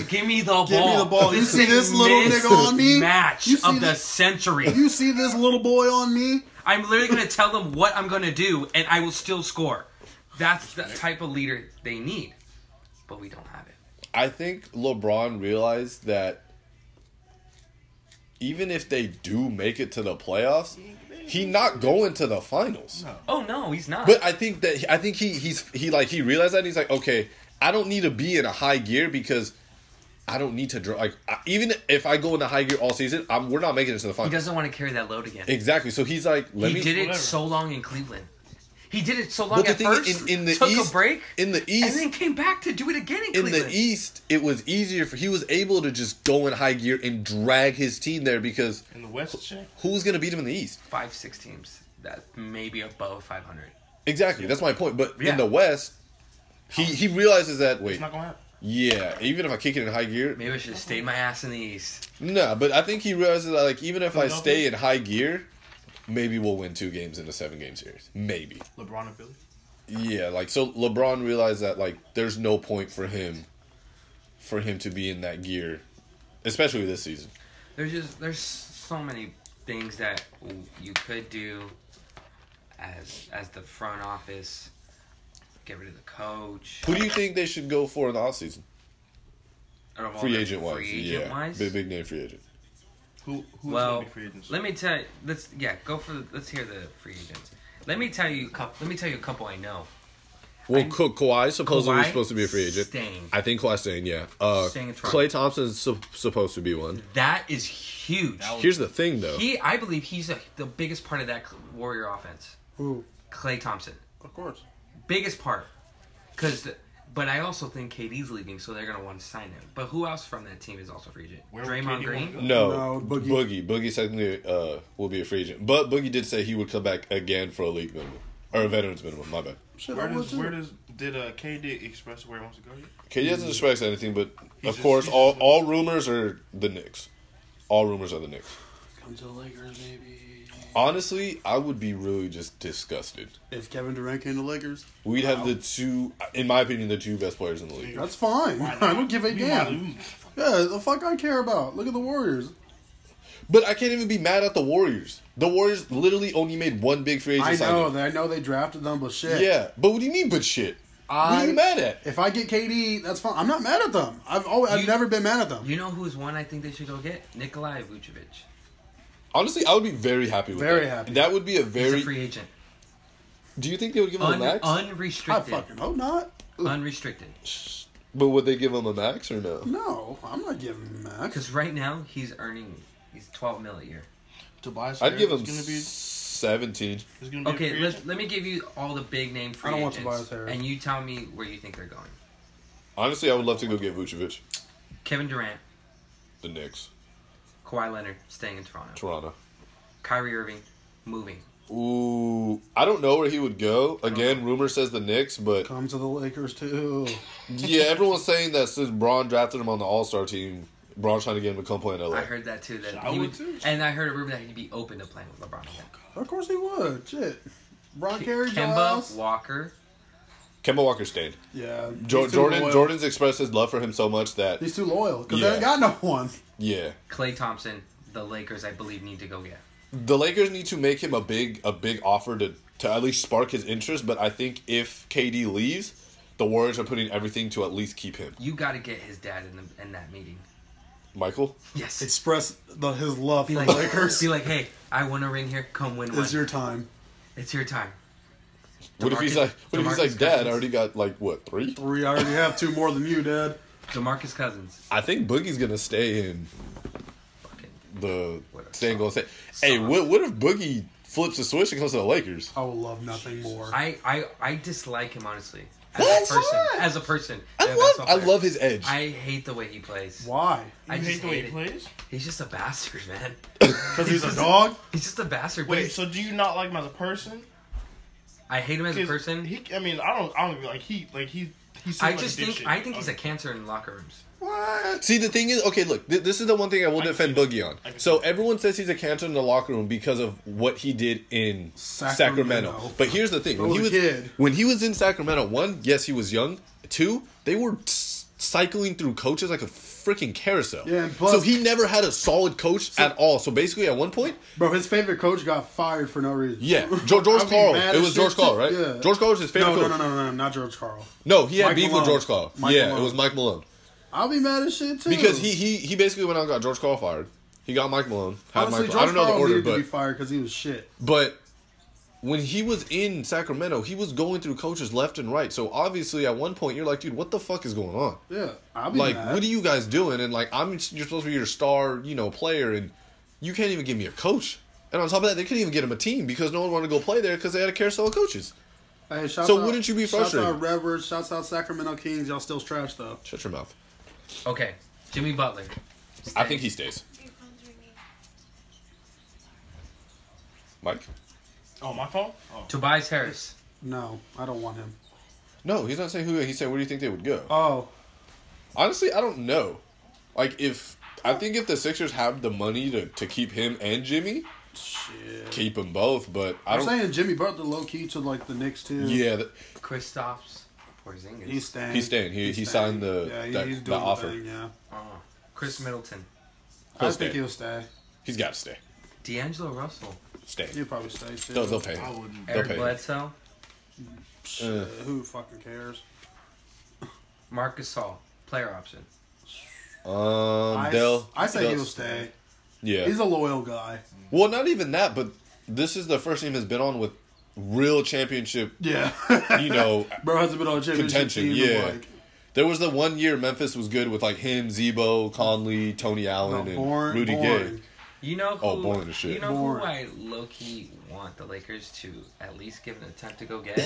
Speaker 6: Give me the ball.
Speaker 1: Give me the ball. You see
Speaker 6: is
Speaker 1: this little
Speaker 6: missed
Speaker 1: nigga on me?
Speaker 6: Match
Speaker 1: You see
Speaker 6: of the
Speaker 1: this-
Speaker 6: century.
Speaker 1: You see this little boy on me?
Speaker 6: I'm literally going to tell them what I'm going to do, and I will still score. That's the type of leader they need, but we don't have it.
Speaker 3: I think LeBron realized that even if they do make it to the playoffs, he not going to the finals.
Speaker 6: Oh no, he's not.
Speaker 3: But I think that I think he he's he like he realized that and he's like, okay, I don't need to be in a high gear because I don't need to draw. Like I, even if I go in a high gear all season, I'm, we're not making it to the
Speaker 6: he
Speaker 3: finals.
Speaker 6: doesn't want to carry that load again.
Speaker 3: Exactly. So he's like, let
Speaker 6: he
Speaker 3: me.
Speaker 6: did it so long in Cleveland. He did it so long
Speaker 3: But the
Speaker 6: at
Speaker 3: thing
Speaker 6: first.
Speaker 3: is, in, in the
Speaker 6: took
Speaker 3: east,
Speaker 6: a break,
Speaker 3: in the
Speaker 6: and
Speaker 3: east,
Speaker 6: then came back to do it again in,
Speaker 3: in
Speaker 6: Cleveland.
Speaker 3: the east, it was easier for he was able to just go in high gear and drag his team there because
Speaker 7: In the West, check.
Speaker 3: who's going to beat him in the east?
Speaker 6: Five, six teams that maybe above 500.
Speaker 3: Exactly. That's my point. But
Speaker 6: Yeah.
Speaker 3: in the west, he he realizes that. Wait,
Speaker 7: It's not gonna happen.
Speaker 3: yeah. Even if I kick it in high gear,
Speaker 6: Maybe I should have stayed my ass in the east.
Speaker 3: No, but I think he realizes that like even if I
Speaker 7: Philadelphia?
Speaker 3: stay in high gear, maybe we'll win two games in a seven game series. Maybe.
Speaker 7: LeBron and Philly.
Speaker 3: Yeah, like so LeBron realized that like there's no point for him for him to be in that gear. Especially this season.
Speaker 6: There's just there's so many things that you could do as as the front office. Get rid of the coach.
Speaker 3: Who do you think they should go for in the offseason?
Speaker 6: Out of all
Speaker 3: Free
Speaker 6: the-
Speaker 3: agent wise.
Speaker 6: Free agent
Speaker 3: Yeah.
Speaker 6: wise.
Speaker 3: Big big name free agent.
Speaker 7: Who who's
Speaker 6: well,
Speaker 7: gonna be free agents?
Speaker 6: let me tell you. Let's yeah go for. the- Let's hear the free agents. Let me tell you. a couple- Let me tell you a couple I know.
Speaker 3: Well, Ka- Kawhi supposedly was
Speaker 6: Kawhi
Speaker 3: supposed to be a free agent.
Speaker 6: staying.
Speaker 3: I think Kawhi staying, yeah. Uh,
Speaker 6: Staying in Toronto.
Speaker 3: Clay Thompson's su- supposed to be one.
Speaker 6: That is huge.
Speaker 3: Here's the thing, though.
Speaker 6: He, I believe he's a, the biggest part of that Warrior offense.
Speaker 1: Who?
Speaker 6: Clay Thompson,
Speaker 1: Of course.
Speaker 6: biggest part. Cause, but I also think KD's leaving, so they're gonna want to sign him. But who else from that team is also free agent?
Speaker 7: Where would
Speaker 6: Draymond
Speaker 7: KD wanna
Speaker 6: Green.
Speaker 7: go?
Speaker 3: no,
Speaker 1: No, Boogie.
Speaker 3: Boogie. Boogie. technically uh, will be a free agent, but Boogie did say he would come back again for a league minimum or a veterans minimum. My bad.
Speaker 1: Shit,
Speaker 7: Where
Speaker 1: I would
Speaker 7: does
Speaker 1: too.
Speaker 7: where does did uh, KD express where he wants to go? Yet?
Speaker 3: KD doesn't express anything, but
Speaker 7: He's
Speaker 3: of
Speaker 7: just-
Speaker 3: course,
Speaker 7: he's
Speaker 3: all
Speaker 7: just-
Speaker 3: all rumors are the Knicks. All rumors are the Knicks.
Speaker 1: Come to the Lakers, maybe.
Speaker 3: Honestly, I would be really just disgusted.
Speaker 1: If Kevin Durant came to Lakers,
Speaker 3: We'd have the two, in my opinion, the two best players in the league.
Speaker 1: that's fine. I don't give a
Speaker 7: We might
Speaker 1: damn.
Speaker 7: lose.
Speaker 1: Yeah, the fuck I care about. Look at the Warriors.
Speaker 3: But I can't even be mad at the Warriors. The Warriors literally only made one big free agent
Speaker 1: I know
Speaker 3: signing.
Speaker 1: that. I know they drafted them, but shit.
Speaker 3: Yeah, but what do you mean? But shit, what are
Speaker 1: I-
Speaker 3: you mad at?
Speaker 1: If I get KD, that's fine. I'm not mad at them. I've always, I've
Speaker 6: You-
Speaker 1: never been mad at them.
Speaker 6: You know who's one I think they should go get? Nikolai Vucevic.
Speaker 3: Honestly, I would be very happy with
Speaker 1: Very
Speaker 3: that.
Speaker 1: happy.
Speaker 3: That would be a
Speaker 6: He's
Speaker 3: very.
Speaker 6: a free agent.
Speaker 3: do you think they would give him a
Speaker 6: Un-
Speaker 3: max?
Speaker 1: I
Speaker 6: unrestricted.
Speaker 1: fucking hope not.
Speaker 6: unrestricted.
Speaker 3: but would they give him a max or no?
Speaker 1: No, I'm not giving him max.
Speaker 6: Because right now he's earning he's twelve mil a year.
Speaker 7: Tobias
Speaker 3: I'd give him
Speaker 7: Harris is gonna
Speaker 3: seventeen.
Speaker 7: be is gonna be a
Speaker 6: Okay,
Speaker 7: free
Speaker 6: let,
Speaker 7: agent.
Speaker 6: let me give you all the big name free
Speaker 1: I don't want
Speaker 6: agents,
Speaker 1: Tobias Harris.
Speaker 6: and you tell me where you think they're going.
Speaker 3: Honestly, I would love to go get Vucevic.
Speaker 6: Kevin Durant,
Speaker 3: The Knicks,
Speaker 6: Kawhi Leonard staying in Toronto,
Speaker 3: Toronto.
Speaker 6: Kyrie Irving moving.
Speaker 3: Ooh, I don't know where he would go. Again, rumor says the Knicks, but
Speaker 1: Come to the Lakers too.
Speaker 3: yeah, everyone's saying that since Braun drafted him on the All Star team, Braun's trying to get him to come play in LA.
Speaker 6: I heard that too. That
Speaker 7: I
Speaker 6: he
Speaker 7: would
Speaker 6: would,
Speaker 7: too.
Speaker 6: and I heard a rumor that he'd be open to playing with LeBron. again.
Speaker 1: Of course he would. Shit. Brock Carey,
Speaker 6: Kemba
Speaker 1: Giles.
Speaker 6: Walker.
Speaker 3: Kemba Walker stayed.
Speaker 1: Yeah.
Speaker 3: Jo-
Speaker 1: he's too
Speaker 3: Jordan
Speaker 1: loyal.
Speaker 3: Jordan's expressed his love for him so much that
Speaker 1: He's too loyal because
Speaker 3: Yeah.
Speaker 1: they ain't got no one.
Speaker 3: yeah,
Speaker 6: Clay Thompson, the Lakers, I believe, need to go get.
Speaker 3: the Lakers need to make him a big a big offer to to at least spark his interest. But I think if KD leaves, the Warriors are putting everything to at least keep him.
Speaker 6: You got to get his dad in, the, in that meeting.
Speaker 3: Michael,
Speaker 6: Yes.
Speaker 1: Express the, his love
Speaker 6: be
Speaker 1: for
Speaker 6: like,
Speaker 1: Lakers.
Speaker 6: be like, hey, I won a ring here. Come win one.
Speaker 1: it's your time.
Speaker 6: it's your time.
Speaker 3: what if he's
Speaker 6: DeMarcus-
Speaker 3: like what if
Speaker 6: DeMarcus
Speaker 3: he's like Dad? I
Speaker 6: Cousins.
Speaker 3: already got like what three.
Speaker 1: Three. I already have two more than you, Dad.
Speaker 6: Demarcus Cousins.
Speaker 3: I think Boogie's gonna stay in
Speaker 6: Fucking
Speaker 3: the
Speaker 6: What a
Speaker 3: San Golden State. Hey, what what if Boogie flips the switch and comes to the Lakers?
Speaker 1: I would love nothing more.
Speaker 6: I, I, I dislike him honestly. As
Speaker 3: What?
Speaker 6: a person. As a person.
Speaker 3: I
Speaker 6: Yeah,
Speaker 3: love
Speaker 6: basketball
Speaker 3: I
Speaker 6: player.
Speaker 3: love his edge.
Speaker 6: I hate the way he plays.
Speaker 1: Why?
Speaker 6: I
Speaker 7: You
Speaker 6: just
Speaker 7: hate the way
Speaker 6: hate
Speaker 7: he
Speaker 6: it.
Speaker 7: plays.
Speaker 6: He's just a bastard, man.
Speaker 1: Because he's a dog.
Speaker 6: He's just a bastard. but
Speaker 7: Wait,
Speaker 6: he's-
Speaker 7: so do you not like him as a person?
Speaker 6: I hate him as a
Speaker 7: 'Cause
Speaker 6: person.
Speaker 7: he, I mean, I don't, I don't like he, like he, he's.
Speaker 6: I just think I think he's a cancer in locker rooms.
Speaker 3: What? See, the thing is, okay, look, th- this is the one thing I will
Speaker 7: can
Speaker 3: defend
Speaker 7: see
Speaker 3: Boogie on.
Speaker 7: I can
Speaker 3: So
Speaker 7: see
Speaker 3: everyone says he's a cancer in the locker room because of what he did in Sacramento.
Speaker 1: Sacramento.
Speaker 3: But here's the thing: when
Speaker 1: Oh,
Speaker 3: he was
Speaker 1: kid.
Speaker 3: when he was in Sacramento, one, yes, he was young. Two, they were s- cycling through coaches like a freaking carousel.
Speaker 1: Yeah, and plus-
Speaker 3: so he never had a solid coach at all. So basically, at one point,
Speaker 1: Bro, his favorite coach got fired for no reason.
Speaker 3: yeah, George, George
Speaker 1: I'd be
Speaker 3: Carl.
Speaker 1: mad
Speaker 3: It
Speaker 1: as
Speaker 3: was George
Speaker 1: shit,
Speaker 3: Carl,
Speaker 1: too.
Speaker 3: right?
Speaker 1: Yeah.
Speaker 3: George Carl was his favorite
Speaker 1: No, no,
Speaker 3: coach.
Speaker 1: no, no, no, not George Carl.
Speaker 3: No, he had
Speaker 1: Mike
Speaker 3: beef
Speaker 1: Malone.
Speaker 3: with George Carl.
Speaker 1: Mike
Speaker 3: yeah,
Speaker 1: Malone.
Speaker 3: it was Mike Malone.
Speaker 1: I'll be mad as shit too.
Speaker 3: Because he, he he basically went out and got George Carl fired. He got Mike Malone. Had
Speaker 1: honestly,
Speaker 3: Mike,
Speaker 1: George
Speaker 3: I don't know
Speaker 1: Karl
Speaker 3: the order,
Speaker 1: needed to be
Speaker 3: but
Speaker 1: fired because he was shit.
Speaker 3: but when he was in Sacramento, he was going through coaches left and right. So obviously, at one point, you're like, dude, what the fuck is going on?
Speaker 1: Yeah, I'll be
Speaker 3: Like,
Speaker 1: mad.
Speaker 3: what are you guys doing? And like, I'm you're supposed to be your star, you know, player, and you can't even give me a coach. And on top of that, they couldn't even get him a team because no one wanted to go play there because they had a carousel of coaches.
Speaker 1: Hey, shouts
Speaker 3: So
Speaker 1: out-
Speaker 3: wouldn't you be
Speaker 1: Shouts
Speaker 3: frustrated?
Speaker 1: out Redbirds. Shouts out Sacramento Kings. Y'all still trash though.
Speaker 3: Shut your mouth.
Speaker 6: Okay, Jimmy Butler.
Speaker 3: I think he stays.
Speaker 8: Your phone's ringing.
Speaker 3: Mike?
Speaker 7: Oh, my phone. Oh,
Speaker 6: Tobias Harris.
Speaker 1: No, I don't want him.
Speaker 3: No, he's not saying who. He said, where do you think they would go?
Speaker 1: Oh,
Speaker 3: Honestly, I don't know. Like if I think if the Sixers have the money to, to keep him and Jimmy,
Speaker 1: shit.
Speaker 3: keep them both. But I
Speaker 1: I'm
Speaker 3: don't.
Speaker 1: saying Jimmy Butler low key to like the Knicks too.
Speaker 3: yeah, th-
Speaker 6: Kristaps Porzingis.
Speaker 1: he's staying.
Speaker 3: He's staying. He- he signed the-
Speaker 1: yeah. he-
Speaker 3: that-
Speaker 1: he's
Speaker 3: the
Speaker 1: doing the
Speaker 3: offer.
Speaker 1: thing, yeah,
Speaker 6: Oh, Chris Middleton.
Speaker 1: I
Speaker 3: He'll
Speaker 1: think
Speaker 3: stay.
Speaker 1: he'll stay.
Speaker 3: he's got to stay.
Speaker 6: D'Angelo Russell.
Speaker 3: Stay.
Speaker 1: He'll probably stay too.
Speaker 3: They'll, they'll pay. Uh,
Speaker 7: I
Speaker 3: Him.
Speaker 7: wouldn't.
Speaker 3: They'll
Speaker 6: Eric
Speaker 3: pay him.
Speaker 6: Bledsoe.
Speaker 1: Shit, Who fucking cares?
Speaker 6: Marc Gasol. Player option.
Speaker 3: Um,
Speaker 1: I,
Speaker 3: they'll.
Speaker 1: I say
Speaker 3: they'll-
Speaker 1: he'll stay.
Speaker 3: Yeah.
Speaker 1: He's a loyal guy.
Speaker 3: well, not even that, but this is the first team has been on with real championship,
Speaker 1: Yeah.
Speaker 3: you know,
Speaker 1: Bro hasn't been on a championship
Speaker 3: Contention,
Speaker 1: team in,
Speaker 3: yeah.
Speaker 1: like
Speaker 3: There was the one year Memphis was good with like him, Zebo, Conley, Tony Allen,
Speaker 1: No,
Speaker 3: and
Speaker 1: boring-
Speaker 3: Rudy
Speaker 1: boring.
Speaker 3: Gay.
Speaker 6: You know who?
Speaker 3: Oh, boring as shit.
Speaker 6: You know
Speaker 1: Boring.
Speaker 6: who I low key want the Lakers to at least give an attempt to go get?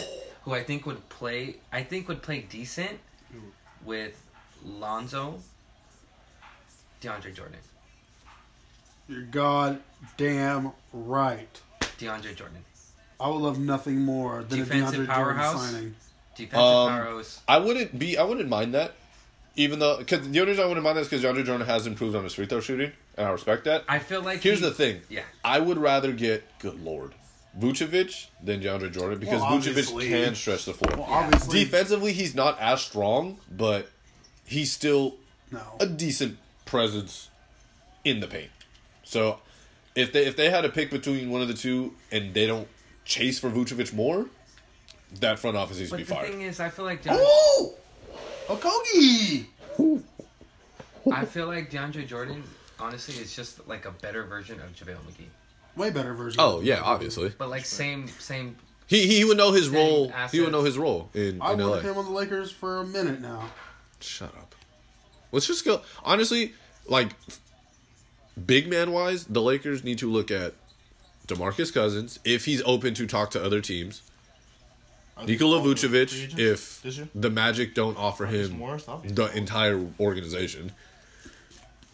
Speaker 6: who I think would play? I think would play decent with Lonzo, DeAndre Jordan,
Speaker 1: You're goddamn right.
Speaker 6: DeAndre Jordan,
Speaker 1: I would love nothing more than
Speaker 6: Defensive
Speaker 1: a DeAndre
Speaker 6: powerhouse?
Speaker 1: Jordan signing.
Speaker 6: defensive
Speaker 3: Um,
Speaker 6: powers.
Speaker 3: I wouldn't be. I wouldn't mind that. Even though, because the only reason I wouldn't mind that is because DeAndre Jordan has improved on his free throw shooting, and I respect that.
Speaker 6: I feel like
Speaker 3: Here's
Speaker 6: he-
Speaker 3: the thing.
Speaker 6: Yeah.
Speaker 3: I would rather get good lord Vucevic than DeAndre Jordan because
Speaker 1: Well,
Speaker 3: Vucevic
Speaker 1: obviously.
Speaker 3: can stretch the floor.
Speaker 1: Well, obviously,
Speaker 3: Defensively, he's not as strong, but he's still
Speaker 1: no.
Speaker 3: a decent presence in the paint. So if they if they had to pick between one of the two and they don't chase for Vucevic more, that front office needs to
Speaker 6: But
Speaker 3: be
Speaker 6: the
Speaker 3: fired.
Speaker 6: thing is, I feel like John,
Speaker 1: Ooh, Okogie.
Speaker 6: I feel like DeAndre Jordan, honestly, is just like a better version of JaVale McGee.
Speaker 1: Way better version.
Speaker 3: oh yeah, obviously.
Speaker 6: But like same same.
Speaker 3: He he would know his
Speaker 6: Same
Speaker 3: role. He
Speaker 6: assets.
Speaker 3: would know his role in,
Speaker 1: I
Speaker 3: in LA.
Speaker 1: wanted him on the Lakers for a minute now.
Speaker 3: Shut up. Let's just go. Honestly, like big man wise, the Lakers need to look at DeMarcus Cousins if he's open to talk to other teams. Nikola Vucevic if
Speaker 7: Did you?
Speaker 3: the Magic don't offer
Speaker 7: Marcus
Speaker 3: him
Speaker 7: Morris, obviously.
Speaker 3: the entire organization,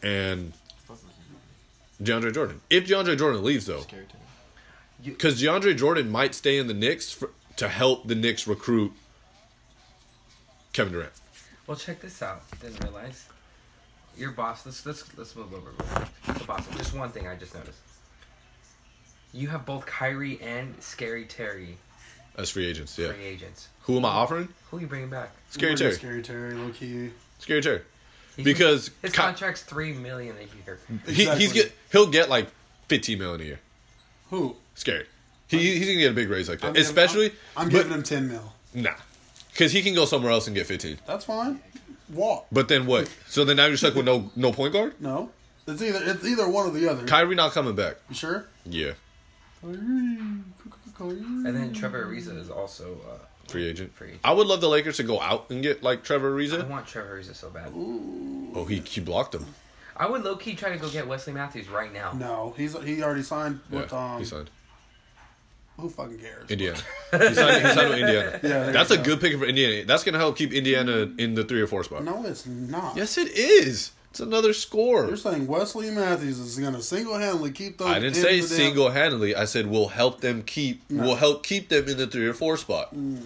Speaker 3: and DeAndre Jordan. If DeAndre Jordan leaves though, because DeAndre Jordan might stay in the Knicks for, to help the Knicks recruit Kevin Durant.
Speaker 6: Well, check this out. Didn't realize. Your boss. Let's let's let's move over. real quick. The boss. Just one thing I just noticed. You have both Kyrie and Scary Terry
Speaker 3: As free agents, yeah.
Speaker 6: free agents.
Speaker 3: Who am I offering?
Speaker 6: Who are you bringing back?
Speaker 3: Scary
Speaker 1: We're
Speaker 3: Terry.
Speaker 1: Scary Terry, low key.
Speaker 3: Scary Terry.
Speaker 6: He's-
Speaker 3: Because
Speaker 6: his
Speaker 3: Ky-
Speaker 6: contract's three million a year.
Speaker 3: He,
Speaker 1: Exactly.
Speaker 3: he's get he'll get like fifteen million a year.
Speaker 1: Who?
Speaker 3: Scary. He, he's gonna get a big raise like that,
Speaker 1: I'm giving-
Speaker 3: especially.
Speaker 1: I'm, I'm
Speaker 3: but-
Speaker 1: giving him ten mil.
Speaker 3: nah, because he can go somewhere else and get fifteen.
Speaker 1: That's fine. Walk.
Speaker 3: But then what? So then now you're stuck with no no point guard.
Speaker 1: No, it's either it's either one or the other.
Speaker 3: Kyrie not coming back.
Speaker 1: you sure?
Speaker 3: Yeah,
Speaker 6: And then Trevor Ariza is also. Uh,
Speaker 3: free agent.
Speaker 6: Free agent.
Speaker 3: I would love the Lakers to go out and get like Trevor
Speaker 6: I
Speaker 3: Ariza.
Speaker 6: want Trevor Ariza so bad.
Speaker 3: Oh, he he blocked him.
Speaker 6: I would low key try to go get Wesley Matthews right now.
Speaker 1: No, he's he already signed with
Speaker 3: Yeah,
Speaker 1: um.
Speaker 3: he signed
Speaker 1: Who fucking cares?
Speaker 3: Indiana. He signed, he signed with Indiana.
Speaker 1: Yeah, there
Speaker 3: That's
Speaker 1: you
Speaker 3: a good pick for Indiana. That's gonna help keep Indiana in the three or four spot.
Speaker 1: No, it's not.
Speaker 3: Yes, it is. It's another score.
Speaker 1: You're saying Wesley Matthews is going to single handedly keep them.
Speaker 3: I didn't
Speaker 1: in
Speaker 3: say
Speaker 1: the damn-
Speaker 3: single handedly. I said we'll help them keep we'll help keep them in the three or four spot.
Speaker 1: Mm.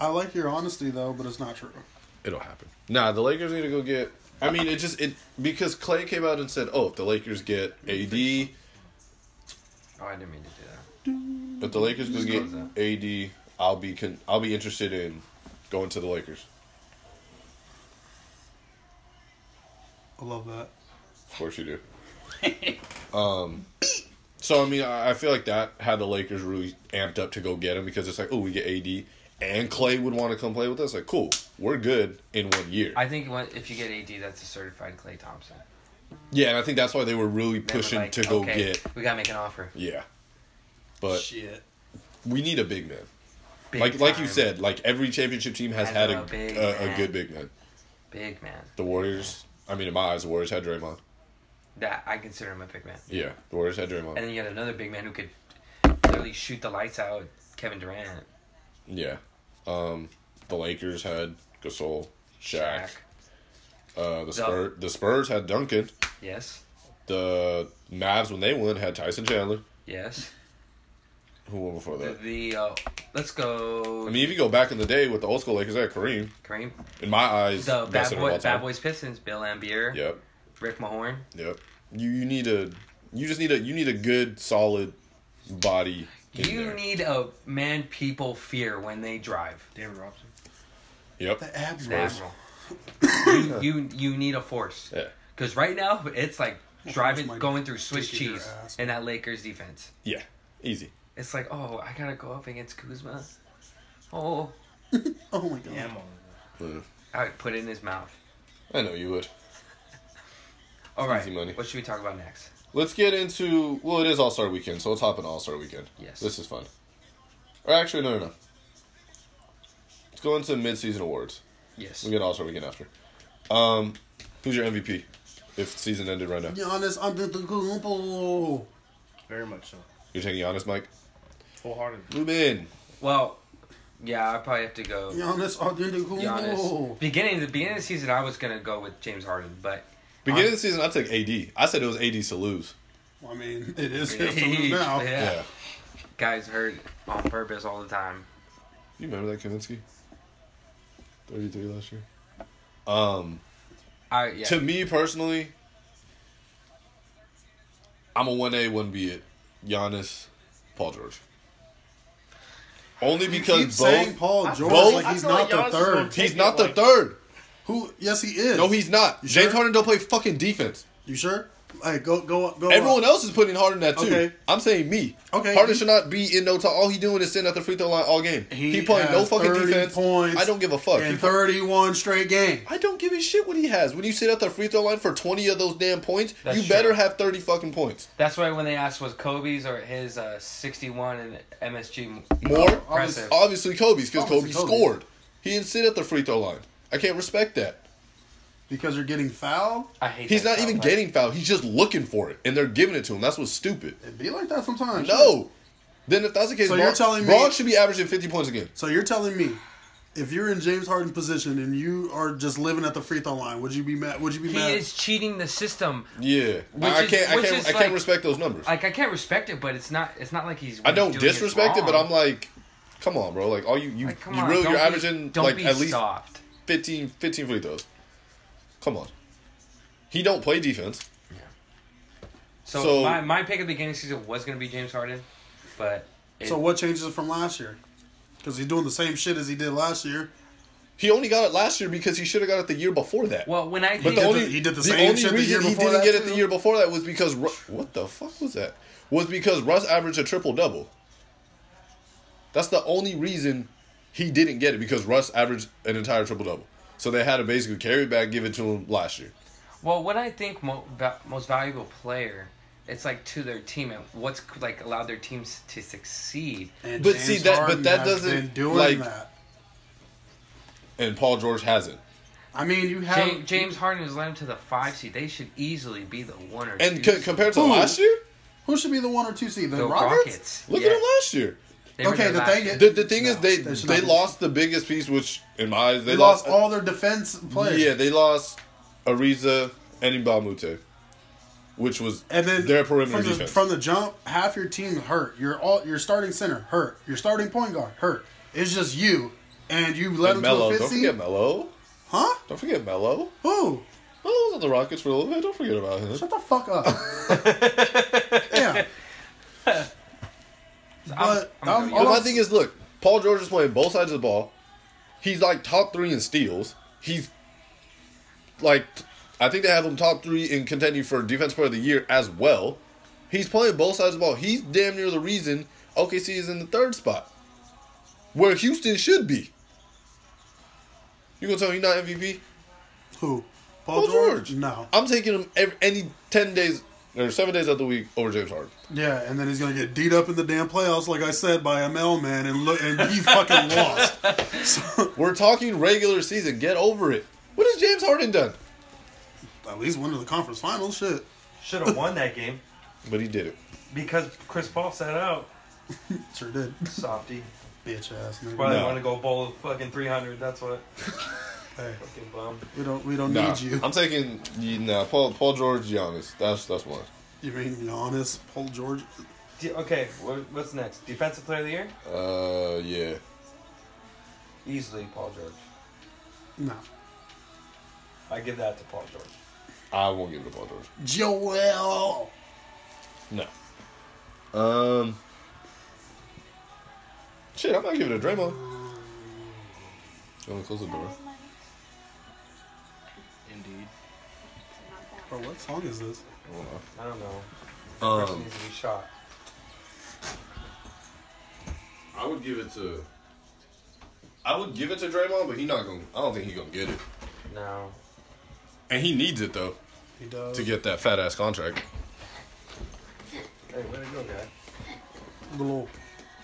Speaker 1: I like your honesty though, but it's not true.
Speaker 3: It'll happen. Nah, the Lakers need to go get I mean it just it because Clay came out and said, Oh, if the Lakers get A D
Speaker 6: Oh, I didn't mean to do that.
Speaker 3: if the Lakers go get
Speaker 6: close that.
Speaker 3: A D, I'll be con- I'll be interested in going to the Lakers.
Speaker 1: I love that.
Speaker 3: Of course you do. um so I mean I, I feel like that had the Lakers really amped up to go get him because it's like, oh we get A D and Clay would want to come play with us. Like, cool, we're good in one year.
Speaker 6: I think when- if you get AD, that's a certified Clay Thompson.
Speaker 3: Yeah, and I think that's why they were really
Speaker 6: They were
Speaker 3: pushing
Speaker 6: like,
Speaker 3: to go
Speaker 6: okay,
Speaker 3: get
Speaker 6: We gotta make an offer.
Speaker 3: yeah. But
Speaker 1: Shit.
Speaker 3: we need a big man.
Speaker 6: Big
Speaker 3: like like you
Speaker 6: time.
Speaker 3: said, like every championship team has
Speaker 6: Has
Speaker 3: had
Speaker 6: a
Speaker 3: a
Speaker 6: big
Speaker 3: a, a
Speaker 6: man.
Speaker 3: good big man.
Speaker 6: Big man.
Speaker 3: The Warriors, I mean, in my eyes, the Warriors had Draymond.
Speaker 6: That I consider him a big man.
Speaker 3: Yeah, the Warriors had
Speaker 6: And
Speaker 3: Draymond.
Speaker 6: then you had another big man who could literally shoot the lights out, Kevin Durant,
Speaker 3: Yeah, um, the Lakers had Gasol, Shaq.
Speaker 6: Shaq.
Speaker 3: Uh, the Spurs, the Spurs had Duncan.
Speaker 6: Yes.
Speaker 3: The Mavs, when they won, had Tyson Chandler.
Speaker 6: Yes.
Speaker 3: Who won before
Speaker 6: The,
Speaker 3: that?
Speaker 6: the, uh, let's go
Speaker 3: I mean, if you go back in the day with the old school Lakers, they had Kareem.
Speaker 6: Kareem.
Speaker 3: In my eyes,
Speaker 6: The
Speaker 3: best
Speaker 6: bad,
Speaker 3: center of
Speaker 6: boy,
Speaker 3: all time.
Speaker 6: bad boys Pistons, Bill Lambier,
Speaker 3: Yep.
Speaker 6: Rick Mahorn.
Speaker 3: Yep. You you need a you just need a you need a good solid body. in
Speaker 6: You
Speaker 3: there.
Speaker 6: need a man people fear when they drive.
Speaker 7: David Robson.
Speaker 3: Yep.
Speaker 1: The Admirals.
Speaker 6: Admiral. you, you you need a force.
Speaker 3: Yeah.
Speaker 6: Because right now it's like driving,
Speaker 1: might
Speaker 6: going through Swiss
Speaker 1: kick in your
Speaker 6: cheese
Speaker 1: ass.
Speaker 6: in that Lakers defense.
Speaker 3: Yeah. Easy.
Speaker 6: It's like, oh, I gotta go up against Kuzma. Oh,
Speaker 1: Oh my god.
Speaker 7: Damn.
Speaker 3: Mm.
Speaker 6: I would put it in his mouth.
Speaker 3: I know you would.
Speaker 6: All right,
Speaker 3: Easy money.
Speaker 6: what should we talk about next?
Speaker 3: Let's get into well, it is All Star Weekend, so let's hop in All Star Weekend.
Speaker 6: Yes.
Speaker 3: this is fun. Or actually, no, no, no. Let's go into mid season awards.
Speaker 6: Yes.
Speaker 3: We get All Star Weekend after. Um, who's your MVP? If season ended right now,
Speaker 1: Giannis Antetokounmpo.
Speaker 7: Very much so.
Speaker 3: you're taking Giannis, Mike.
Speaker 7: Wholeheartedly.
Speaker 3: Ruben.
Speaker 6: Well, yeah, I probably have to go.
Speaker 1: Giannis
Speaker 6: Giannis.
Speaker 1: Antetokounmpo.
Speaker 6: Beginning the beginning of the season, I was gonna go with James Harden, but
Speaker 3: Beginning of the season, I took AD. I said it was AD's to lose.
Speaker 1: I mean, it is his to lose now.
Speaker 6: Yeah.
Speaker 3: Yeah.
Speaker 6: guys hurt on purpose all the time.
Speaker 3: You remember that Kavinsky? Thirty-three last year. Um,
Speaker 6: I yeah.
Speaker 3: to me personally, I'm a one A, one B it. Giannis, Paul George. Only
Speaker 1: Keep
Speaker 3: because
Speaker 1: saying
Speaker 3: both
Speaker 1: Paul George
Speaker 3: both-
Speaker 1: like he's
Speaker 7: I feel
Speaker 1: not
Speaker 7: like Giannis
Speaker 1: the
Speaker 7: is gonna
Speaker 1: third.
Speaker 7: take-
Speaker 3: he's not the
Speaker 7: like-
Speaker 3: third.
Speaker 1: Who? Yes, he is.
Speaker 3: No, he's not.
Speaker 1: You
Speaker 3: James
Speaker 1: sure?
Speaker 3: Harden don't play fucking defense.
Speaker 1: You sure? Hey, go go go.
Speaker 3: Everyone
Speaker 1: up.
Speaker 3: else is putting Harden that too.
Speaker 1: Okay.
Speaker 3: I'm saying me.
Speaker 1: Okay.
Speaker 3: Harden should not be in no time. All he doing is sitting at the free throw line all game. He, playing no
Speaker 1: has
Speaker 3: fucking
Speaker 1: 30
Speaker 3: defense.
Speaker 1: Points
Speaker 3: I don't give a fuck.
Speaker 1: In
Speaker 3: He fu-
Speaker 1: thirty-one straight game.
Speaker 3: I don't give a shit what he has. When you sit at the free throw line for 20 of those damn points,
Speaker 6: That's
Speaker 3: you
Speaker 6: true.
Speaker 3: better have 30 fucking points.
Speaker 6: That's why when they asked was Kobe's or his uh, 61 and MSG
Speaker 3: More?
Speaker 6: impressive.
Speaker 3: Obviously Kobe's because Kobe
Speaker 1: Obviously Kobe's.
Speaker 3: scored. He didn't sit at the free throw line. I can't respect that.
Speaker 1: Because you're getting fouled?
Speaker 6: I hate.
Speaker 3: He's
Speaker 6: that
Speaker 3: not
Speaker 6: style
Speaker 3: even
Speaker 6: play.
Speaker 3: getting fouled. He's just looking for it, and they're giving it to him. That's what's stupid.
Speaker 1: It'd be like that sometimes.
Speaker 3: No. Then if that's the case,
Speaker 1: So
Speaker 3: Bron,
Speaker 1: you're telling me-
Speaker 3: Bron should be averaging 50 points a game.
Speaker 1: So you're telling me, if you're in James Harden's position and you are just living at the free throw line, would you be mad? Would you be
Speaker 6: He
Speaker 1: mad?
Speaker 6: is cheating the system.
Speaker 3: Yeah,
Speaker 6: Which
Speaker 3: I, I
Speaker 6: is-
Speaker 3: can't. I
Speaker 6: which
Speaker 3: can't.
Speaker 6: is
Speaker 3: I can't
Speaker 6: like-
Speaker 3: respect those numbers. I,
Speaker 6: Like I can't respect it, but it's not. It's not like he's.
Speaker 3: don't
Speaker 6: doing is
Speaker 3: disrespect it, but
Speaker 6: wrong.
Speaker 3: I'm like, come on, bro. Like all you you,
Speaker 6: Like, come
Speaker 3: you
Speaker 6: on,
Speaker 3: really
Speaker 6: don't
Speaker 3: you're
Speaker 6: be-
Speaker 3: averaging
Speaker 6: don't
Speaker 3: like
Speaker 6: be
Speaker 3: at least
Speaker 6: soft.
Speaker 3: 15, 15 free throws. Come on. He don't play defense.
Speaker 6: So,
Speaker 3: so-
Speaker 6: my, my pick at the beginning of the season was gonna be James Harden, but it,
Speaker 1: so what changes from last year? Because he's doing the same shit as he did last year.
Speaker 3: He only got it last year because he should have got it the year before that.
Speaker 6: well when I
Speaker 3: but
Speaker 6: think
Speaker 3: the
Speaker 1: did
Speaker 3: only
Speaker 1: the- he did the
Speaker 3: the,
Speaker 1: same
Speaker 3: only
Speaker 1: shit the year
Speaker 3: reason he
Speaker 1: before that,
Speaker 3: didn't get it the
Speaker 1: too.
Speaker 3: year before that was because Ru- what the fuck was that? Was because Russ averaged a triple double. That's the only reason he didn't get it because Russ averaged an entire triple double. So they had to basically carry it back, give it to him last year.
Speaker 6: Well, what I think mo- va- most valuable player, it's like to their team and what's like allowed their teams to succeed.
Speaker 1: And
Speaker 3: But see, that- but that
Speaker 1: has
Speaker 3: doesn't,
Speaker 1: been doing
Speaker 3: like-
Speaker 1: that.
Speaker 3: And Paul George hasn't.
Speaker 1: I mean, you have
Speaker 6: James, James Harden has led them to the five seed. They should easily be the one or
Speaker 3: And
Speaker 6: two.
Speaker 3: c- compared to
Speaker 1: Who?
Speaker 3: last year,
Speaker 1: who should be the one or two seed? The,
Speaker 6: seed. the
Speaker 1: Rockets.
Speaker 6: Rockets.
Speaker 3: look
Speaker 6: Yeah.
Speaker 3: at him last year.
Speaker 6: They were
Speaker 1: Okay,
Speaker 6: there
Speaker 1: the
Speaker 6: last
Speaker 1: thing
Speaker 6: year.
Speaker 1: is-
Speaker 3: The, the thing
Speaker 1: No,
Speaker 3: is they
Speaker 1: that should
Speaker 3: they
Speaker 1: not be-
Speaker 3: lost the biggest piece, which in my eyes
Speaker 1: They,
Speaker 3: they,
Speaker 1: lost,
Speaker 3: lost
Speaker 1: all their defense players.
Speaker 3: Yeah, they lost Ariza and Ibamute, which was
Speaker 1: And then
Speaker 3: their perimeter
Speaker 1: from the,
Speaker 3: defense.
Speaker 1: from the jump, half your team hurt. Your all your starting center hurt. Your starting point guard hurt. It's just you, and you let
Speaker 3: and
Speaker 1: them
Speaker 3: Melo,
Speaker 1: to a
Speaker 3: don't
Speaker 1: fifth
Speaker 3: forget
Speaker 1: seed,
Speaker 3: Melo.
Speaker 1: huh?
Speaker 3: Don't forget Melo.
Speaker 1: Who?
Speaker 3: Melo was on the Rockets for a little bit. Don't forget about him.
Speaker 1: Shut the fuck up. yeah, but
Speaker 6: I'm gonna
Speaker 1: I'm-
Speaker 6: go
Speaker 1: all
Speaker 3: But my
Speaker 1: I'm-
Speaker 3: thing is, look, Paul George is playing both sides of the ball. He's like top three in steals. He's like, I think they have him top three in contending for Defense Player of the Year as well. He's playing both sides of the ball. He's damn near the reason OKC is in the third spot, where Houston should be. You gonna tell me he's not MVP?
Speaker 1: who? Paul,
Speaker 3: Paul
Speaker 1: George?
Speaker 3: George.
Speaker 1: No.
Speaker 3: I'm taking him every, any ten days or seven days of the week over James Harden.
Speaker 1: Yeah, and then he's gonna get beat up in the damn playoffs, like I said, by a mailman, and look, and he fucking lost.
Speaker 3: We're talking regular season. Get over it. What has James Harden done?
Speaker 1: At least one of the conference finals. Shit.
Speaker 8: Should have won that game
Speaker 3: But he did it.
Speaker 8: because Chris Paul sat out.
Speaker 1: Sure did.
Speaker 8: Softy.
Speaker 1: Bitch ass nigga.
Speaker 8: Probably
Speaker 3: No.
Speaker 8: want to go bowl fucking 300. That's what.
Speaker 1: Hey,
Speaker 8: Fucking bum.
Speaker 1: we don't we don't
Speaker 3: Nah,
Speaker 1: need you.
Speaker 3: I'm taking you- nah, Paul Paul George Giannis. That's that's one.
Speaker 1: You mean Giannis, Paul George?
Speaker 8: D- okay, what, what's next? Defensive player of the year?
Speaker 3: Uh yeah.
Speaker 8: Easily Paul George.
Speaker 1: No.
Speaker 8: I give that to Paul George.
Speaker 3: I won't give it to Paul George.
Speaker 1: Joel.
Speaker 3: No. Um Shit, I might give it to Draymond. You wanna close the door?
Speaker 7: Indeed.
Speaker 1: Bro, what song is this?
Speaker 8: I don't know. Person
Speaker 3: Um
Speaker 8: needs to be shot.
Speaker 3: I would give it to I would give it to Draymond, but he not gonna I don't think he's gonna get it.
Speaker 8: No.
Speaker 3: And he needs it though
Speaker 1: He does.
Speaker 3: to get that fat ass contract.
Speaker 8: Hey, way to go, guy.
Speaker 1: Little-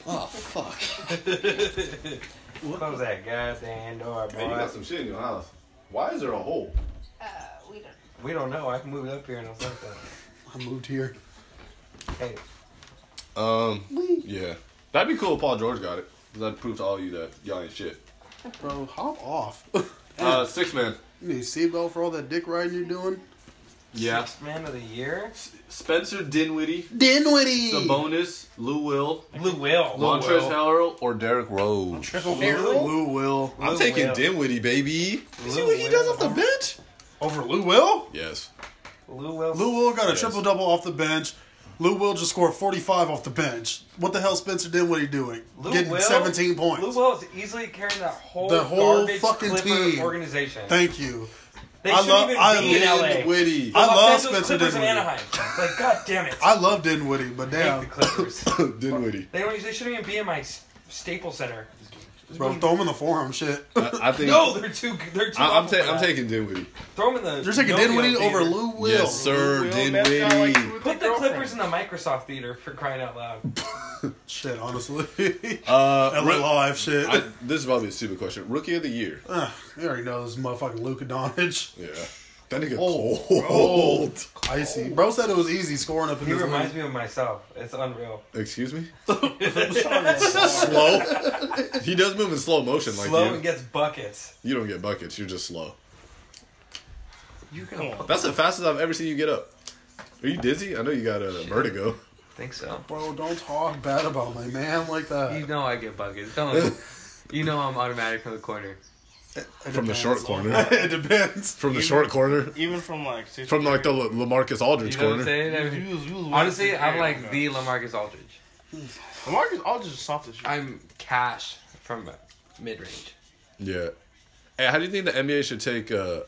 Speaker 3: Oh fuck.
Speaker 8: Close that goddamn door, boy.
Speaker 3: Hey, you got some shit in your house. Why is there a hole?
Speaker 9: Uh, we don't.
Speaker 8: We don't know. I can move it up here and it's like that.
Speaker 1: I moved here.
Speaker 8: Hey,
Speaker 3: Um, yeah, that'd be cool. if Paul George got it. 'Cause That'd prove to all you that y'all ain't shit.
Speaker 1: Bro, hop off.
Speaker 3: Uh, six man.
Speaker 1: you need a seatbelt for all that dick riding you're doing?
Speaker 3: Yeah.
Speaker 8: sixth man of the year?
Speaker 3: Spencer Dinwiddie,
Speaker 1: Dinwiddie!
Speaker 3: Sabonis, Lou Will,
Speaker 8: Lou Will.
Speaker 3: Montrezl Harrell, or Derrick Rose.
Speaker 1: Lou Will.
Speaker 3: I'm
Speaker 8: Lou
Speaker 3: taking
Speaker 8: Will.
Speaker 3: Dinwiddie, baby. You see
Speaker 8: Lou
Speaker 3: what he does off the
Speaker 8: Will.
Speaker 3: bench?
Speaker 1: Over Lou Will?
Speaker 3: Yes.
Speaker 8: Lou Will.
Speaker 1: Lou Will got a
Speaker 3: Yes.
Speaker 1: triple double off the bench. Lou Will just scored 45 off the bench. What the hell Spencer Dinwiddie doing?
Speaker 8: Lou
Speaker 1: Getting
Speaker 8: Will-
Speaker 1: 17 points.
Speaker 8: Lou Will is easily carrying that whole
Speaker 1: The whole
Speaker 8: garbage
Speaker 1: fucking
Speaker 8: Clipper
Speaker 1: team.
Speaker 8: organization.
Speaker 1: Thank you.
Speaker 8: they
Speaker 1: I
Speaker 8: shouldn't
Speaker 1: love-
Speaker 8: even
Speaker 1: I
Speaker 8: be in
Speaker 1: love
Speaker 8: LA.
Speaker 3: Dinwiddie.
Speaker 1: I
Speaker 8: Los
Speaker 1: love
Speaker 8: Angeles
Speaker 1: Spencer
Speaker 8: Clippers and
Speaker 1: Dinwiddie.
Speaker 8: Anaheim. Like, god damn it.
Speaker 1: I love Dinwiddie, but
Speaker 8: I hate the
Speaker 1: damn.
Speaker 8: Clippers.
Speaker 3: Dinwiddie.
Speaker 8: they don't. They shouldn't even be in my s- Staples Center.
Speaker 1: Bro, throw him in the forearm shit.
Speaker 3: I, I think.
Speaker 8: No, they're too. They're too.
Speaker 3: I, I'm,
Speaker 8: awful for
Speaker 3: ta- I'm
Speaker 8: that.
Speaker 3: taking Dinwiddie.
Speaker 8: Throw them in the.
Speaker 1: You're taking
Speaker 8: Nokia
Speaker 1: Dinwiddie over
Speaker 8: theater.
Speaker 1: Lou Will.
Speaker 3: Yes, sir, Dinwiddie.
Speaker 8: Put the Clippers in the Microsoft Theater for crying out loud.
Speaker 1: Shit, honestly.
Speaker 3: Uh,
Speaker 1: LA
Speaker 3: Rick-
Speaker 1: Live shit.
Speaker 3: I, this is probably a stupid question. Rookie of the year.
Speaker 1: Ugh, you already know this motherfucking Luka Doncic.
Speaker 3: Yeah. Oh. That nigga
Speaker 1: Cold.
Speaker 3: cold.
Speaker 1: Icy. Bro said it was easy scoring up in
Speaker 8: He
Speaker 1: this
Speaker 8: reminds
Speaker 1: league.
Speaker 8: me of myself. It's unreal.
Speaker 3: Excuse me? slow. He does move in slow motion like
Speaker 8: Slow
Speaker 3: you.
Speaker 8: and gets buckets.
Speaker 3: you don't get buckets, you're just slow.
Speaker 6: You can. I
Speaker 3: That's the fastest I've ever seen you get up. Are you dizzy? I know you got a vertigo.
Speaker 6: think so.
Speaker 1: Bro, don't talk bad about my man like that.
Speaker 6: You know I get buckets. Don't. You know I'm automatic from the corner.
Speaker 1: It
Speaker 3: From the
Speaker 1: depends
Speaker 3: short
Speaker 1: on-
Speaker 3: corner.
Speaker 1: it depends.
Speaker 3: From the short corner.
Speaker 7: Even from like six.
Speaker 3: From like the La- Lamarcus Aldridge
Speaker 6: You know what
Speaker 3: corner.
Speaker 6: I'm saying? I mean, Honestly, I'm like the Lamarcus Aldridge.
Speaker 7: Lamarcus Aldridge is soft as shit.
Speaker 6: I'm cash from mid range.
Speaker 3: Yeah. Hey, how do you think the NBA should take uh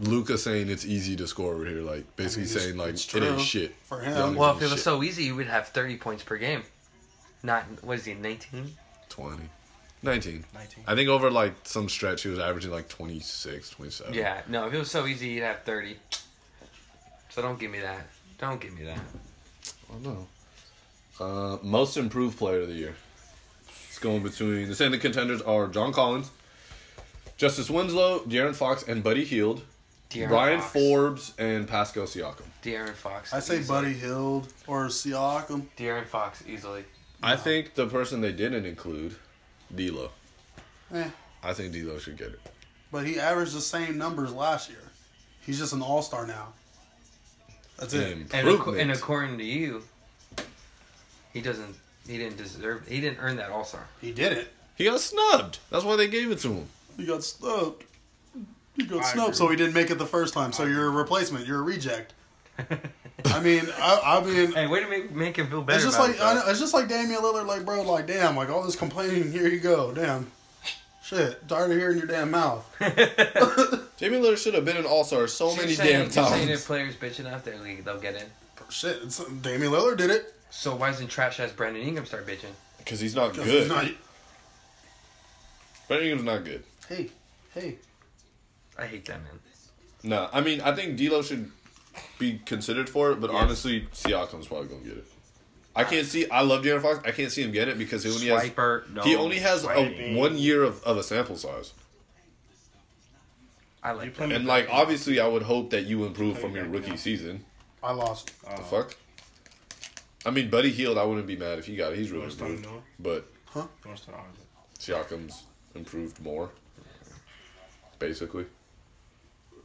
Speaker 3: Luca saying it's easy to score over here, like basically
Speaker 1: it's-
Speaker 3: saying like
Speaker 1: it's
Speaker 3: it ain't
Speaker 1: true
Speaker 3: shit
Speaker 1: for him.
Speaker 3: Y'all niggas
Speaker 6: Well, if
Speaker 3: ain't
Speaker 6: it was
Speaker 3: shit.
Speaker 6: so easy, you would have 30 points per game. Not what is he 19?
Speaker 3: 20. 19.
Speaker 7: 19.
Speaker 3: I think over like some stretch he was averaging like 26, 27.
Speaker 6: Yeah, no. If it was so easy, you'd have 30. So don't give me that. Don't give me that.
Speaker 3: I don't know. Uh, most improved player of the year. It's going between the same the contenders are John Collins, Justice Winslow, De'Aaron Fox, and Buddy Heald,
Speaker 6: De'Aaron
Speaker 3: Brian
Speaker 6: Fox.
Speaker 3: Forbes, and Pascal Siakam.
Speaker 6: De'Aaron Fox.
Speaker 1: I say
Speaker 6: easily.
Speaker 1: Buddy Hield or Siakam.
Speaker 6: De'Aaron Fox easily.
Speaker 3: I think the person they didn't include, D'Lo.
Speaker 1: Eh,
Speaker 3: I think D'Lo should get it.
Speaker 1: but he averaged the same numbers last year. He's just an all star now. That's it.
Speaker 6: And, ac-
Speaker 3: Improvement.
Speaker 6: and according to you, he doesn't. He didn't deserve. He didn't earn that All Star.
Speaker 1: He did it.
Speaker 3: he got snubbed. That's why they gave it to him.
Speaker 1: He got snubbed. He got snubbed, so he didn't make it the first time. So you're a replacement. You're a reject. I mean, I, I mean,
Speaker 6: Hey, way to make, make him feel better.
Speaker 1: it's just
Speaker 6: about
Speaker 1: like I,
Speaker 6: himself.
Speaker 1: know- it's just like Damian Lillard. Like, bro, like, damn, like all this complaining. Here you go, damn. Shit, tired of hearing your damn mouth.
Speaker 3: Jamie Lillard should have been an All Star so
Speaker 6: So you're
Speaker 3: many
Speaker 6: saying-
Speaker 3: damn
Speaker 6: you're saying if
Speaker 3: times.
Speaker 6: players bitching out their league, they'll get in.
Speaker 1: Shit, it's, Damian Lillard did it.
Speaker 6: So why doesn't trash ass Brandon Ingram start bitching?
Speaker 3: Because he's not
Speaker 1: 'Cause
Speaker 3: good.
Speaker 1: he's not-
Speaker 3: Brandon Ingram's not good.
Speaker 1: hey, hey.
Speaker 6: I hate that man.
Speaker 3: No, I mean I think D'Lo should be considered for it, but honestly, Siakam's probably gonna get it. I can't see. I love De'Aaron Fox. I can't see him get it because he only
Speaker 6: Swiper,
Speaker 3: has
Speaker 6: no
Speaker 3: he only has a,
Speaker 7: swiping.
Speaker 3: one year of, of a sample size,
Speaker 6: I like that.
Speaker 3: and like obviously, I would hope that you improve from your rookie season.
Speaker 1: I lost.
Speaker 3: The fuck. I mean, Buddy Healed, I wouldn't be mad if he got it. He's really improved, but Siakam's improved more, basically.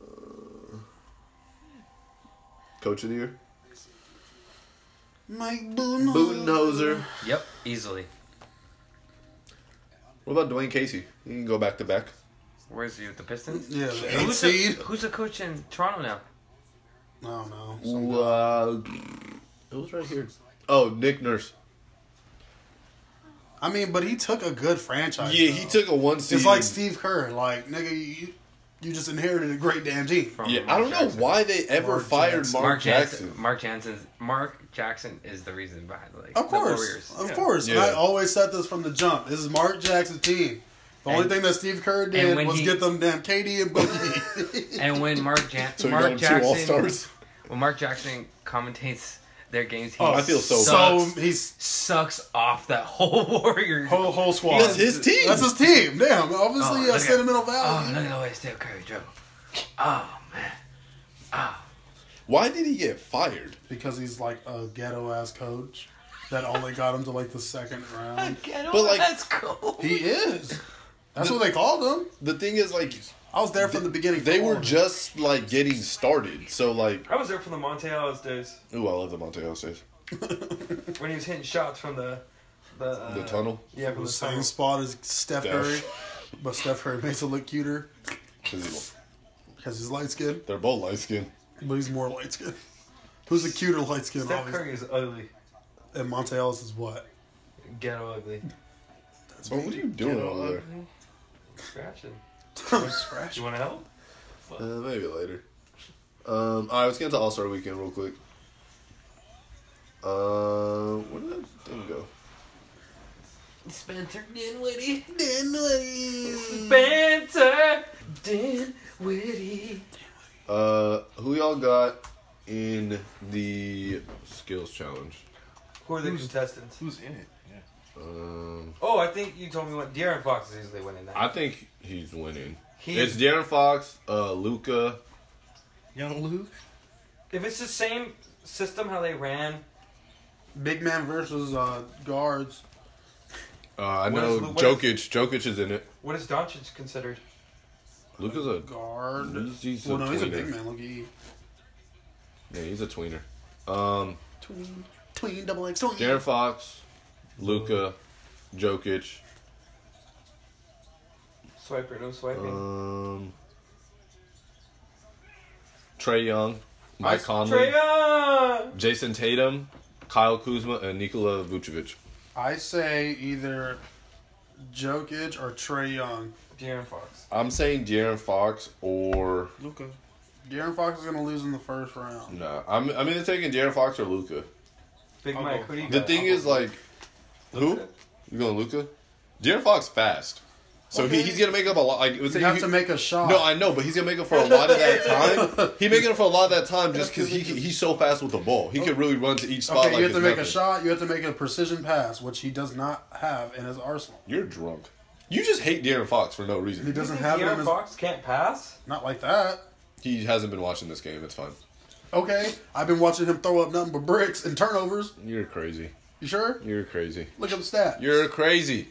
Speaker 3: Uh, Coach of the year,
Speaker 1: Mike Boone.
Speaker 3: Budenhoser.
Speaker 6: Yep, easily.
Speaker 3: What about Dwayne Casey? He can go back to back.
Speaker 6: Where's he with the Pistons?
Speaker 1: Yeah, the eighth
Speaker 6: Who's a,
Speaker 1: seed.
Speaker 6: who's a coach in Toronto now?
Speaker 1: I don't know.
Speaker 3: Uh, it was right here. Oh, Nick Nurse.
Speaker 1: I mean, but he took a good franchise.
Speaker 3: Yeah,
Speaker 1: though.
Speaker 3: he took a one
Speaker 1: It's
Speaker 3: seed.
Speaker 1: like Steve Kerr. Like nigga, you, you just inherited a great damn team.
Speaker 6: From
Speaker 3: yeah,
Speaker 6: Mark
Speaker 3: I don't know
Speaker 6: Jackson.
Speaker 3: why they ever
Speaker 1: Mark
Speaker 3: fired
Speaker 1: Jackson.
Speaker 3: Mark,
Speaker 6: Mark
Speaker 3: Jackson.
Speaker 6: Jackson. Mark Jackson's Mark Jackson is the reason behind like
Speaker 1: Of
Speaker 6: the
Speaker 1: course,
Speaker 6: Warriors.
Speaker 1: of course. And
Speaker 3: Yeah.
Speaker 1: I always said this from the jump. This is Mark Jackson's team. The only
Speaker 6: And-
Speaker 1: thing that Steve Kerr
Speaker 6: and
Speaker 1: did
Speaker 6: when
Speaker 1: was
Speaker 6: he-
Speaker 1: get them damn KD and Boogie.
Speaker 6: And when Mark, ja-
Speaker 3: So he got
Speaker 6: Mark
Speaker 3: him two
Speaker 6: Jackson
Speaker 3: All Stars.
Speaker 6: when Mark Jackson commentates their games. He
Speaker 1: Oh,
Speaker 3: I feel so
Speaker 1: So
Speaker 6: sucks,
Speaker 1: he's
Speaker 6: sucks off that whole Warriors.
Speaker 1: whole whole squad.
Speaker 3: That's his team.
Speaker 1: That's his team. Damn.
Speaker 6: Oh,
Speaker 1: Obviously,
Speaker 6: look
Speaker 1: uh,
Speaker 6: at-
Speaker 1: sentimental
Speaker 6: oh,
Speaker 1: value.
Speaker 6: look at the way Steph Curry drove.
Speaker 3: Why did he get fired?
Speaker 1: because he's like a ghetto ass coach that only got him to like the second round.
Speaker 3: But like
Speaker 6: That's cool.
Speaker 1: He is. That's what they called him.
Speaker 3: the thing is like
Speaker 1: I was there from the beginning.
Speaker 3: they
Speaker 1: for
Speaker 3: were
Speaker 1: him.
Speaker 3: just like getting started. So like
Speaker 8: I was there for the Monteos days
Speaker 3: ooh, I love the Monte Hostes.
Speaker 8: when he was hitting shots from the the, uh,
Speaker 3: The tunnel.
Speaker 8: Yeah,
Speaker 1: the
Speaker 8: from the
Speaker 1: same
Speaker 8: tunnel.
Speaker 1: spot as Steph
Speaker 3: Steph.
Speaker 1: Curry, but Steph Curry makes it look cuter
Speaker 3: 'Cause he-
Speaker 1: because he's light skinned,
Speaker 3: They're both light skinned.
Speaker 1: but he's more light skinned. Who's the cuter light skinned?
Speaker 8: Steph
Speaker 1: Obviously,
Speaker 8: Curry is ugly,
Speaker 1: and Monte Ellis is what?
Speaker 8: ghetto ugly.
Speaker 3: Oh, what are you doing over there?
Speaker 8: Scratching.
Speaker 1: Scratch.
Speaker 8: You want to help?
Speaker 3: Uh, maybe later. Um, all right, let's get into All Star Weekend real quick. Uh, where did that thing go?
Speaker 6: Spencer Dinwiddie.
Speaker 1: Dinwiddie.
Speaker 6: Spencer Dinwiddie.
Speaker 3: Uh, who y'all got in the skills challenge?
Speaker 8: Who are the contestants?
Speaker 9: Who's in it? Yeah.
Speaker 3: Um,
Speaker 8: Oh, I think you told me what De'Aaron Fox is easily winning that.
Speaker 3: I think he's winning.
Speaker 8: He-
Speaker 3: it's Darren Fox, uh, Luca.
Speaker 9: Young Luke.
Speaker 8: If it's the same system how they ran,
Speaker 1: Big man versus uh, guards.
Speaker 3: Uh, I
Speaker 8: What
Speaker 3: know
Speaker 8: is Lu- what
Speaker 3: Jokic. Jokic is in it.
Speaker 8: what is Doncic considered?
Speaker 3: Luca's a
Speaker 1: Guard.
Speaker 3: he's, he's
Speaker 1: well,
Speaker 3: a
Speaker 1: no,
Speaker 3: tweener.
Speaker 1: he's a big man. Look at you.
Speaker 3: Yeah, he's a tweener. Um,
Speaker 1: Tween, tween, double X, tween.
Speaker 3: Darren Fox, Luca, Jokic.
Speaker 8: Swiper, no swiping.
Speaker 3: Um, Trey Young, Mike Conley,
Speaker 8: Trae Young!
Speaker 3: Jason Tatum, Kyle Kuzma, and Nikola Vucevic.
Speaker 1: I say either Jokic or Trey Young.
Speaker 8: De'Aaron Fox.
Speaker 3: I'm saying De'Aaron Fox or
Speaker 9: Luca.
Speaker 1: Darren Fox is gonna lose in the first round.
Speaker 3: no. I'm I'm either taking De'Aaron Fox or Luca.
Speaker 8: Big
Speaker 1: I'll
Speaker 8: Mike,
Speaker 1: go-
Speaker 8: who do you
Speaker 3: The
Speaker 8: got?
Speaker 3: thing is like, who you going Luca? De'Aaron Fox fast, so he,
Speaker 1: Okay.
Speaker 3: he's gonna make up a lot. Like
Speaker 1: You have to make a shot.
Speaker 3: No, I know, but he's gonna make up for a lot of that time. He making up for a lot of that time just because he he's so fast with the ball. He could really run to each spot.
Speaker 1: okay,
Speaker 3: like
Speaker 1: you have
Speaker 3: it's
Speaker 1: to make a
Speaker 3: nothing.
Speaker 1: shot. You have to make a precision pass, which he does not have in his arsenal.
Speaker 3: You're drunk. You just hate De'Aaron Fox for no
Speaker 1: He
Speaker 3: reason.
Speaker 8: You
Speaker 1: doesn't
Speaker 8: think
Speaker 1: have it in
Speaker 8: De'Aaron
Speaker 1: his.
Speaker 8: Fox can't pass?
Speaker 1: Not like that.
Speaker 3: He hasn't been watching this game. It's fine.
Speaker 1: Okay, I've been watching him throw up nothing but bricks and turnovers.
Speaker 3: You're crazy.
Speaker 1: You sure?
Speaker 3: You're crazy.
Speaker 1: Look up stats.
Speaker 3: You're crazy.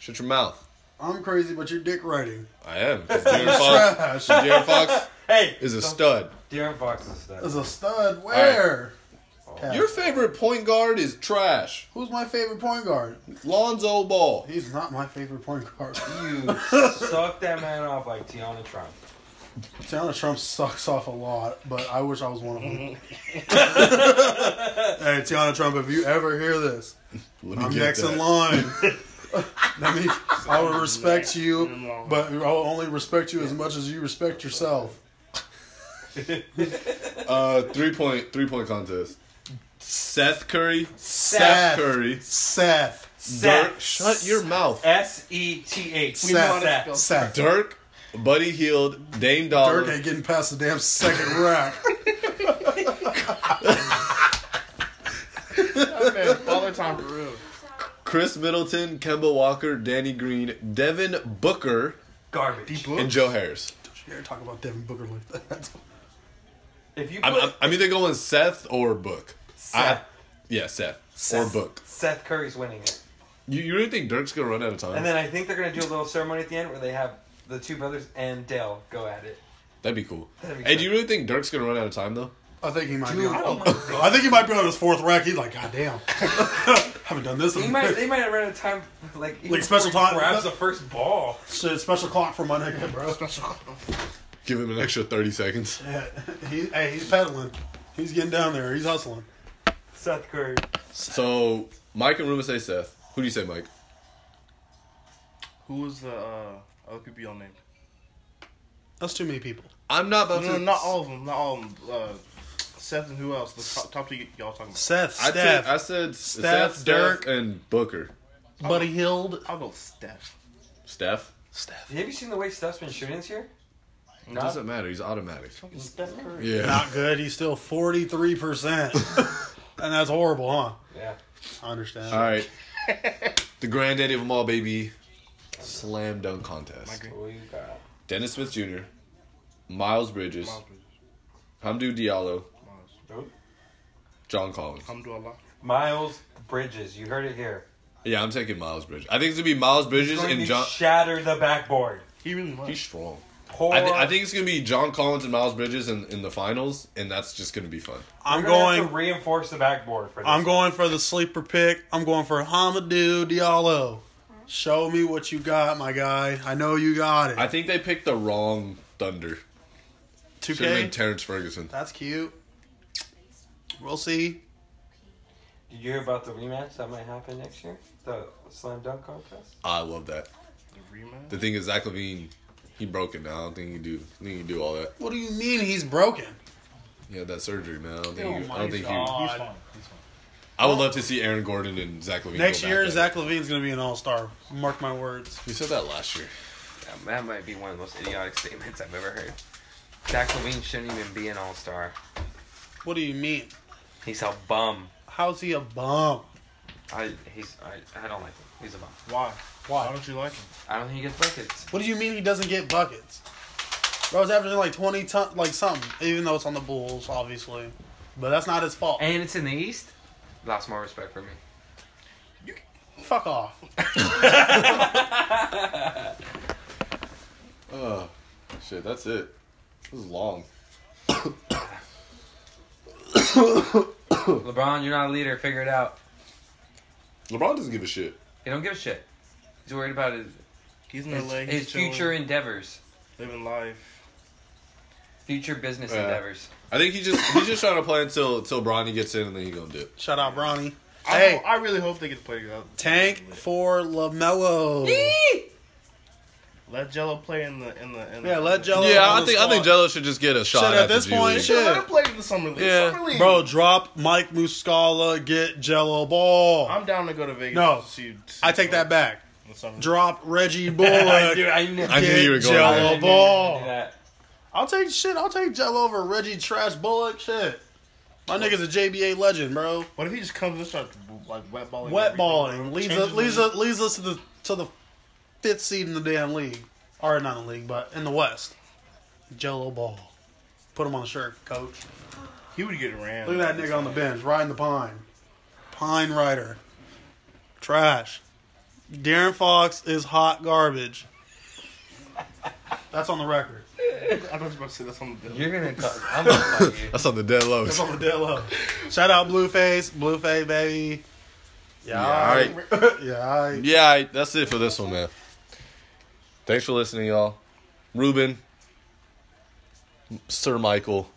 Speaker 3: Shut your mouth.
Speaker 1: I'm crazy, but you're dick writing.
Speaker 3: I am. 'cause De'Aaron Fox,
Speaker 1: Trash.
Speaker 3: De'Aaron Fox
Speaker 8: Hey!
Speaker 3: is a stud.
Speaker 8: De'Aaron Fox is that.
Speaker 1: As a stud, where? Cat.
Speaker 3: Your favorite point guard is trash.
Speaker 1: Who's my favorite point guard?
Speaker 3: Lonzo Ball.
Speaker 1: He's not my favorite point guard.
Speaker 8: You suck that man off like Tiana Trump.
Speaker 1: Donald Trump sucks off a lot, but I wish I was one of them. hey, Tiana Trump, if you ever hear this,
Speaker 3: Let me
Speaker 1: I'm
Speaker 3: get
Speaker 1: next
Speaker 3: that.
Speaker 1: in line. Let me, I will respect you, but I'll only respect you as much as you respect yourself.
Speaker 3: Uh, three point three point contest. Seth Curry.
Speaker 1: Seth.
Speaker 3: Seth Curry.
Speaker 1: Seth.
Speaker 3: Dirk. Shut your mouth.
Speaker 8: S E T H. We know
Speaker 1: Seth.
Speaker 8: that.
Speaker 1: Seth. Dirk.
Speaker 3: Dirk. Buddy Healed. Dame Dollar.
Speaker 1: ain't getting past the damn second rack.
Speaker 9: Okay, Father Time for real.
Speaker 3: Chris Middleton, Kemba Walker, Danny Green, Devin Booker,
Speaker 8: Garbage.
Speaker 9: Book.
Speaker 3: and Joe Harris.
Speaker 1: You ever talk about Devin Booker like that?
Speaker 8: If you put
Speaker 3: I'm, I'm, I'm either going Seth or Book. I,
Speaker 8: Seth,
Speaker 3: yeah, Seth, or
Speaker 8: Seth.
Speaker 3: Book.
Speaker 8: Seth Curry's winning it.
Speaker 3: You, you really think Dirk's gonna run out of time?
Speaker 8: And then I think they're going to do a little ceremony at the end where they have the two brothers and Dale go at it.
Speaker 3: That'd be cool.
Speaker 8: That'd be
Speaker 3: hey,
Speaker 8: cool.
Speaker 3: do you really think Dirk's gonna run out of time though?
Speaker 1: I think he might be
Speaker 8: Dude,
Speaker 1: on.
Speaker 8: oh my God.
Speaker 1: I think he might be on his fourth rack. He's like, God damn, haven't done this. in-
Speaker 8: He might, they might have run out of time, like, even
Speaker 1: Like special
Speaker 8: before he
Speaker 1: time-
Speaker 8: grabs the first ball.
Speaker 1: Shit, special clock for my nigga, bro.
Speaker 3: Give him an extra thirty seconds.
Speaker 1: Yeah, he, hey, he's pedaling. He's getting down there. He's hustling.
Speaker 8: Seth Curry.
Speaker 3: So Mike and Ruma say Seth. Who do you say, Mike?
Speaker 9: Who was the uh, other people y'all named?
Speaker 1: That's too many people.
Speaker 3: I'm not about
Speaker 9: No, no,
Speaker 3: to.
Speaker 9: not all of them. Not all of them. Uh, Seth and who else? The top, top two y'all talking about.
Speaker 1: Seth,
Speaker 3: I,
Speaker 1: Steph,
Speaker 3: said- I said
Speaker 1: Steph,
Speaker 3: Seth, Dirk,
Speaker 1: Dirk.
Speaker 3: and Booker.
Speaker 1: Buddy Hield.
Speaker 9: I'll go Steph.
Speaker 3: Steph
Speaker 1: Steph.
Speaker 8: Have you seen the way Steph's been shooting this year? No.
Speaker 3: doesn't matter. He's automatic.
Speaker 9: Fucking Steph Curry.
Speaker 3: Yeah.
Speaker 1: Not good. He's still 43%. And that's horrible, huh?
Speaker 8: Yeah.
Speaker 1: I understand.
Speaker 3: All right. the granddaddy of them all, baby. Slam dunk contest.
Speaker 8: What you got?
Speaker 3: Dennis Smith Jr., Miles Bridges, Hamdou Diallo,
Speaker 8: Nope.
Speaker 3: John Collins.
Speaker 9: Alhamdulillah.
Speaker 8: Miles Bridges. You heard it here.
Speaker 3: Yeah, I'm taking Miles Bridges. I think it's gonna be Miles Bridges
Speaker 8: Going
Speaker 3: and
Speaker 8: to
Speaker 3: John.
Speaker 8: shatter the backboard.
Speaker 9: He really was.
Speaker 3: He's strong.
Speaker 8: Poor.
Speaker 3: I, thi- I think it's gonna be John Collins and Miles Bridges in, in the finals, and that's just gonna be fun.
Speaker 1: I'm
Speaker 8: We're gonna
Speaker 1: going.
Speaker 8: have to reinforce the backboard for this.
Speaker 1: I'm going for the sleeper pick. I'm going for Hamadou Diallo. Show me what you got, my guy. I know you got
Speaker 3: I
Speaker 1: it.
Speaker 3: think they picked the wrong Thunder.
Speaker 1: Two
Speaker 3: Should have been
Speaker 1: K.
Speaker 3: Terrence Ferguson.
Speaker 1: That's cute. We'll see.
Speaker 8: Did you hear about the rematch that might happen next year? The slam dunk contest.
Speaker 3: I love that.
Speaker 9: The rematch?
Speaker 3: The thing is, Zach Levine, he broken now. I don't think he do. I think he do all that.
Speaker 1: What do you mean he's broken?
Speaker 3: He had that surgery, man. I don't think.
Speaker 1: Oh
Speaker 3: he, I
Speaker 1: my
Speaker 3: don't think he.
Speaker 1: God.
Speaker 9: He's
Speaker 1: Odd.
Speaker 9: fine. He's fine.
Speaker 3: I would love to see Aaron Gordon and Zach Levine.
Speaker 1: Next
Speaker 3: go back
Speaker 1: year,
Speaker 3: at it.
Speaker 1: Zach Levine's gonna be an All Star. Mark my words.
Speaker 3: We said that last year.
Speaker 6: That- Um, That might be one of the most idiotic statements I've ever heard. Zach Levine shouldn't even be an all star.
Speaker 1: What do you mean?
Speaker 6: He's a bum.
Speaker 1: How's he a bum?
Speaker 6: I he's I, I don't like him. He's a bum.
Speaker 9: Why?
Speaker 1: Why?
Speaker 9: Why don't you like him?
Speaker 6: I don't think he gets buckets.
Speaker 1: What do you mean he doesn't get buckets? Bro's averaging like twenty ton, like something, even though it's on the Bulls, obviously. But that's not his fault.
Speaker 6: And it's in the East. Lost more respect for me.
Speaker 1: Fuck off.
Speaker 3: Oh, shit. That's it. This is long.
Speaker 6: LeBron, you're not a leader. Figure it out.
Speaker 3: LeBron doesn't give a shit.
Speaker 6: He don't give a shit. He's worried about his
Speaker 9: He's in
Speaker 6: his,
Speaker 9: LA. He's
Speaker 6: his future
Speaker 9: chilling,
Speaker 6: endeavors,
Speaker 9: living life.
Speaker 6: future business
Speaker 3: Yeah.
Speaker 6: endeavors.
Speaker 3: I think he just he's just trying to play until until Bronny gets in and then he gonna dip.
Speaker 1: Shout out, Bronny.
Speaker 9: I,
Speaker 1: Hey,
Speaker 9: ho- I really hope they get to play together.
Speaker 1: tank for Lamelo.
Speaker 9: Let Jello play in the in the. In
Speaker 1: Yeah,
Speaker 9: the,
Speaker 1: let Jello-
Speaker 3: Yeah, I
Speaker 1: on the
Speaker 3: think I
Speaker 1: spot.
Speaker 3: think Jello should just get a shot
Speaker 1: Shit,
Speaker 3: at,
Speaker 1: at this
Speaker 3: the G
Speaker 1: point,
Speaker 3: League.
Speaker 1: shit.
Speaker 9: Yeah, let him play in the summer league.
Speaker 3: Yeah.
Speaker 9: summer league.
Speaker 1: Bro, drop Mike Muscala. Get Jello Ball.
Speaker 9: I'm down to go to Vegas.
Speaker 1: No.
Speaker 9: to see, to see
Speaker 1: I take that back.
Speaker 9: in the summer.
Speaker 1: Drop Reggie Bullock.
Speaker 8: Dude, I knew.
Speaker 3: I knew
Speaker 1: Get
Speaker 3: you were going.
Speaker 1: Jello.
Speaker 3: there.
Speaker 8: I knew you were gonna do
Speaker 1: ball.
Speaker 8: that.
Speaker 1: I'll take shit. I'll take Jello over Reggie Trash Bullock. Shit. My nigga's a JBA legend, bro.
Speaker 9: What if he just comes and starts like wet balling?
Speaker 1: Wet
Speaker 9: everything,
Speaker 1: balling
Speaker 9: bro?
Speaker 1: leads
Speaker 9: Changes
Speaker 1: us,
Speaker 9: the
Speaker 1: leads
Speaker 9: league.
Speaker 1: us leads us to the to the fifth seed in the damn league, or not in the league, but in the West. Jello Ball. Put him on a shirt, coach.
Speaker 9: He would get ran.
Speaker 1: Look at that nigga on the bench, riding the pine. Pine rider. Trash. Darren Fox is hot garbage. That's on the record.
Speaker 9: I was about to say that's on the bill.
Speaker 6: You're gonna. Call, I'm gonna call you.
Speaker 3: That's on the dead low.
Speaker 1: That's on the dead low. Shout out Blueface. Blueface, baby. Yeah.
Speaker 3: all right.
Speaker 1: aight. yeah. aight.
Speaker 3: Yeah, all right, that's it for this one, man. Thanks for listening, y'all. Ruben, Sir Michael,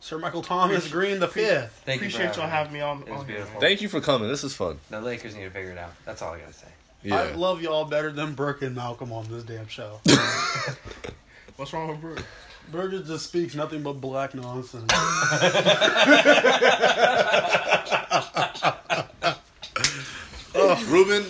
Speaker 1: Sir Michael Thomas Green the fifth.
Speaker 6: Thank you.
Speaker 9: Appreciate
Speaker 6: for
Speaker 9: y'all
Speaker 6: having
Speaker 9: having me on.
Speaker 6: me. It was
Speaker 9: on here,
Speaker 6: beautiful.
Speaker 3: thank you for coming. This is fun.
Speaker 6: The Lakers need to figure it out. That's all I gotta say.
Speaker 1: I
Speaker 3: Yeah,
Speaker 1: love y'all better than Brooke and Malcolm on this damn show.
Speaker 9: man. What's wrong with Brooke?
Speaker 1: Burgess just speaks nothing but black nonsense.
Speaker 3: Ruben.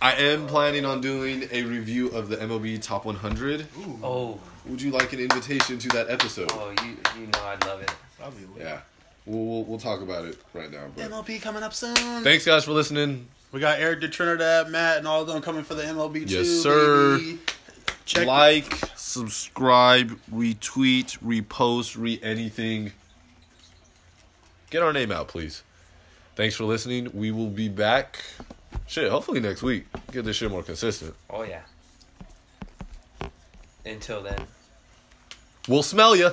Speaker 3: I am planning on doing a review of the MLB Top 100.
Speaker 6: Oh,
Speaker 3: Would you like an invitation to that episode?
Speaker 6: oh, you you know I'd love it.
Speaker 9: That'd be lit.
Speaker 3: Yeah, we'll we'll, we'll talk about it right now. But
Speaker 1: MLB coming up soon.
Speaker 3: thanks, guys, for listening.
Speaker 1: We got Eric de Trinidad, Matt, and all of them coming for the MLB too.
Speaker 3: Yes, sir.
Speaker 1: baby. Check
Speaker 3: like, subscribe, retweet, repost, re anything. Get our name out, please. Thanks for listening. We will be back. Shit, hopefully next week. Get this shit more consistent.
Speaker 6: Oh yeah. Until then.
Speaker 3: We'll smell ya.